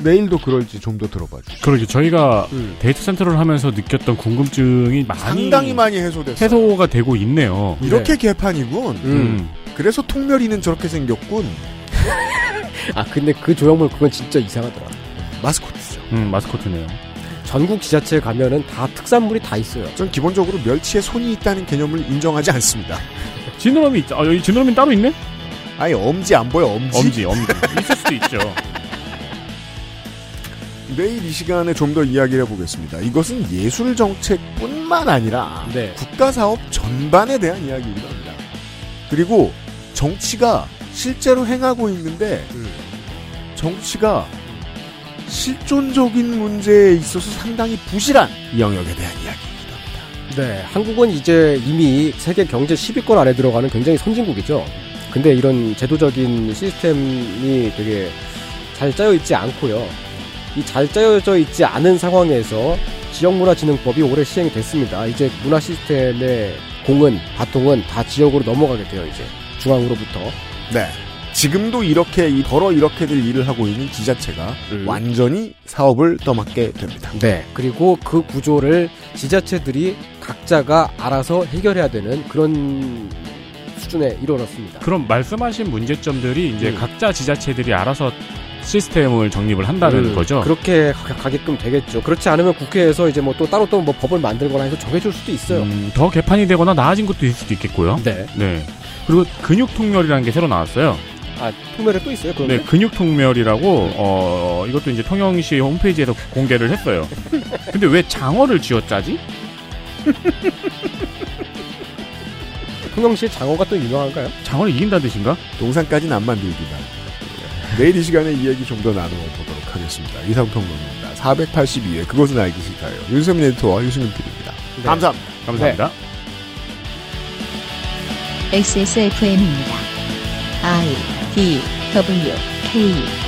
Speaker 2: 내일도 그럴지 좀 더 들어봐 주시죠.
Speaker 3: 그러게 저희가
Speaker 10: 음.
Speaker 3: 데이터 센터를 하면서 느꼈던 궁금증이 많이
Speaker 2: 상당히 많이 해소됐어요.
Speaker 3: 해소가 되고 있네요.
Speaker 2: 이렇게
Speaker 3: 네.
Speaker 2: 개판이군.
Speaker 3: 음.
Speaker 2: 그래서 통멸이는 저렇게 생겼군.
Speaker 10: 아 근데 그 조형물 그건 진짜 이상하더라.
Speaker 2: 마스코트죠.
Speaker 3: 음, 마스코트네요.
Speaker 10: 전국 지자체 가면은 다 특산물이 다 있어요.
Speaker 2: 전 기본적으로 멸치에 손이 있다는 개념을 인정하지 않습니다.
Speaker 3: 지느러미 있죠. 아, 여기 지느러미 따로 있네?
Speaker 2: 아니 엄지 안 보여 엄지.
Speaker 3: 엄지, 엄지. 있을 수도 있죠.
Speaker 2: 내일 이 시간에 좀 더 이야기를 해보겠습니다. 이것은 예술 정책뿐만 아니라
Speaker 10: 네.
Speaker 2: 국가 사업 전반에 대한 이야기입니다. 그리고 정치가 실제로 행하고 있는데 정치가 실존적인 문제에 있어서 상당히 부실한 영역에 대한 이야기.
Speaker 10: 네, 한국은 이제 이미 세계 경제 10위권 안에 들어가는 굉장히 선진국이죠. 근데 이런 제도적인 시스템이 되게 잘 짜여 있지 않고요. 이 잘 짜여져 있지 않은 상황에서 지역문화진흥법이 올해 시행이 됐습니다. 이제 문화 시스템의 공은 바통은 다 지역으로 넘어가게 돼요. 이제 중앙으로부터.
Speaker 2: 네. 지금도 이렇게 이 더러 이렇게들 일을 하고 있는 지자체가
Speaker 3: 그
Speaker 2: 완전히 사업을 떠맡게 됩니다.
Speaker 10: 네. 그리고 그 구조를 지자체들이 각자가 알아서 해결해야 되는 그런 수준에 이르렀습니다.
Speaker 3: 그럼 말씀하신 문제점들이
Speaker 10: 음.
Speaker 3: 이제 각자 지자체들이 알아서 시스템을 정립을 한다는
Speaker 10: 음,
Speaker 3: 거죠.
Speaker 10: 그렇게 가- 가게끔 되겠죠. 그렇지 않으면 국회에서 이제 뭐 또 따로 또 뭐 법을 만들거나 해서 정해줄 수도 있어요.
Speaker 3: 음, 더 개판이 되거나 나아진 것도 있을 수도 있겠고요.
Speaker 10: 네.
Speaker 3: 그리고 근육 통렬이라는 게 새로 나왔어요.
Speaker 10: 아, 통멸에 또 있어요, 그런
Speaker 3: 네,
Speaker 10: 게?
Speaker 3: 근육 통멸이라고 어, 이것도 이제 통영시 홈페이지에서 공개를 했어요. 근데 왜 장어를 쥐어짜지? 네.
Speaker 10: 통영시의 장어가 또 유명한가요?
Speaker 3: 장어를 이긴다는 뜻인가?
Speaker 2: 동산까지는 안 만들기다. 내일 이 시간에 이야기 좀 더 나눠보도록 하겠습니다. 이상평론입니다. 482회 그것은 알기 싫다요. 윤세민 에디터와 유승윤 PD입니다. 감사합니다.
Speaker 3: 감사합니다.
Speaker 1: XSFM입니다. I D W K